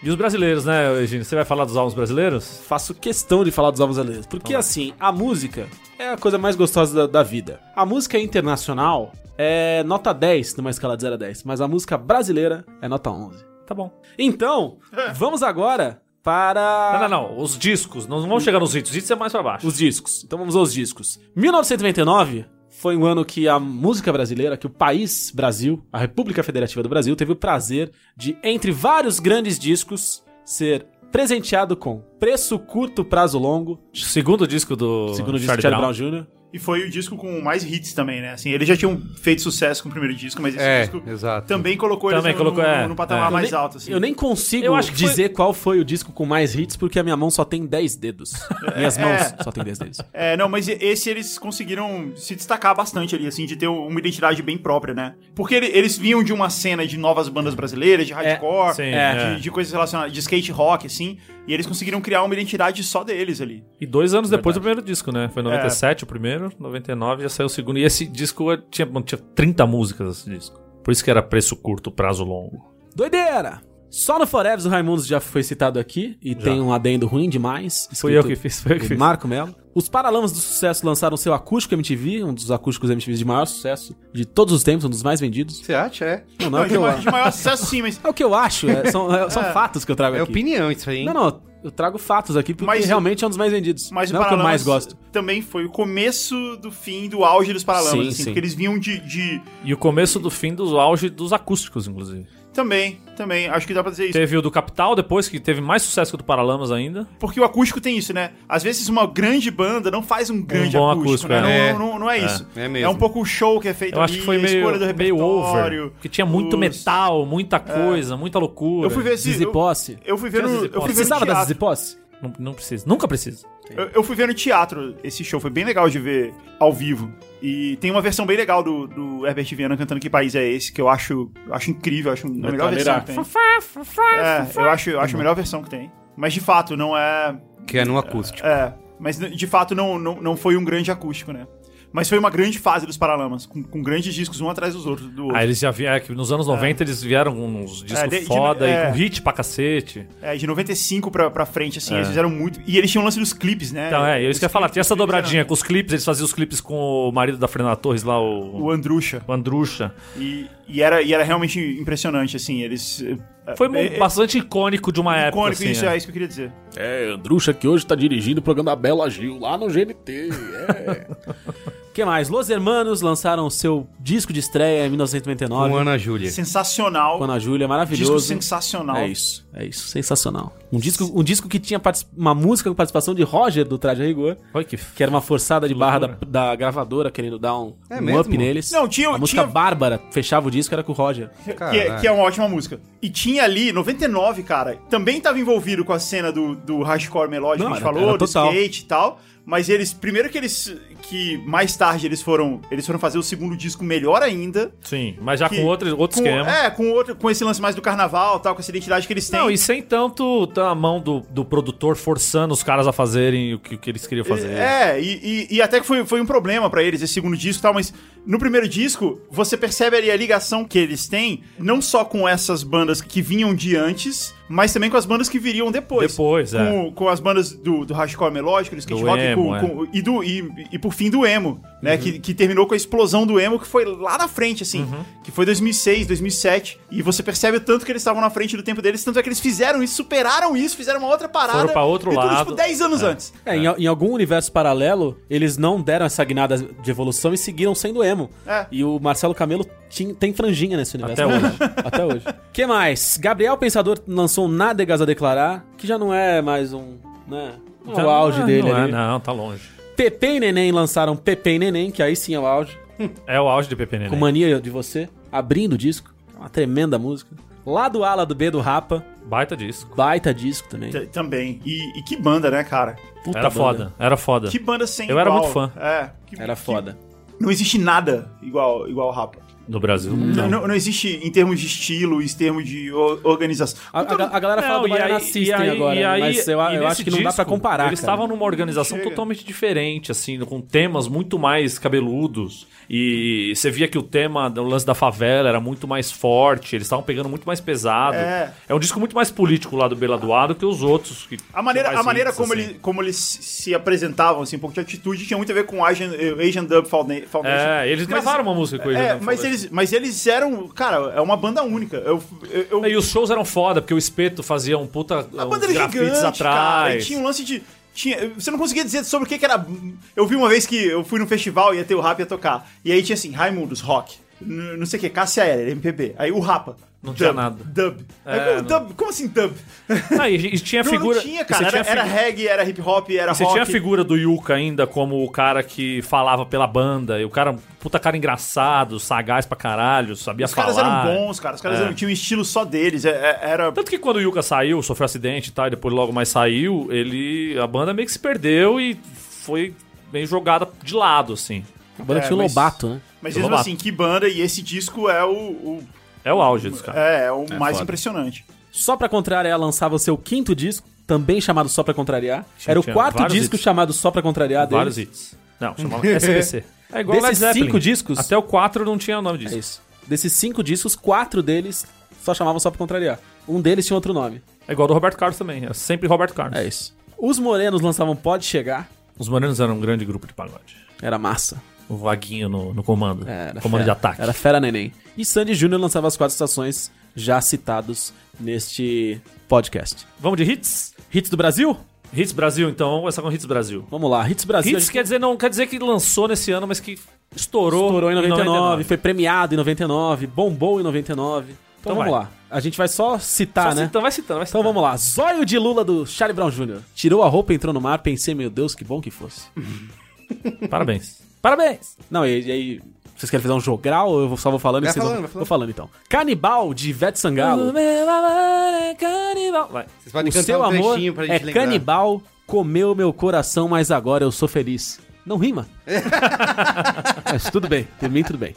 E os brasileiros, né, Eugênio? Você vai falar dos álbuns brasileiros?
Faço questão de falar dos álbuns brasileiros. Porque, assim, a música é a coisa mais gostosa da, da vida. A música internacional é nota 10 numa escala de 0 a 10, mas a música brasileira é nota 11.
Tá bom.
Então, vamos agora para...
Não, não, não. Os discos. Não vamos chegar nos hits. Os hits é mais pra baixo.
Ah. Os discos. Então vamos aos discos. 1999 foi um ano que a música brasileira, que o país Brasil, a República Federativa do Brasil, teve o prazer de, entre vários grandes discos, ser presenteado com Preço Curto, Prazo Longo,
Segundo disco do
segundo o disco de Charlie Brown Jr.
E foi o disco com mais hits também, né? Assim, eles já tinham feito sucesso com o primeiro disco, mas esse
É,
disco
exato.
também colocou
Também
eles no-
colocou,
no,
é,
no patamar
é.
mais
eu nem,
alto, assim.
Eu nem consigo
Eu acho que
dizer qual foi o disco com mais hits, porque a minha mão só tem
[laughs]
10 dedos. Minhas mãos só tem 10 dedos.
É, não, mas esse eles conseguiram se destacar bastante ali, assim, de ter uma identidade bem própria, né? Porque ele- eles vinham de uma cena de novas bandas brasileiras, de hardcore,
sim,
de,
é.
de coisas relacionadas, de skate rock, assim, e eles conseguiram criar uma identidade só deles ali.
E dois anos depois do primeiro disco, né?
É.
Foi em 97 o primeiro, 99 já saiu o segundo. E esse disco eh, tinha, bom, tinha 30 músicas esse disco. Por isso que era preço curto, prazo longo.
Doideira! Só no Forever o Raimundos já foi citado aqui e tem um adendo ruim demais.
Foi eu que fiz, foi eu que
do
fiz.
Marco Melo. Os Paralamas do Sucesso lançaram seu acústico MTV, um dos acústicos MTV de maior sucesso de todos os tempos, um dos mais vendidos.
Você acha? É.
Não, não é o
de,
que eu
ma- de
acho.
maior sucesso, sim, mas.
É o que eu acho, é, são,
[laughs]
é, são fatos que eu trago
É
aqui.
opinião isso aí, hein?
Não, não, eu trago fatos aqui porque
Mas-
realmente é um dos mais vendidos.
Mas
não
o
é o que eu
Paralamas
mais gosto.
também foi o começo do fim do auge dos Paralamas,
Sim,
assim,
sim.
porque eles vinham de- de
E o começo do fim dos auge dos acústicos, inclusive.
Também, também. Acho que dá pra dizer isso.
Teve o do Capital depois, que teve mais sucesso que o do Paralamas ainda.
Porque o acústico tem isso, né? Às vezes uma grande banda não faz um grande
bom
acústico,
acústico,
né?
é.
Não, não, não é isso.
é mesmo.
um pouco o show que é feito
Eu acho
ali,
que foi
a escolha do
meio, meio
repertório.
over. Porque tinha muito
os- É.
metal, muita coisa, muita loucura.
Eu fui ver esse...
Zizi
eu-
Posse.
Eu fui ver
Tinha
no,
Zizi
eu fui
Posse.
ver no
Precisava da
teatro.
Zizi Posse?
Não, não precisa, nunca precisa.
Eu, eu fui ver no teatro esse show, foi bem legal de ver ao vivo. E tem uma versão bem legal do, do Herbert Viana cantando Que País é Esse, que eu acho, eu acho incrível, eu acho a melhor versão
Metaleira.
que tem. É, eu acho, eu acho a melhor versão que tem. Mas de fato, não é.
Que é no acústico.
É, mas de fato não, não, não foi um grande acústico, né? Mas foi uma grande fase dos Paralamas, com, com grandes discos um atrás dos outros. Do outro.
Ah, eles já vieram. é que nos anos 90 eles vieram com uns discos
de- de-
foda
é.
e com hit pra cacete.
É, de 95 pra, pra frente, assim, eles fizeram muito. E eles tinham o lance dos clipes, né?
É. Então, é, eu
Os
isso que eu ia falar,
clipes-
tinha essa
os clipes
dobradinha com os clipes, eles faziam os clipes com o marido da Fernanda Torres lá,
eram
o,
O Andrucha.
o Andrucha.
E, e, era, e era realmente impressionante, assim, eles. eh,
Foi mu-
eh, eh,
bastante icônico de uma época.
icônico,
assim,
isso
né?
é. isso que eu queria dizer.
É, Andrucha que hoje tá dirigindo o programa da Bela Gil lá no GNT. É.
O que mais? Los Hermanos lançaram seu disco de estreia em 1999.
Com Ana Júlia.
Sensacional.
com Ana Júlia, maravilhoso.
Um Disco sensacional.
É isso, é isso, sensacional. Um disco, um disco que tinha partici- uma música com participação de Roger do Traje a Rigor,
Olha que
que era uma forçada de barra da, da gravadora querendo dar um,
É
um
mesmo?
up neles.
Não, tinha-
A música
tinha-
Bárbara fechava o disco, era com o Roger.
Que, é- que é uma ótima música. E tinha ali, 99, cara, também tava envolvido com a cena do, do hardcore melódico
Não,
que a gente
era-
falou,
era
do
total.
skate e tal. Mas eles, primeiro que eles, que mais tarde eles foram, eles foram fazer o segundo disco melhor ainda.
Sim, mas já
que-
Ah, com outro, outro
com-
esquema.
É, com, outro, com esse lance mais do carnaval tal, com essa identidade que eles têm.
Não, e sem tanto tá a mão do, do produtor forçando os caras a fazerem o que, o que eles queriam fazer.
É, e, e- e até que foi, foi um problema pra eles esse segundo disco e tal, mas no primeiro disco você percebe ali a ligação que eles têm, não só com essas bandas que vinham de antes, mas também com as bandas que viriam depois.
Depois, é.
com, com as bandas do, do hardcore melódico, do skate
Do
rock com-
emo, é. Uhum.
com- e, do, e, e por fim do emo, né? Que, que terminou com a explosão do emo, que foi lá na frente, assim.
Uhum.
Que foi 2006, 2007. E você percebe o tanto que eles estavam na frente do tempo deles, tanto é que eles fizeram isso, superaram isso, fizeram uma outra parada.
Foram pra outro
e tudo,
lado.
tipo, 10 anos antes.
É, Em, em algum universo paralelo, eles não deram essa guinada de evolução e seguiram sendo emo.
É.
E o Marcelo Camelo tinha- tem franjinha nesse universo.
Até hoje.
[laughs] Até hoje. que mais? Gabriel Pensador lançou um Nádegas a Declarar, que já não é mais um... Né? Não é
Já
o auge
não é-
dele
não é,
ali.
não, tá longe.
Pepe e Neném lançaram Pepe e Neném, que aí sim é o auge.
É o auge de Pepe Neném.
Com Mania de Você, abrindo o disco. Uma tremenda música. Lá do Ala do B do Rapa,
Baita disco.
baita disco também.
T- Também. E, e que banda, né, cara?
Puta
era
banda.
foda, era foda.
Que banda sem
Eu era
igual.
muito fã.
É. que-
Era foda.
que não existe nada igual igual ao Rapa.
No Brasil.
Não. não existe em termos de estilo, em termos de o- organização. Então,
A,
Então,
a- a galera fala do Baiana System agora, né? mas eu,
e
eu acho
nesse
que não dá pra
disco,
comparar,
Eles
cara.
estavam numa organização
Chega.
totalmente diferente, assim, com temas muito mais cabeludos. E você via que o tema do lance da favela era muito mais forte, eles estavam pegando muito mais pesado.
É.
um disco muito mais político lá do Beladoado que os outros. Que
A maneira,
que
a
mais
maneira
hits,
como,
assim.
ele, como eles se apresentavam, assim, um pouco de atitude, tinha muito a ver com Asian, eh, Asian Dub Founda- Foundation.
É, eles
Mas-
gravaram uma música com ele.
É,
né,
mas
Fabrício?
eles, mas eles eram. Cara, é uma banda única. Eu, eu,
E
eu,
os shows eram foda, porque o Espeto fazia um puta.
a
uns
banda era
grafites
é gigante, cara. E
atrás.
tinha um lance de. Tinha, você não conseguia dizer sobre o que, que era. Eu vi uma vez que eu fui num festival e ia ter o rap ia tocar. E aí tinha assim, Raimundos, rock. n- Não sei o que, Cássia Heller, MPB. Aí o Rapa.
Não
dub,
tinha nada.
Dub. Aí,
É,
como,
não-
dub. Como assim dub?
Ah, e, e tinha a
Não,
figura.
não tinha, cara.
e você
Era,
tinha a
era
figu-
reggae, era hip hop, era
e você
rock.
tinha a figura do Yuka ainda como o cara que falava pela banda. E o cara, um puta cara engraçado, sagaz pra caralho, sabia
Os
falar.
caras eram bons, cara. Os caras
É.
eram- tinham um estilo só deles. é- é- Era.
Tanto que quando o Yuka saiu, sofreu acidente e tal, e depois logo mais saiu, ele. A banda meio que se perdeu e foi meio jogada de lado, assim.
A banda
É,
tinha o
mas-
Lobato, né?
Mas
Eu
mesmo
vou
assim, que banda e esse disco é o. o-
É o auge dos caras.
é, é o mais
foda.
impressionante.
Só pra Contrariar lançava o seu quinto disco, também chamado Só pra Contrariar.
Tinha-
Era o
tinha
quarto
vários
disco
hits.
chamado Só pra Contrariar dele.
Vários hits. Não,
[laughs]
chamava SBC. É igual
É. Desses
Led Zeppelin.
cinco discos-
Até o 4 não tinha o nome disso.
É isso. Desses cinco discos, quatro deles só chamavam Só pra Contrariar. Um deles tinha outro nome.
É igual do Roberto Carlos também. É sempre Roberto Carlos.
É isso. Os Morenos lançavam Pode Chegar.
Os Morenos eram um grande grupo de pagode.
Era massa.
O Vaguinho no, no comando.
Era
comando
fera.
de ataque.
Era fera neném. E Sandy Júnior lançava as quatro estações já citados neste podcast.
Vamos de hits?
Hits do Brasil?
Hits Brasil, então. Vamos começar com Hits Brasil.
Vamos lá. Hits Brasil. a
hits
gente
quer dizer, não quer dizer que é lançou nesse ano, mas que estourou.
Estourou em 99, foi premiado em 99, bombou em 99. Então,
Então
vamos
vai.
lá. A gente vai só citar,
Só
né?
citando, vai citando, vai
Então
citando.
vamos lá. Zóio de Lula do Charlie Brown Jr. Tirou a roupa, entrou no mar, pensei, meu Deus, que bom que fosse.
Parabéns. [laughs] Parabéns!
Não, e, e aí. Vocês querem fazer um jogral ou eu só vou falando? e
Vai
vocês
falando,
vão...
vai falando.
Vou falando então. Canibal de Ivete Sangalo.
é Vai.
Vocês podem
o
cantar
seu
um
amor
trechinho pra gente
é
lembrar.
canibal, comeu meu coração, mas agora eu sou feliz. Não
[laughs]
rima. mas tudo bem, por mim tudo bem.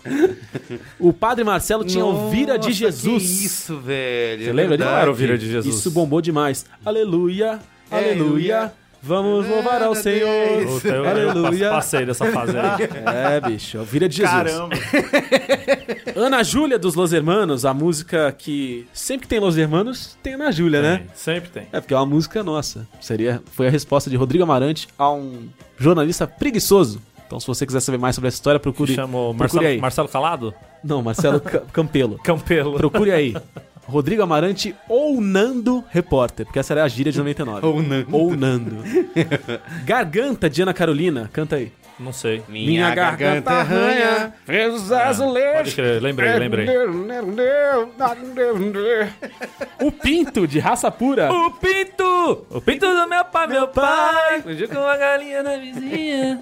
O padre Marcelo tinha o Vira
Nossa,
de Jesus.
Que isso, velho.
Você lembra? Ele
disso?
não era o
Vira de Jesus.
Isso bombou demais. Aleluia,
É,
aleluia.
aleluia.
Vamos louvar ao
Glória a
Senhor.
Deus.
Puta, eu, eu
Aleluia.
passei dessa fase aí.
É, bicho, é o Vira de Jesus.
Caramba.
Ana Júlia dos Los Hermanos, a música que sempre que tem Los Hermanos, tem Ana Júlia, [laughs] né?
Sempre tem.
É, porque é uma música nossa. Seria, foi a resposta de Rodrigo Amarante a um jornalista preguiçoso. Então, se você quiser saber mais sobre essa história, procure,
Chamou
procure aí.
Marcelo, Marcelo Calado?
Não, Marcelo Ca- Campelo.
Campelo.
Procure aí. Rodrigo Amarante ou Nando Repórter, porque essa era a gíria de 99.
Ou Nando.
Ou Nando. Garganta de Ana Carolina, canta aí.
Não sei.
Minha, garganta arranha.
Os
Pode
azulejos.
crer, lembrei, lembrei.
O Pinto de Raça Pura.
O pinto! O pinto do meu pai, meu pai! Fugiu com uma galinha na vizinha.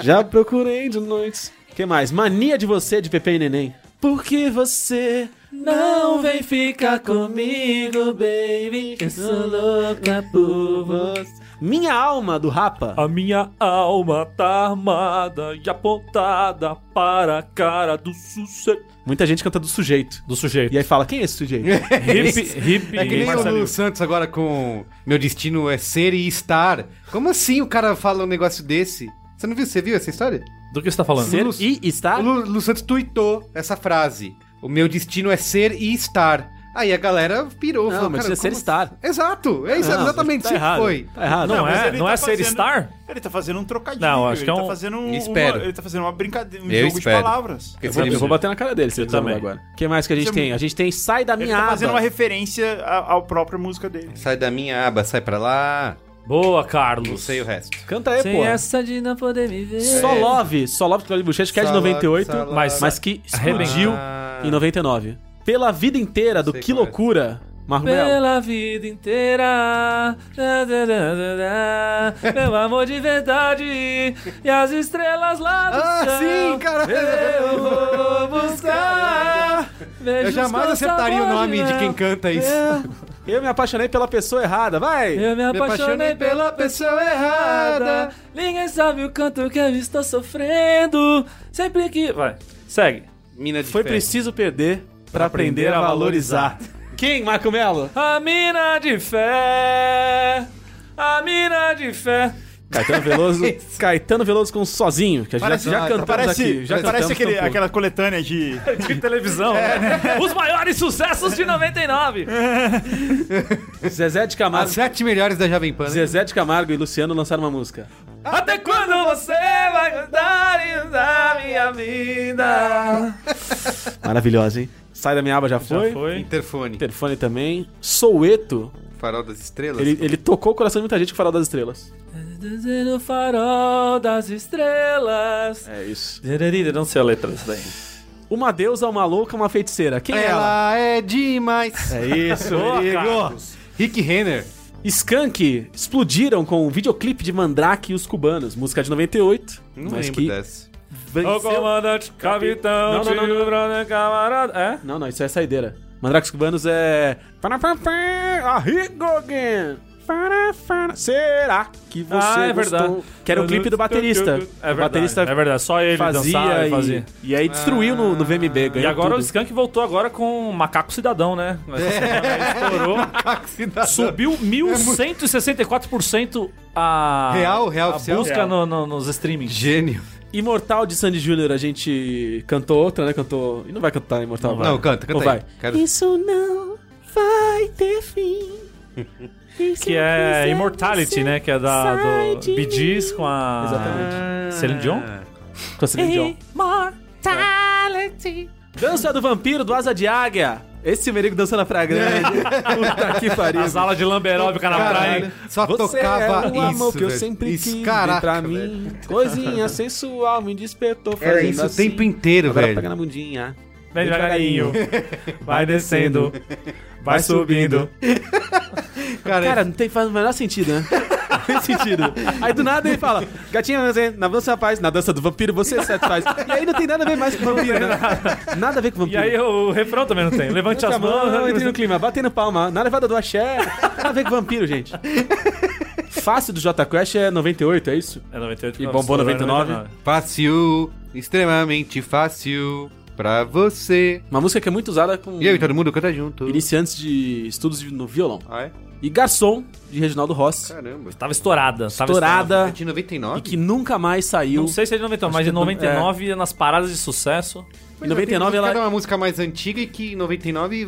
Já procurei de noite. que mais? Mania de você de Pepe e Neném. Porque você não vem ficar comigo, baby. Eu sou louca por você. Minha alma do Rapa.
A minha alma tá armada e apontada para a cara do sucesso.
Muita gente canta do sujeito.
Do
E
sujeito.
aí fala, quem é esse sujeito?
Hip, hip,
É que nem o
Marcelinho.
Lu Santos agora com Meu Destino é Ser e Estar. Como assim o cara fala um negócio desse? Você não viu? Você viu essa história?
Do que você tá falando?
Ser
Luz.
e
O
estar?
Lu, Lu Santos tuitou essa frase. O meu destino é ser e estar. Aí a galera pirou.
Não,
falou,
mas
cara,
precisa ser
como-
estar.
Exato, é isso,
Não,
exatamente isso
tá
que
errado.
foi.
Tá errado.
Não,
mas
é,
ele
não
tá
é ser
fazendo-
star?
Ele tá fazendo um trocadilho.
Não, acho
ele
que é
tá
um-
fazendo um,
Espero.
uma- ele tá fazendo uma brincadeira, um
Eu
jogo
espero.
de palavras.
Porque
Eu
se
vou,
ele-
eu vou bater na cara dele se ele
também.
também. agora. O que mais que a gente
Isso é
tem?
muito-
A gente tem Sai da
Ele
Minha
tá fazendo uma
Aba.
referência à, à própria música dele.
Sai da minha aba, sai pra lá.
Boa, Carlos.
Não sei o resto.
Canta aí, pô.
essa de não poder me ver.
Só Love. Só Love do Claudio Buchetti, que é de
Só Love,
98,
Só Love.
mas, mas que explodiu
Ah.
em 99. Pela vida inteira do
Sei
Que
qual é.
Loucura, Marco Melo.
Pela vida inteira, da, da, da, da,
[laughs]
da, meu amor de verdade e as estrelas lá do
Ah,
céu.
sim, cara.
Eu
[laughs]
vou buscar.
Eu jamais acertaria o nome de quem canta isso.
Eu me apaixonei pela pessoa errada, vai!
Eu me
Me
apaixonei pela
pessoa
pesada. Ninguém sabe o quanto que eu estou sofrendo. Sempre que. Vai, segue.
Mina de
Foi
fé.
preciso perder pra aprender a valorizar. Quem, Marco Melo?
A mina de fé. A mina de fé. [laughs]
Caetano [laughs] Veloso. É Caetano Veloso com Sozinho, que a gente
Parece-
já
ah,
cantamos
Parece,
aqui. Já
parece
cantamos
aquele-
tão pouco.
aquela coletânea de.
de televisão. né?
É, né?
Os maiores sucessos de 99.
Zezé
As
de Camargo.
sete melhores da Jovem Pan. né?
Zezé de Camargo e Luciano lançaram uma música.
Até quando você vai cantar da minha vida?
Maravilhosa, hein? Sai da minha aba já foi.
Foi.
Interfone.
Telefone também. Soueto,
Farol das Estrelas.
ele, ele tocou o coração de muita gente com o Farol das Estrelas.
No farol das estrelas.
É isso.
Não sei a letra dessa daí.
Uma deusa, uma louca, uma feiticeira. Quem é
Ela
ela?
é demais.
É isso, amigo.
Rick Renner.
Skank explodiram com o videoclipe de Mandrake e os cubanos, música de 98.
Não
mas
lembro
que
dessa. [laughs]
O
venceu...
comandante, capitão,
Não, não, não, não.
tio, brother, camarada. É?
Não, não, isso é saideira. Mandrake e os cubanos é. Arrigogen! Será que você
ah, é verdade.
gostou? Que era o clipe do
É
baterista.
verdade.
o baterista
é verdade. Só ele dançava
fazia,
e fazia. Ah.
e, e aí destruiu no, no VMB, ganhou
E agora o
tudo.
Skank voltou agora com o Macaco Cidadão, né? Essa semana aí [laughs] estourou. É Subiu 1164% a.
Ah,
Real, real
a
oficial?
busca
Real.
no- no- nos streamings.
Gênio.
Imortal de Sandy Júnior, a gente cantou outra, né? Cantou. E não vai cantar Imortal, vai.
Não, canta, canta
Ou vai.
aí. Quero-
Isso não vai ter
[laughs]
fim.
Que é Immortality, né? Que é da
sai
do
de
Bee Gees com a.
Exatamente.
Celine Dion?
Ah,
Com a Celine Dion. Dança do Vampiro do Asa de Águia. Esse merigo dançando na
[laughs]
Praia Grande. Puta que pariu.
As aulas de lamberóbica na praia. hein?
Caralho, só tocava
é o amor
isso,
que eu
velho.
sempre
Isso,
quis
caraca,
pra
velho.
mim. Coisinha sensual me despertou fazendo
Era isso o
assim.
tempo inteiro,
Agora
velho.
pega na mundinha.
Vem devagarinho. Vai descendo. Vai subindo.
Cara, é
Cara, não tem, faz o menor sentido,
[laughs]
né? Não tem sentido. Aí do nada ele fala: Gatinha, você- na dança rapaz, na dança do vampiro você satisfaz. E aí não tem nada a ver mais com
[laughs]
vampiro, né? Nada a ver com
E
vampiro.
aí o refrão também não tem. Levante
Levante
as mãos. [laughs]
entre no clima, batendo palma. Na levada do axé. Nada a ver com vampiro, gente. Fácil do J Quest é 98, é isso?
É 98.
E bombou 99.
fácil, extremamente fácil pra você.
Uma música que é muito usada com
E aí, tá todo mundo canta junto.
iniciantes de estudos de- no violão.
Ah, é?
E Garçom, de Reginaldo Rossi.
Caramba.
Tava estourada. Tava
Estourada
É de 99?
e que nunca mais saiu.
Não sei se é de 99, mas de
que não-
99 nas paradas de sucesso.
é,
Em 99 ela,
Era uma música mais antiga e que em 99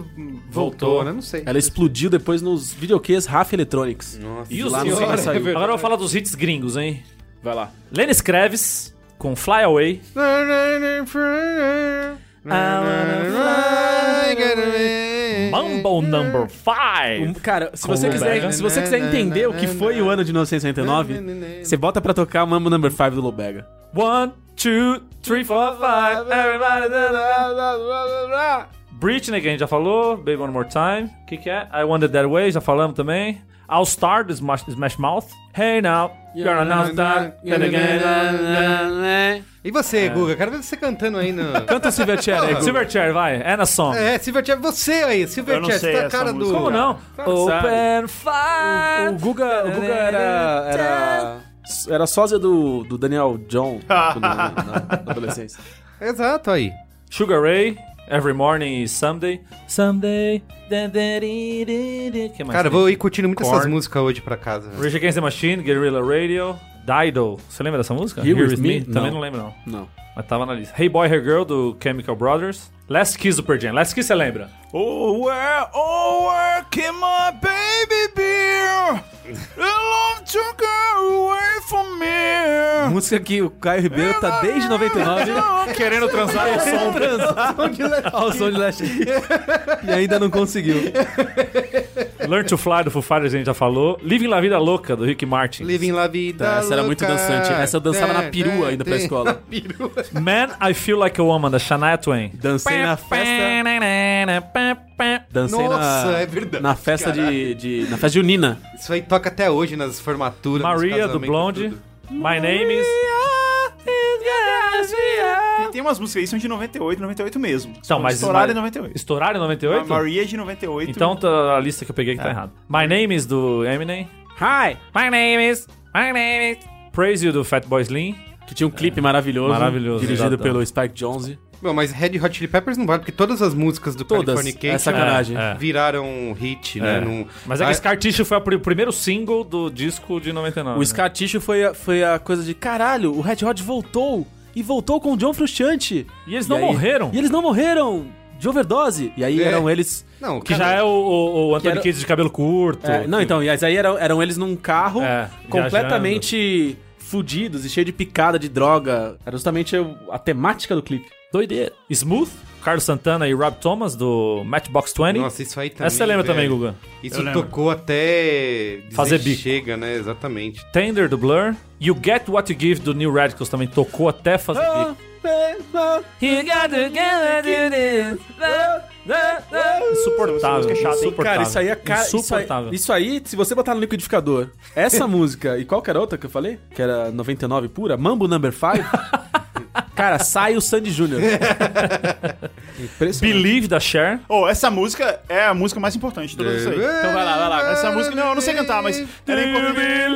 voltou,
Voltou.
né? Não sei.
ela explodiu depois nos videoquês Rafa Electronics.
Nossa.
E
De
os
lá não sei
hits.
quem saiu.
Agora eu vou falar dos hits gringos, hein?
Vai lá.
Lenny Kravitz com Fly Away. Mumble Number 5.
Um- Cara, se
Com
você,
o
quiser,
Lobega.
se você quiser entender o que foi o ano de 1989, você bota pra tocar Mambo Number 5 do Lobega.
Um, One, two, three, four, five. Everybody. da, da, da, da, da. Britney, que a gente já falou. Baby One More Time. O que, que é? I Want It That Way, já falamos também. All Star, do Smash, Smash Mouth. Hey Now, You're an All Star. Then again.
E você,
É.
Guga? Quero ver você cantando aí
[laughs]
no.
Canta o Silverchair
[laughs]
aí, Guga.
Silverchair, vai. Anna Song.
É, Silverchair, você aí, Silverchair,
Eu não
você
sei
tá a
essa
cara do.
música.
Como não? Open
O
Fire.
Guga, o Guga era, era. Era sósia do, do Daniel John quando- na, na adolescência.
Exato, aí.
Sugar Ray. Every morning is Sunday. Sunday. da, da, di, di, di. Que mais
Cara, eu
tem?
vou ir curtindo muito essas
Korn.
músicas hoje pra casa.
[laughs]
velho.
Rage Against the Machine, Guerrilla Radio, Dido. Você lembra dessa música?
Here With Me?
Também
Não.
não lembro, não.
Não.
Mas tava na lista. Hey Boy, Hey Girl, do Chemical Brothers. Last Kiss do Pearl Jam. Last Kiss você lembra?
Oh, where, oh, where can my baby be? The love took her away from me.
Música que o Caio Ribeiro tá desde 99
[laughs]
Querendo
Ah,
transar ao som.
ao som um de Last E ainda não conseguiu.
Learn to Fly, do Foo Fighters, a gente já falou. Living La Vida Louca, do Rick Martin.
Living La Vida.
Tá, essa era muito
Louca.
dançante. Essa eu dançava na
Tem,
perua
tem,
ainda pra
tem. [laughs]
escola.
Na perua.
Man, I Feel Like a Woman, da Shania Twain.
Dancei na festa. Dancei
Nossa,
na,
é verdade,
na festa de, de. Na festa de Unina.
Isso aí toca até hoje nas formaturas. nos
Maria, do
casamentos,
Blonde.
tudo.
My Name is...
Tem, tem umas músicas aí, são de 98, 98 mesmo.
Então, mas...
Estourada em 98.
Estouraram em 98?
A Maria é de 98.
Então tá a lista que eu peguei
É.
que tá errada. My Name is do Eminem.
Hi!
My name is. My name is. Praise You do Fatboy Slim.
Que tinha um clipe maravilhoso.
Maravilhoso,
Dirigido
exato.
pelo Spike Jonze.
Bom, mas Red Hot Chili Peppers não vale, porque todas as músicas do
Todas.
Californication
É sacanagem.
É, é.
viraram hit, né?
É.
Num-
Mas é que
Ah,
Scar Tissue foi a pri- o primeiro single do disco de 99.
O Scar Tissue foi, a- foi a coisa de caralho, o Red Hot voltou. E voltou com o John Frusciante.
E eles não morreram.
E eles não morreram de overdose. E aí
É.
eram eles.
Não,
Que já é o, o, o Anthony
era-
Kidd de cabelo curto.
É, não, então, e aí eram, eram eles num carro
É,
completamente fudidos e cheio de picada de droga. Era justamente o- a temática do clipe. Doideira.
Smooth, Carlos Santana e Rob Thomas do Matchbox 20.
Nossa, isso aí também.
Essa você lembra
velho.
também, Guga.
Isso
Eu lembro.
tocou até. dizer
Fazer bico.
Chega, né? Exatamente.
Tender do Blur. You Get What You Give do New Radicals também tocou até fazer
Oh,
clipe. You got to get what you give. Insuportável. insuportável.
Oh, Cara, isso aí é cara. Isso aí,
Insuportável.
isso aí, se você botar no liquidificador, [laughs] essa música e qualquer outra que eu falei, que era 99 pura, Mambo Number [laughs] 5, cara, sai o Sandy Jr. Impressionante.
Believe da Cher.
Oh, essa música é a música mais importante de tudo isso aí. Então vai lá, vai lá. Essa música, não, eu não sei cantar, mas. ela é importante.
É,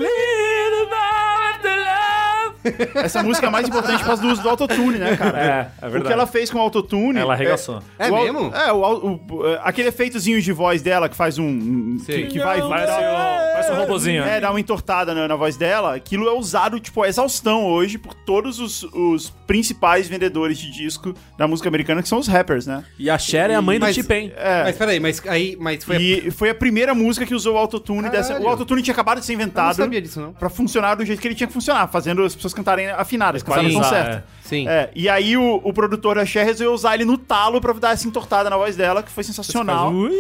Essa música é mais importante por causa do uso do autotune, né, cara?
[laughs] É, é
O que
verdade.
ela fez com o autotune.
Ela arregaçou.
É
o au-
mesmo?
É, o au- o- é, aquele efeitozinho de voz dela que faz um- um.
Sei.
Que, que vai.
Faz
dá-
o, faz o robozinho.
É, dá uma entortada na, na voz dela. Aquilo é usado, tipo, a exaustão hoje por todos os, os principais vendedores de disco da música americana, que são os rappers, né?
E a Cher é a mãe do
Mas-
T-Pain.
É.
Mas peraí, mas aí. Mas foi.
E foi a primeira música que usou o autotune
Caralho.
dessa. O autotune tinha acabado de ser
Eu não
inventado
sabia disso, não.
pra funcionar do jeito que ele tinha que funcionar, fazendo as pessoas cantarem afinadas, cantarem
Sim.
com
É.
certo.
Sim. Ah,
É, e aí o, o produtor da Cher resolveu usar ele no talo pra dar essa entortada na voz dela, que foi sensacional.
um-
Ui.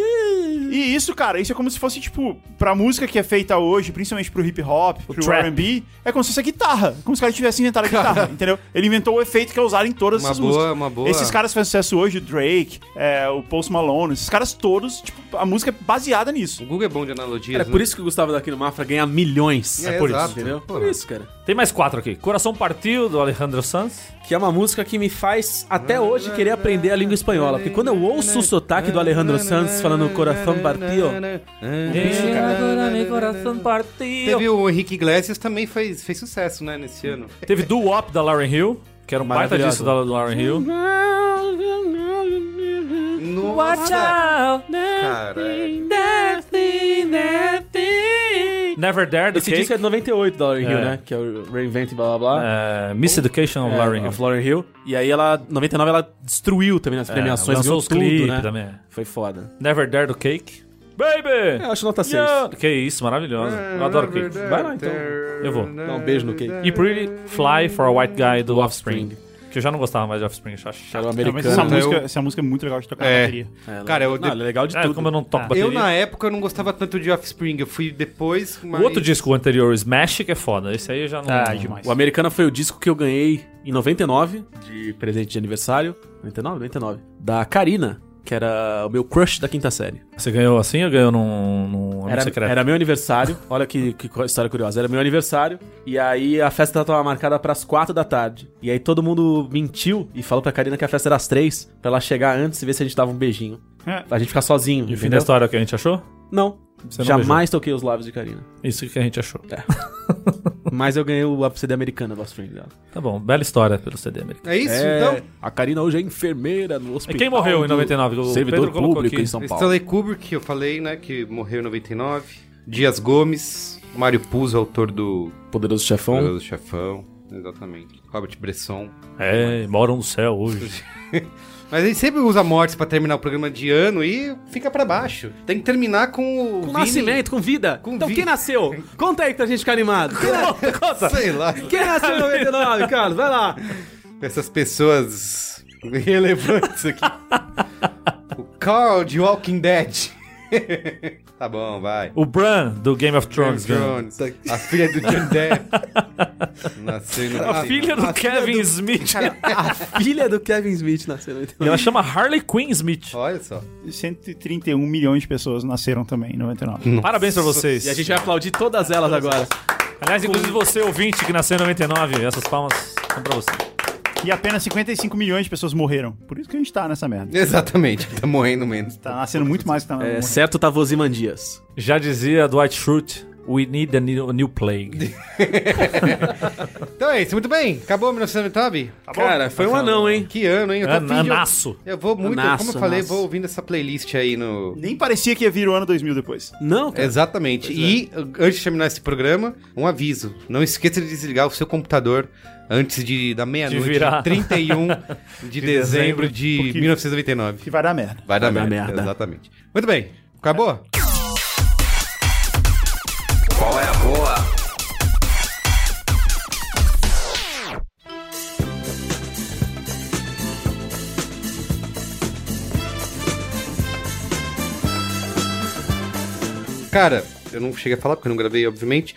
E isso, cara, isso é como se fosse, tipo, pra música que é feita hoje, principalmente pro hip hop, pro
trap.
R&B, é como se fosse a guitarra. Como se os caras tivessem inventado a guitarra, entendeu? Ele inventou o efeito que é usado em todas
Uma
essas
boa,
músicas.
uma boa.
Esses caras que fazem sucesso hoje, o Drake, é, o Post Malone, esses caras todos, tipo, a música é baseada nisso.
O Google é bom de analogias.
Cara, é por isso que o Gustavo daqui no Mafra ganha milhões.
É,
por
exato.
isso, entendeu? Por
Porra.
isso, cara.
Tem mais quatro aqui. Coração Partiu, do Alejandro Sanz.
Que é uma música que me faz até hoje querer aprender a língua espanhola. Porque quando eu ouço o sotaque do Alejandro Sanz falando coração partiu,
Agora meu coração partiu.
Teve o Henrique Iglesias também fez, fez sucesso, né, nesse ano.
Teve Do Wop da Lauren Hill, que era um baita
Maravilhosa.
disso da Lauren Hill.
Uhum.
Nossa, cara.
Never Dare, do
Esse disco
Cake.
é de 98 da Lauren Hill,
É.
né? Que é o Reinvent e blá blá blá.
É, Miss Education of
É,
Lauren
of
Hill.
Lauryn Hill. E aí ela, 99, ela destruiu também nas premiações,
É, lançou
ganhou
os
tudo,
clipes
né?
também. é.
Foi foda.
Never Dare, do Cake. Baby!
É, eu acho nota 6.
Yeah. É, Que isso, maravilhosa. Eu adoro Cake.
Vai lá, então.
Eu vou.
Dá um beijo no cake.
E Pretty Fly for a White Guy, do Offspring. Que eu já não gostava mais de Offspring, achava chato.
Era uma
É, mas essa,
americana.
Então
Puta,
música,
eu-
essa música é muito legal de tocar
É.
na bateria.
É,
Cara, eu
não,
de-
ela é legal de
É,
tudo.
como eu não toco
Eu,
bateria.
na época, eu não gostava tanto de Offspring. Eu fui depois, mas...
O outro disco o anterior, o Smash, que é foda. Esse aí eu já não.
Ah, demais.
O Americana foi o disco que eu ganhei em 99, de presente de aniversário. 99? 99. Da Karina, que era o meu crush da quinta série.
Você ganhou assim ou ganhou num, num
Era,
amigo secreto?
era
[laughs]
meu aniversário. Olha que, que co- história curiosa. Era meu aniversário. E aí a festa tava marcada pras quatro da tarde. E aí todo mundo mentiu e falou pra Karina que a festa era às três, pra ela chegar antes e ver se a gente dava um beijinho.
É.
Pra gente ficar
E
sozinho.
o fim da
entendeu?
história que a gente achou?
Não.
não
Jamais toquei os lábios de Karina.
Isso que a gente achou.
É. Mas eu ganhei o CD americano do Offspring dela.
Tá bom, bela história pelo CD americano.
É isso,
É,
então?
A Karina hoje é enfermeira no hospital.
E quem morreu em
do
99? O
Servidor
Pedro colocou
público
aqui.
em São Paulo.
Stanley Kubrick, que eu falei, né, que morreu em 99. Dias Gomes, Mário Puzo, autor do
Poderoso chefão.
Poderoso Chefão. Exatamente. Robert Bresson.
É, moram no céu hoje.
[laughs] Mas ele sempre usa mortes pra terminar o programa de ano e fica pra baixo. Tem que terminar com o.
Com
Vini-
nascimento, com vida.
Com
então
vi-
quem nasceu? Conta aí pra gente ficar animado. Quem, na-
Sei lá.
quem nasceu em 99, Carlos? Vai lá.
Essas pessoas irrelevantes aqui. o Carl de Walking Dead. [laughs] tá bom, vai.
O Bran, do Game of Thrones.
Game of
ganhou.
Thrones. A filha do John Depp. Nasceu em
A
95.
filha do Kevin [laughs] Smith.
A filha do Kevin Smith nasceu em 99.
Ela chama Harley Quinn Smith.
Olha só.
131 milhões de pessoas nasceram também em 99.
Parabéns pra vocês.
E a gente vai aplaudir todas elas agora.
Aliás, inclusive você, ouvinte, que nasceu em 99, essas palmas são pra você.
E apenas 55 milhões de pessoas morreram. Por isso que a gente tá nessa merda.
Exatamente. Tá morrendo menos.
Tá nascendo muito mais que tá
É,
morrendo.
certo tá Vozimandias.
Já dizia Dwight Schrute, we need a new, a new plague.
Então é isso. Muito bem. Acabou 1999?
Cara, foi um anão, hein?
Que ano, hein? [laughs] Eu tô
An-
afim de- um-
Anaço.
Eu vou muito,
Anaço,
como eu falei,
anaço.
vou ouvindo essa playlist aí no...
Nem parecia que ia vir o ano 2000 depois.
Não, cara.
Exatamente.
é.
E antes de terminar esse programa, um aviso. Não esqueça de desligar o seu computador antes de, da meia-noite,
De virar. [laughs]
31 de, dezembro
dezembro,
de 1999.
Que vai dar merda.
Vai dar merda.
merda.
Exatamente. Muito bem. Acabou?
Qual é a boa?
Cara, eu não cheguei a falar porque eu não gravei, obviamente.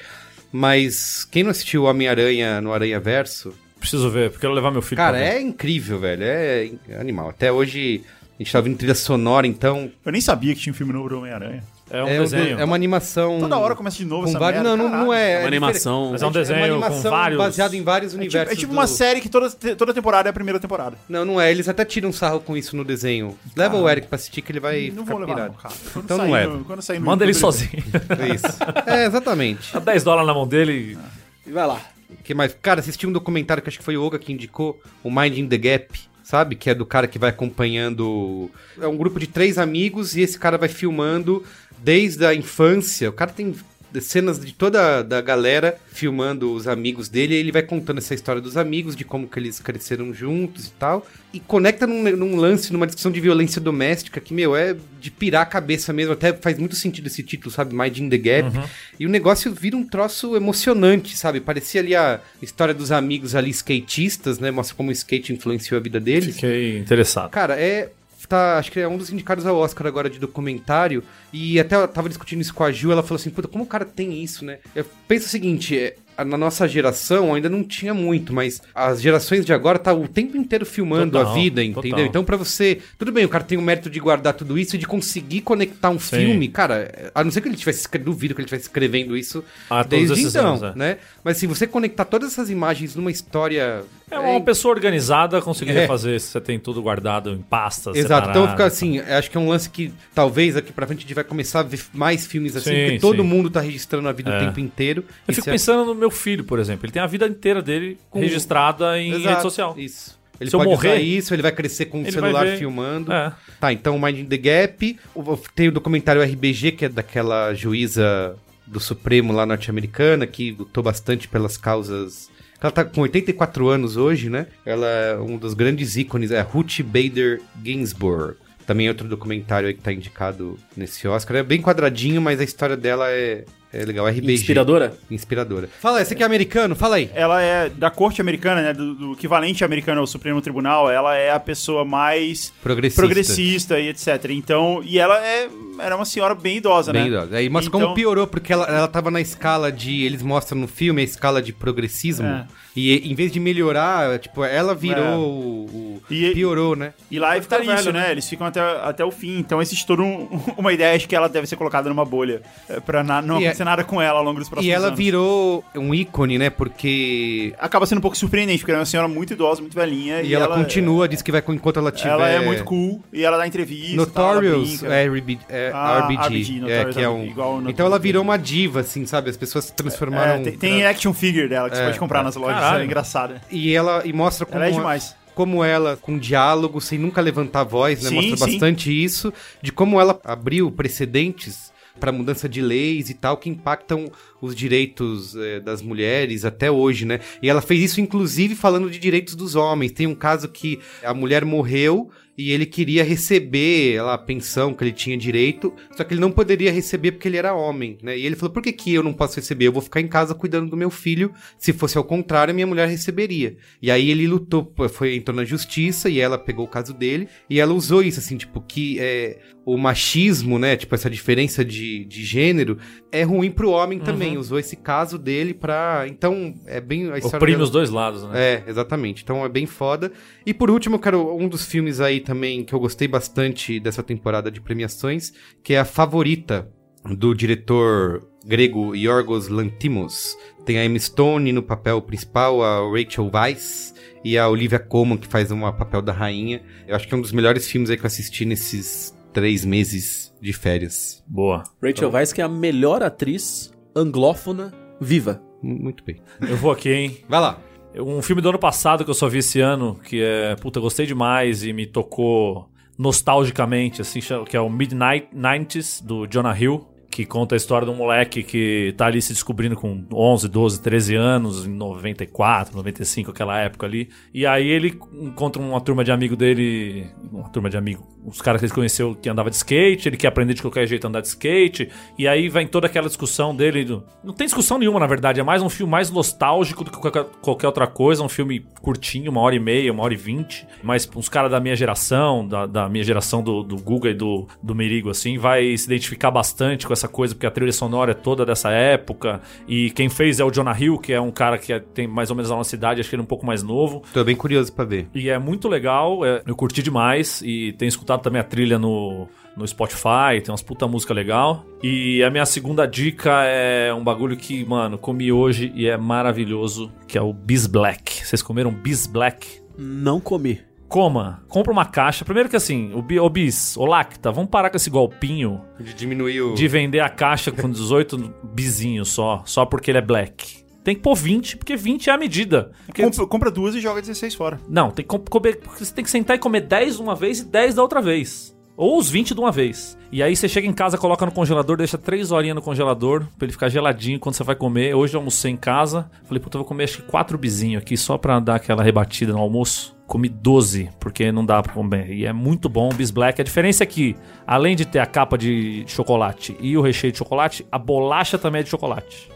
Mas quem não assistiu Homem-Aranha no Aranha Verso,
Preciso ver, porque eu quero levar meu filho
Cara,
pra ver.
é incrível, velho. É in- é animal. Até hoje a gente tá ouvindo trilha sonora, então.
Eu nem sabia que tinha um filme novo do Homem-Aranha.
É um
é, um de-
desenho.
é uma animação.
Toda hora começa de novo
com
essa
vários.
merda.
Não, não, não é.
É uma
é
animação.
Mas
diferente.
é um desenho
uma
com
animação
vários...
baseada em vários
É tipo,
universos.
é tipo uma
do-
série que toda, toda temporada é a primeira temporada.
Não, não é. Eles até tiram sarro com isso no desenho. Leva o Eric pra assistir que ele vai
Não
ficar
vou levar,
pirado.
não, cara. Quando
Então
sair
não é.
no- quando sair no
[laughs]
Manda ele
YouTube,
sozinho.
É isso. É, exatamente.
Dá 10 Tá dólares na mão dele.
Vai lá.
O que mais? Cara, assisti um documentário que acho que foi o Oga que indicou, o Minding the Gap, sabe? Que é do cara que vai acompanhando. É um grupo de três amigos e esse cara vai filmando desde a infância. O cara tem cenas de toda a- da galera filmando os amigos dele, e ele vai contando essa história dos amigos, de como que eles cresceram juntos e tal, e conecta num, num lance, numa discussão de violência doméstica que, meu, é de pirar a cabeça mesmo, até faz muito sentido esse título, sabe, Minding the Gap, e o negócio vira um troço emocionante, sabe, parecia ali a história dos amigos ali skatistas, né, mostra como o skate influenciou a vida deles,
Fiquei interessado.
cara, é tá, acho que é um dos indicados ao Oscar agora de documentário, e até eu tava discutindo isso com a Ju, ela falou assim, puta, como o cara tem isso, né? Eu penso o seguinte, é, a- na nossa geração ainda não tinha muito, mas as gerações de agora tá o tempo inteiro filmando
Total,
a vida, entendeu?
total.
Então pra você, tudo bem, o cara tem o mérito de guardar tudo isso e de conseguir conectar um
Sim.
filme, cara, a não ser que ele tivesse, escre- duvido que ele estivesse escrevendo isso
Há todos
desde
esses
então,
anos, é.
né? Mas se você conectar todas essas imagens numa história...
É uma pessoa organizada conseguiria
É.
fazer isso. Você tem tudo guardado em pastas.
Exato, então fica
separadas.
assim, acho que é um lance que talvez aqui pra frente a gente vai começar a ver mais filmes assim,
Sim,
porque todo
sim. É.
mundo tá registrando a vida o tempo inteiro.
Eu
Isso
fico
é-
pensando no meu filho, por exemplo. Ele tem a vida inteira dele registrada em
Exato,
rede social.
Isso. Ele
Se eu
pode morrer,
morrer,
isso, ele vai crescer com o
ele
celular
vai ver.
filmando.
É.
Tá, então Mind the Gap, o- tem o documentário RBG, que é daquela juíza do Supremo lá norte-americana, que lutou bastante pelas causas... Ela tá com 84 anos hoje, né? Ela é um dos grandes ícones, é a Ruth Bader Ginsburg. Também é outro documentário aí que tá indicado nesse Oscar. É bem quadradinho, mas a história dela é, é legal. RBG.
Inspiradora?
Inspiradora. Fala aí, você que é americano, fala aí.
Ela é da corte americana, né? Do, do equivalente americano ao Supremo Tribunal. Ela é a pessoa mais
Progressista.
progressista e etc. Então, e ela é, era uma senhora bem idosa, né?
Bem idosa. é. Aí, mas como
Então-
piorou, porque ela, ela tava na escala de. Eles mostram no filme a escala de progressismo.
É.
E em vez de melhorar, tipo, ela virou
É.
o. o-
E-
piorou, né?
E lá
ficar
fica isso,
velho,
né? Eles ficam até, até o fim. Então existe toda um- [laughs] uma ideia de que ela deve ser colocada numa bolha é, pra na- não
E é-
acontecer nada com ela ao longo dos próximos
E ela
anos.
virou um ícone, né? Porque.
Acaba sendo um pouco surpreendente, porque ela é uma senhora muito idosa, muito velhinha.
E, ela, continua, diz que vai enquanto ela tiver.
Ela é muito cool e ela dá entrevista.
Notorious
tal, ela brinca. né?
RB, é,
Ah,
RBG,
RBG,
é,
Notorious
que é um...
RBG, igual o
então ela
Notorious
virou uma diva, assim, sabe? As pessoas se transformaram...
É, tem, tem action figure dela que você pode comprar nas lojas,
Caralho.
é engraçada.
E ela e mostra como
Ela é demais.
como ela, com diálogo, sem nunca levantar a voz, né?
Sim,
Mostra
sim.
bastante isso, de como ela abriu precedentes para mudança de leis e tal, que impactam os direitos eh, das mulheres até hoje, né? E ela fez isso, inclusive, falando de direitos dos homens. Tem um caso que a mulher morreu e ele queria receber lá, a pensão que ele tinha direito, só que ele não poderia receber porque ele era homem, né? E ele falou, por que, que eu não posso receber? Eu vou ficar em casa cuidando do meu filho, se fosse ao contrário, minha mulher receberia. E aí ele lutou, pô, foi entrou na justiça e ela pegou o caso dele e ela usou isso, assim, tipo, que é, o machismo, né? Tipo, essa diferença de, de gênero é ruim pro homem também. Usou esse caso dele pra. Então, é bem. A história
Oprime
dela-
os dois lados, né?
é, exatamente. Então é bem foda. E por último, eu quero um dos filmes aí também que eu gostei bastante dessa temporada de premiações, que é a favorita do diretor grego Yorgos Lantimos. Tem a Emma Stone no papel principal, a Rachel Weisz e a Olivia Colman que faz um papel da rainha. Eu acho que é um dos melhores filmes aí que eu assisti nesses três meses de férias.
Boa.
Rachel Weisz, que é a melhor atriz anglófona viva.
M- Muito bem.
Eu vou aqui, hein?
Vai lá.
Um filme do ano passado que eu só vi esse ano, que é, puta, gostei demais e me tocou nostalgicamente, assim, chama- que é o Midnight 90s, do Jonah Hill, que conta a história de um moleque que tá ali se descobrindo com 11, 12, 13 anos, em 94, 95, aquela época ali. E aí ele encontra uma turma de amigo dele, uma turma de amigo, os caras que ele conheceu que andava de skate, ele quer aprender de qualquer jeito a andar de skate, e aí vem toda aquela discussão dele. do- Não tem discussão nenhuma, na verdade, é mais um filme mais nostálgico do que qualquer, qualquer outra coisa, um filme curtinho, uma hora e meia, uma hora e vinte, mas uns caras da minha geração, da, da minha geração do, do Guga e do, do Merigo, assim, vai se identificar bastante com essa coisa, porque a trilha sonora é toda dessa época, e quem fez é o Jonah Hill, que é um cara que é- tem mais ou menos a nossa idade, acho que ele é um pouco mais novo,
Tô bem curioso pra ver.
e é muito legal, é, eu curti demais e tenho escutado também a trilha no, no Spotify, tem umas puta música legal. E a minha segunda dica é um bagulho que, mano, comi hoje e é maravilhoso, que é o Bis Black. Vocês comeram Bis Black?
Não comi.
Coma, compra uma caixa. Primeiro que assim, o, bi, o Bis, o Lacta, vamos parar com esse golpinho
De diminuir o.
de vender a caixa com 18 bizinhos só, só porque ele é black. Tem que pôr 20, porque 20 é a medida. Porque
Compra, compra duas e joga 16 fora.
não, tem que com- comer, porque você tem que sentar e comer 10 de uma vez e 10 da outra vez. Ou os 20 de uma vez. E aí você chega em casa, coloca no congelador, deixa 3 horinhas no congelador pra ele ficar geladinho quando você vai comer. Hoje eu almocei em casa. Falei, puta, eu vou comer acho que 4 bizinhos aqui só pra dar aquela rebatida no almoço. Comi 12, porque não dá pra comer. E é muito bom o Bis Black. A diferença é que, além de ter a capa de chocolate e o recheio de chocolate, a bolacha também é de chocolate.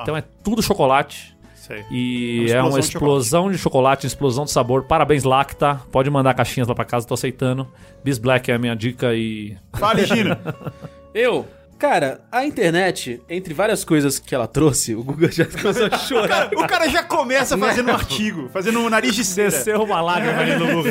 Então é tudo chocolate.
Sei.
E
Uma
Ah. é uma
explosão
explosão de chocolate, explosão de sabor. Parabéns, Lacta. Pode mandar caixinhas lá pra casa, tô aceitando. Bis Black é a minha dica e.
[laughs] Fale, Gino.
Eu. Cara, a internet, entre várias coisas que ela trouxe, o Google já começou a chorar.
o cara já começa fazendo um artigo, fazendo um [laughs] nariz de cera.
Desceu uma lágrima ali no Google.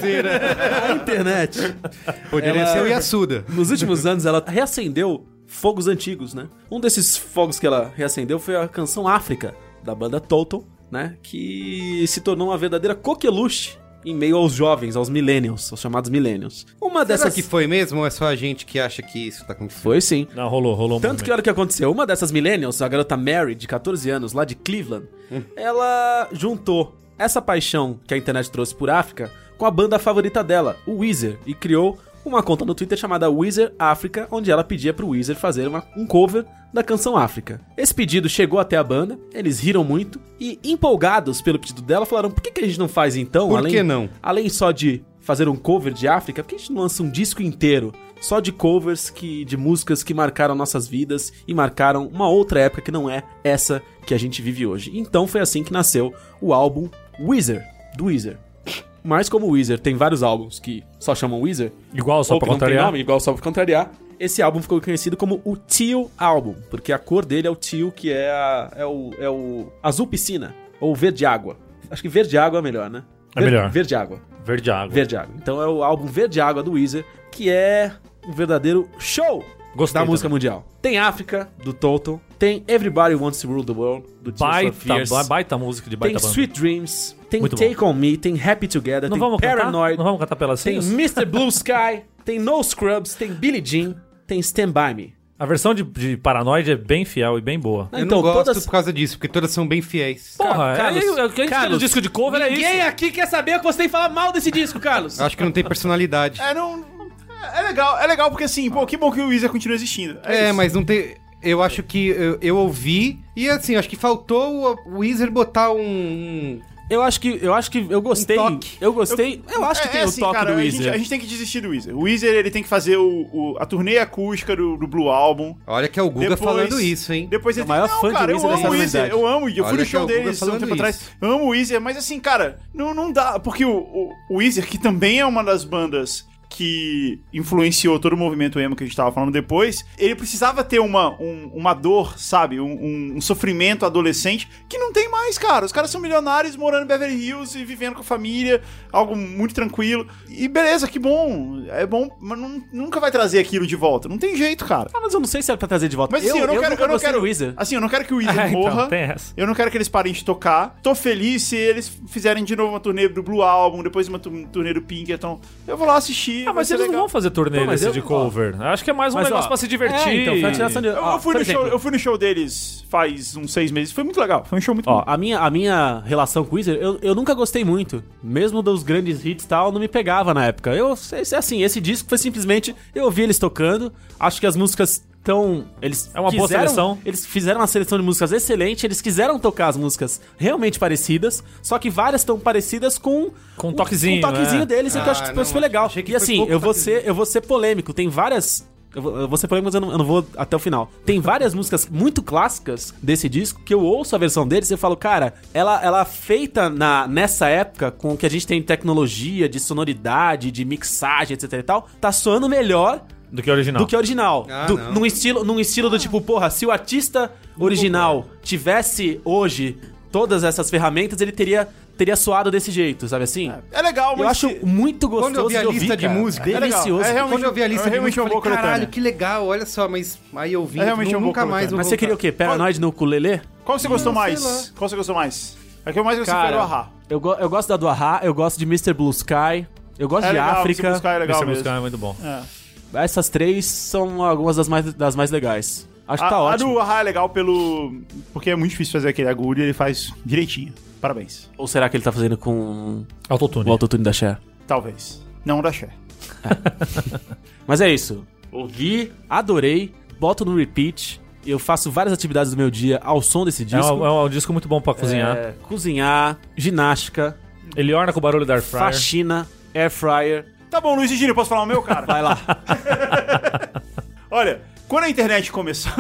A internet, [laughs]
Poderia
Ela-
ser o Yasuda.
nos últimos anos, ela reacendeu fogos antigos, né? Um desses fogos que ela reacendeu foi a canção África, da banda Total, né? Que se tornou uma verdadeira coqueluche em meio aos jovens, aos millennials, aos chamados millennials. Uma
Essa
dessas...
que foi mesmo ou é só a gente que acha que isso tá acontecendo?
Foi sim.
Não, rolou, rolou um
Tanto que
momento.
olha o que aconteceu. Uma dessas millennials, a garota Mary, de 14 anos, lá de Cleveland,
Hum.
ela juntou essa paixão que a internet trouxe por África com a banda favorita dela, o Weezer, e criou uma conta no Twitter chamada Weezer África, onde ela pedia pro Weezer fazer uma- um cover da canção África. Esse pedido chegou até a banda, eles riram muito e, empolgados pelo pedido dela, falaram: por que, que a gente não faz então?
Por
além-
que não?
Além só de fazer um cover de África, por que a gente não lança um disco inteiro só de covers que de músicas que marcaram nossas vidas e marcaram uma outra época que não é essa que a gente vive hoje. Então foi assim que nasceu o álbum Weezer, do Weezer. Mas como o Weezer tem vários álbuns que só chamam Weezer,
Igual, só
ou
pra
que não tem
contrariar.
nome, igual só pra contrariar, esse álbum ficou conhecido como o Teal Album, porque a cor dele é o teal, que é, a- é o, é o azul piscina, ou verde água. Acho que verde água é melhor, né?
É melhor.
Verde água.
Verde água.
Verde Água. Então é o álbum Verde Água do Weezer, que é um verdadeiro show
Gostei
da
também.
música mundial. Tem África, do Toto. Tem Everybody Wants to Rule the World, do Tears for
Baita,
Fears.
ba- baita música de
tem
baita banda.
Sweet Dreams. Tem
Muito
Take On Me. Tem Happy Together.
Não
tem
vamos cantar?
Paranoid.
Não vamos cantar pelas
tem
cinzas?
Mr. Blue Sky. tem No Scrubs. Tem Billie Jean. Tem Stand By Me.
A versão de, de Paranoid é bem fiel e bem boa.
Ah,
Eu não gosto por causa disso, porque todas são bem fiéis.
Porra,
Carlos,
é, é, o que a gente tem no
Carlos,
disco de cover é isso.
Ninguém aqui quer saber o que você tem que falar mal desse disco, Carlos.
Eu acho que não tem personalidade.
É, não. É legal, é legal porque assim, pô, que bom que o Weezer continua existindo.
É,
isso.
mas não tem. Eu acho que eu, eu ouvi e assim, acho que faltou o- o Weezer botar um. um-
Eu acho que eu acho que eu gostei.
toque.
eu gostei. Um Eu, acho que
É-
tem
é
o
assim,
toque
cara,
do
a
Weezer.
Gente, a gente tem que desistir do Weezer. O Weezer ele tem que fazer o, o- a turnê acústica do, do Blue Album.
Olha que é o Guga
Depois-
falando isso, hein?
Depois
É
ele
o maior
tem,
fã de
eu
Weezer
amo
dessa
o Weezer,
humanidade.
eu amo, eu
Olha
fui no
que
show
é o Guga
deles há um
falando
tempo
isso.
atrás, amo o Weezer, mas assim, cara, não, não dá, porque o, o, o Weezer, que também é uma das bandas que influenciou todo o movimento emo que a gente tava falando depois, ele precisava ter uma, um- uma dor, sabe, um, um- um sofrimento adolescente, que não tem mais, cara, os caras são milionários morando em Beverly Hills e vivendo com a família, algo muito tranquilo, e beleza, que bom, é bom, mas não- nunca vai trazer aquilo de volta, não tem jeito, cara.
Ah, mas eu não sei se era pra trazer de volta.
Mas assim, eu, não quero,
nunca
eu não
gostei
quero
do Weezer.
Assim, eu não quero que o Weezer
É, então,
morra.
tem essa.
Eu não quero que eles parem de tocar. Tô feliz se eles fizerem de novo uma turnê do Blue Album, depois uma tu- turnê do Pinkerton. Eu vou lá assistir.
Ah, mas
vai ser
eles não
legal.
vão fazer turnê
é Pô, mas
desse
eu
de
não-
cover. Acho que é mais um
Mas,
negócio
ó,
pra se divertir.
É, então, foi a tiração de...
Eu,
ó,
eu fui
por
no show,
exemplo,
Ah, eu fui no show deles faz uns seis meses. Foi muito legal. Foi um show muito
Ó,
bom.
a minha, a minha relação com o Weezer, eu, eu nunca gostei muito. Mesmo dos grandes hits e tal, não me pegava na época. Eu, sei sei assim, esse disco foi simplesmente... Eu ouvi eles tocando, acho que as músicas estão... Eles
É uma boa
quiseram-
seleção.
Eles fizeram uma seleção de músicas excelente, eles quiseram tocar as músicas realmente parecidas, só que várias estão parecidas com...
Com um toquezinho,
Com um toquezinho
né?
deles, e que eu
Ah,
acho que
não,
isso foi legal.
achei que
e
foi
assim,
pouco
eu vou
toquezinho.
ser eu vou ser polêmico. Tem várias. Eu vou, eu vou ser polêmico, mas eu não, eu não vou até o final. Tem várias músicas muito clássicas desse disco que eu ouço a versão deles e eu falo, cara, ela, ela é feita na, nessa época, com o que a gente tem de tecnologia, de sonoridade, de mixagem, etc e tal, tá soando melhor
Do que o original.
do que a original.
Ah,
Do-
não.
num, estilo, num estilo do tipo, porra, se o artista original tivesse hoje todas essas ferramentas, ele teria, teria soado desse jeito, sabe assim?
É legal, mas.
Eu acho muito gostoso
Quando eu vi a
de ouvir,
lista de
cara.
música, é
delicioso.
legal. É realmente-
Quando eu vi a lista
é
de música,
realmente
eu
uma
falei,
boa coletânea.
caralho, que legal, olha só, mas aí eu vi,
É realmente
nu-
uma boa
nunca mais
coletânea.
vou
Mas você
voltar.
queria o quê? Paranoid no ukulele?
Qual você gostou
Não, sei
mais? Qual você gostou mais? A que eu mais gostei foi do Ahá.
Cara, eu, go- eu gosto da do Ahá, eu gosto de Mr. Blue Sky, eu gosto
É
de
legal,
África.
Você buscar é legal
Essa
mesmo.
música é muito bom.
Essas três são algumas das mais, das mais legais. Acho que tá
A, a
ótimo.
do Ahá é legal pelo. Porque é muito difícil fazer aquele agulho ele faz direitinho. Parabéns.
Ou será que ele tá fazendo com
É Autotune.
o autotune da Cher?
Talvez. Não da Cher.
Mas é isso. Ouvi, adorei, boto no repeat. Eu faço várias atividades do meu dia ao som desse
É
disco.
um, é um disco muito bom pra cozinhar.
É, cozinhar, ginástica,
Ele orna com o barulho da air fryer.
faxina, air fryer.
Tá bom, Luiz e Gino, posso falar o meu, cara?
Vai lá.
[laughs] Olha, Quando a internet começou,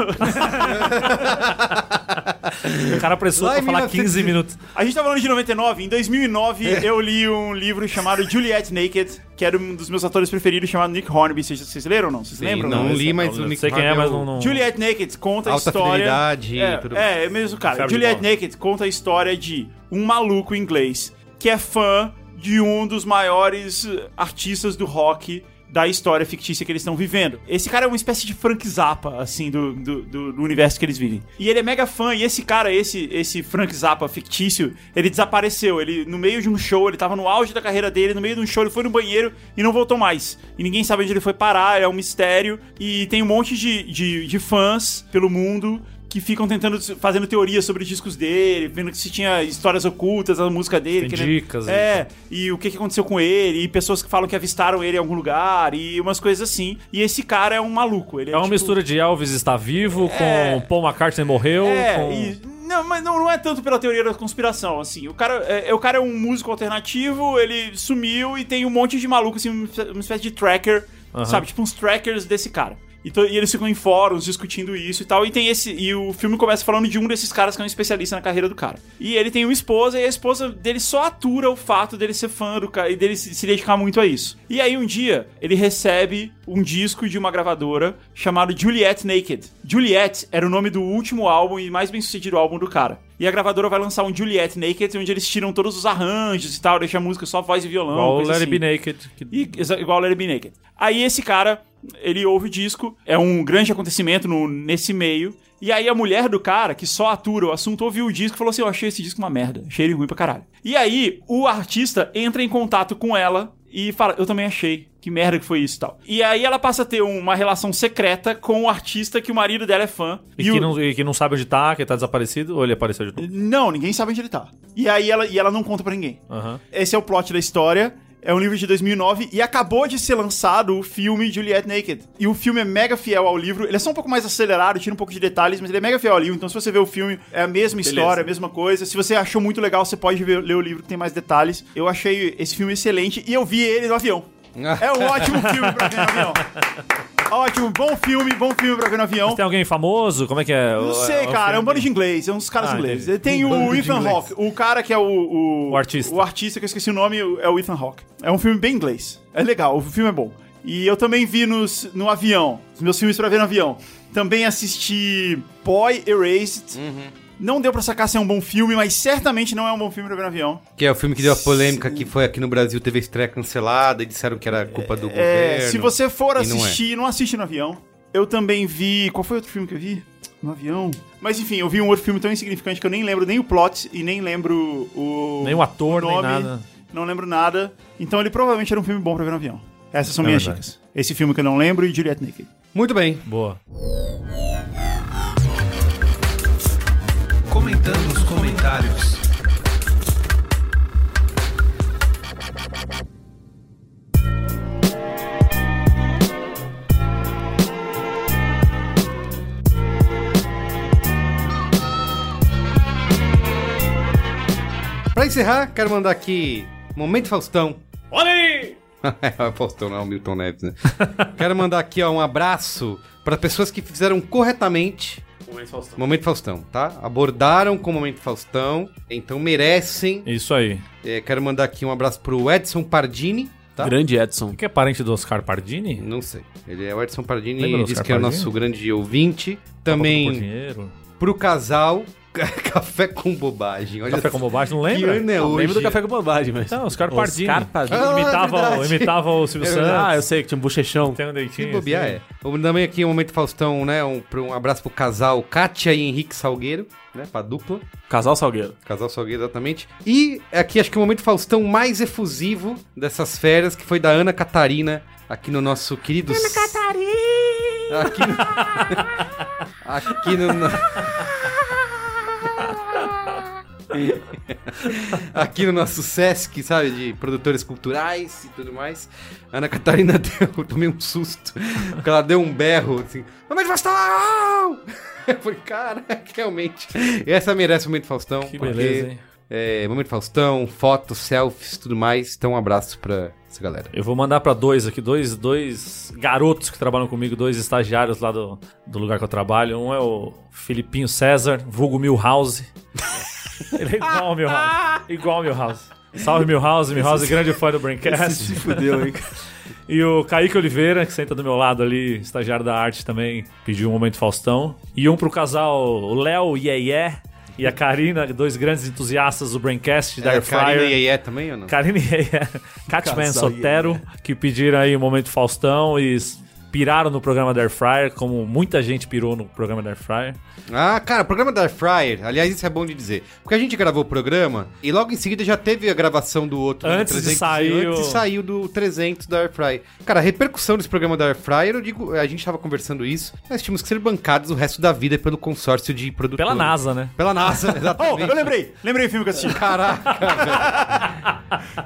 O cara precisou
Lá
pra
em
falar
1900
15 minutos.
a gente tá falando de 99. Em
É.
2009, eu li um livro chamado Juliet Naked, que era um dos meus atores preferidos, chamado Nick Hornby. Vocês, vocês leram ou não? Vocês lembram?
não li, mas o
não
Nick
sei quem é,
Marvel-
mas não. não...
Juliet Naked conta a
Alta
história.
fidelidade e
é,
tudo
é, é mesmo, cara.
Febre de
Juliet
bola.
Naked conta a história de um maluco inglês que é fã de um dos maiores eh, artistas do rock da história fictícia que eles estão vivendo. Esse cara é uma espécie de Frank Zappa, assim, do, do, do- do universo que eles vivem. E ele é mega fã, e esse cara, esse, esse Frank Zappa fictício, ele desapareceu. Ele, no meio de um show, ele tava no auge da carreira dele, no meio de um show, ele foi no banheiro e não voltou mais. E ninguém sabe onde ele foi parar, é um mistério. E tem um monte de, de, de fãs pelo mundo que ficam tentando fazendo teorias sobre os discos dele, vendo que se tinha histórias ocultas da música dele,
Tem
querendo-
dicas,
é, e o que que aconteceu com ele, e pessoas que falam que avistaram ele em algum lugar e umas coisas assim. E esse cara é um maluco, ele é,
É uma
tipo-
mistura de Elvis está vivo
É.
com Paul McCartney morreu.
É,
com...
e- não, mas não, não é tanto pela teoria da conspiração, assim. O cara é, é- o cara é um músico alternativo, ele sumiu e tem um monte de maluco, assim, uma espé- uma espécie de tracker, sabe? Tipo uns trackers desse cara. E, to- e eles ficam em fóruns discutindo isso e tal. E tem esse. E o filme começa falando de um desses caras que é um especialista na carreira do cara. E ele tem uma esposa, e a esposa dele só atura o fato dele ser fã do cara e dele se se dedicar muito a isso. E aí um dia ele recebe um disco de uma gravadora chamado Juliet Naked. Juliet era o nome do último álbum e mais bem sucedido álbum do cara. E a gravadora vai lançar um Juliet Naked, onde eles tiram todos os arranjos e tal, deixa a música só voz e violão.
Igual o
coisa
Larry
assim.
B. Naked. que-
E, exa- igual Let It Be Naked. Aí esse cara, ele ouve o disco, é um grande acontecimento no- nesse meio. E aí a mulher do cara, que só atura o assunto, ouviu o disco e falou assim: Eu achei esse disco uma merda, achei ele ruim pra caralho. E aí o artista entra em contato com ela e fala: Eu também achei. Que merda que foi isso e tal. E aí ela passa a ter uma relação secreta com o artista que o marido dela é fã.
E, que
o-
não, e que não sabe onde tá, que tá desaparecido, ou ele apareceu de novo?
Não, ninguém sabe onde ele tá. E aí ela, e ela não conta pra ninguém.
Aham.
Esse é o plot da história. É um livro de 2009 e acabou de ser lançado o filme Juliet Naked. E o filme é mega fiel ao livro. Ele é só um pouco mais acelerado, tira um pouco de detalhes, mas ele é mega fiel ao livro. Então, se você vê o filme, é a mesma história, a mesma coisa. Se você achou muito legal, você pode ver- ler o livro que tem mais detalhes. Eu achei esse filme excelente e eu vi ele no avião. É um ótimo filme pra ver no avião. Ótimo, bom filme, bom filme pra ver no avião.
Tem alguém famoso? Como é que é?
Não sei, cara. É um bando de inglês. É uns caras
Ah,
ingleses.
entendi.
Tem
Um bando
o
de
Ethan
inglês.
Hawke. O cara que é o... O,
O artista.
O artista, que eu esqueci o nome, é o Ethan Hawke. É um filme bem inglês. É legal. O filme é bom. E eu também vi nos, no avião. Os meus filmes pra ver no avião. Também assisti Boy Erased.
Uhum.
Não deu pra sacar se é um bom filme, mas certamente não é um bom filme pra ver no avião.
Que é o filme que deu a polêmica que foi aqui no Brasil, teve a estreia cancelada e disseram que era culpa do
É,
governo.
se você for
E não é.
assistir, não, assiste no avião. Eu também vi. Qual foi outro filme que eu vi? No avião. Mas enfim, eu vi um outro filme tão insignificante que eu nem lembro nem o plot e nem lembro o.
Nem o ator, nem
nome,
nada.
Não lembro nada. Então ele provavelmente era um filme bom pra ver no avião. Essas são
É
minhas
verdade.
dicas. Esse filme que eu não lembro e Juliet Naked.
Muito bem.
Boa.
Comentando os comentários.
Pra encerrar, quero mandar aqui Momento Faustão. [laughs]
Olha aí!
Faustão não, Milton Neves, né? quero mandar aqui ó, um abraço para pessoas que fizeram corretamente Momento Faustão, tá? Abordaram com o Momento Faustão, então merecem.
Isso aí.
É, quero mandar aqui um abraço pro Edson Pardini, tá?
Grande Edson.
O que é parente do Oscar Pardini?
Não sei. Ele é o Edson Pardini,
Lembra do
diz
Oscar
que é o
Pardini?
nosso grande ouvinte.
Por
Também
dinheiro.
pro casal [laughs] Café com Bobagem. Olha
Café
só.
com bobagem, não
Que
lembra?
ano é
Eu
hoje?
lembro do café com bobagem, mas.
Não, Oscar
Oscar
Pardini.
Pardini.
Ah, é
imitava, o-
verdade. É
imitava o Silvio Santos.
Ah, eu sei que tinha um bochechão.
Tem um deitinho.
Se bobear,
assim.
é. Vamos também aqui um momento Faustão, né? Um, pro- um abraço pro casal Kátia e Henrique Salgueiro, né? Pra dupla.
Casal Salgueiro.
Casal Salgueiro, exatamente. E aqui acho que o momento Faustão mais efusivo dessas férias, que foi da Ana Catarina, aqui no nosso querido. Ana Catarina! Aqui no. aqui no. no- Aqui no nosso Sesc, sabe, de produtores culturais e tudo mais. A Ana Catarina [laughs] deu, eu tomei um susto, porque ela deu um berro, assim, Momento [laughs] Faustão! Eu falei, cara, realmente, essa merece o Momento Faustão.
Que
porque
beleza, hein?
é, Momento Faustão, fotos, selfies, tudo mais. Então, um abraço pra essa galera.
Eu vou mandar pra dois aqui, dois, dois garotos que trabalham comigo, dois estagiários lá do, do lugar que eu trabalho. Um é o Filipinho César, vulgo Milhouse. [laughs] Ele é igual ao Milhouse. Igual ao Milhouse. Salve Milhouse, Milhouse, grande fã do Braincast.
Fudeu,
[laughs]
hein?
é
E o Kaique Oliveira, que senta do meu lado ali, estagiário da arte também, pediu um momento Faustão. E um pro casal o Léo Yeye e a Karina, dois grandes entusiastas do Braincast, da
É,
Airfryer.
Karina e Yeye também ou não? [laughs]
Karine Reia, Catman
Casal
Sotero, que pediram aí o Momento Faustão e s- piraram no programa da Air Fryer, como muita gente pirou no programa da Air Fryer.
Ah, cara, o programa da Air Fryer, aliás, isso é bom de dizer. Porque a gente gravou o programa e logo em seguida já teve a gravação do outro. do
Antes de
300,
sair o-
Antes de sair o do 300 da Air Fryer. Cara, a repercussão desse programa da Air Fryer, eu digo, a gente tava conversando isso, nós tínhamos que ser bancados o resto da vida pelo consórcio de produtores.
Pela NASA, né?
Pela NASA, [laughs]
Oh, [laughs]
exatamente.
eu lembrei. Lembrei o filme que eu assisti.
Caraca,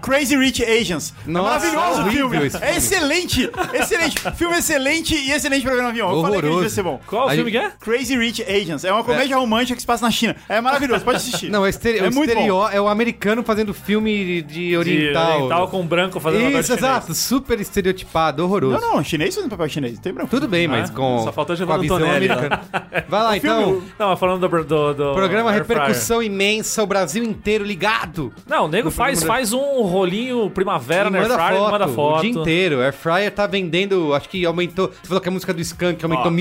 Crazy Rich Asians. É
Nossa,
Maravilhoso o
horrível
filme.
esse
É
filme.
excelente. Excelente. filme excelente e excelente pra ver no avião. Eu falei que ele
Horroroso.
ia ser bom.
Qual o
Aí-
filme que é?
Crazy Rich Asians. É uma comédia romântica que se passa na China. É maravilhoso, pode assistir.
não, é, estere... é,
É muito bom.
é o americano fazendo filme de oriental.
De oriental com branco fazendo papel de
Isso,
chinês.
exato, super estereotipado, horroroso.
Não, não, chinês fazendo papel chinês. Tem branco.
Tudo bem, mas
Ah,
com,
só faltou
com a
Giovanna
visão
Antonelli, né?
americana. [laughs] Vai lá, então.
Não, mas falando do... do, do
Programa
Air Fryer.
repercussão imensa, o Brasil inteiro ligado.
Não, o nego
No
faz,
programa
faz um rolinho primavera
E
na Air Fryer e manda foto.
O dia inteiro. Air Fryer tá vendendo, acho que aumentou. Você falou que a música do Skank aumentou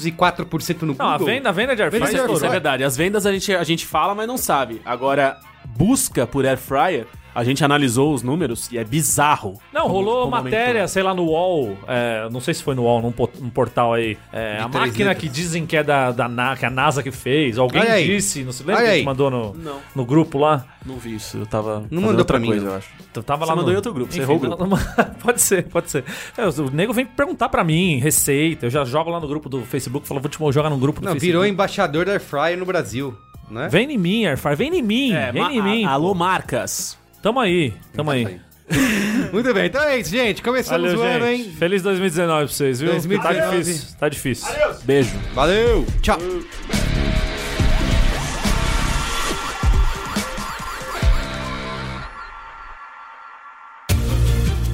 1.204% no
Não, a
Google.
venda, a venda de
Venda
Air Fryer
de Air
Isso é
estourou.
Fryer.
verdade. As vendas a gente, a gente fala, mas não sabe. Agora, busca por air fryer, a gente analisou os números e é bizarro.
Não, rolou
Como- como
matéria,
aumentou.
sei lá, no UOL, é, não sei se foi no UOL, num, po- num portal aí. é, a
três
máquina
letras.
que dizem que é da, da Na- que a NASA que fez, alguém
Olha aí.
disse, não se lembra
Olha
que a
aí.
gente mandou no, no grupo lá?
Não vi isso, eu tava. fazendo
mandou
outra
pra mim,
coisa,
não.
eu acho.
Eu tava
Você
lá
mandou
no...
em outro grupo, você
Enfim,
errou o grupo.
não- [laughs] pode ser, pode ser. É, o nego vem perguntar pra mim, receita, eu já jogo lá no grupo do Facebook, falo, vou te jogar no grupo do
Não,
Facebook.
virou embaixador da Air Fryer no Brasil, né?
Vem em mim, Airfire, vem em mim,
É, ma-
vem em mim.
a- Ah, alô, marcas.
Tamo aí, tamo aí.
aí. Muito bem, então é isso, gente. Começamos
Valeu,
o ano,
gente.
hein?
Feliz 2019 pra vocês, viu?
2019.
Tá difícil, tá difícil.
Beijo.
Valeu, tchau.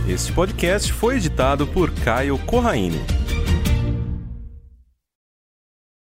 Este podcast foi editado por Caio Corraine.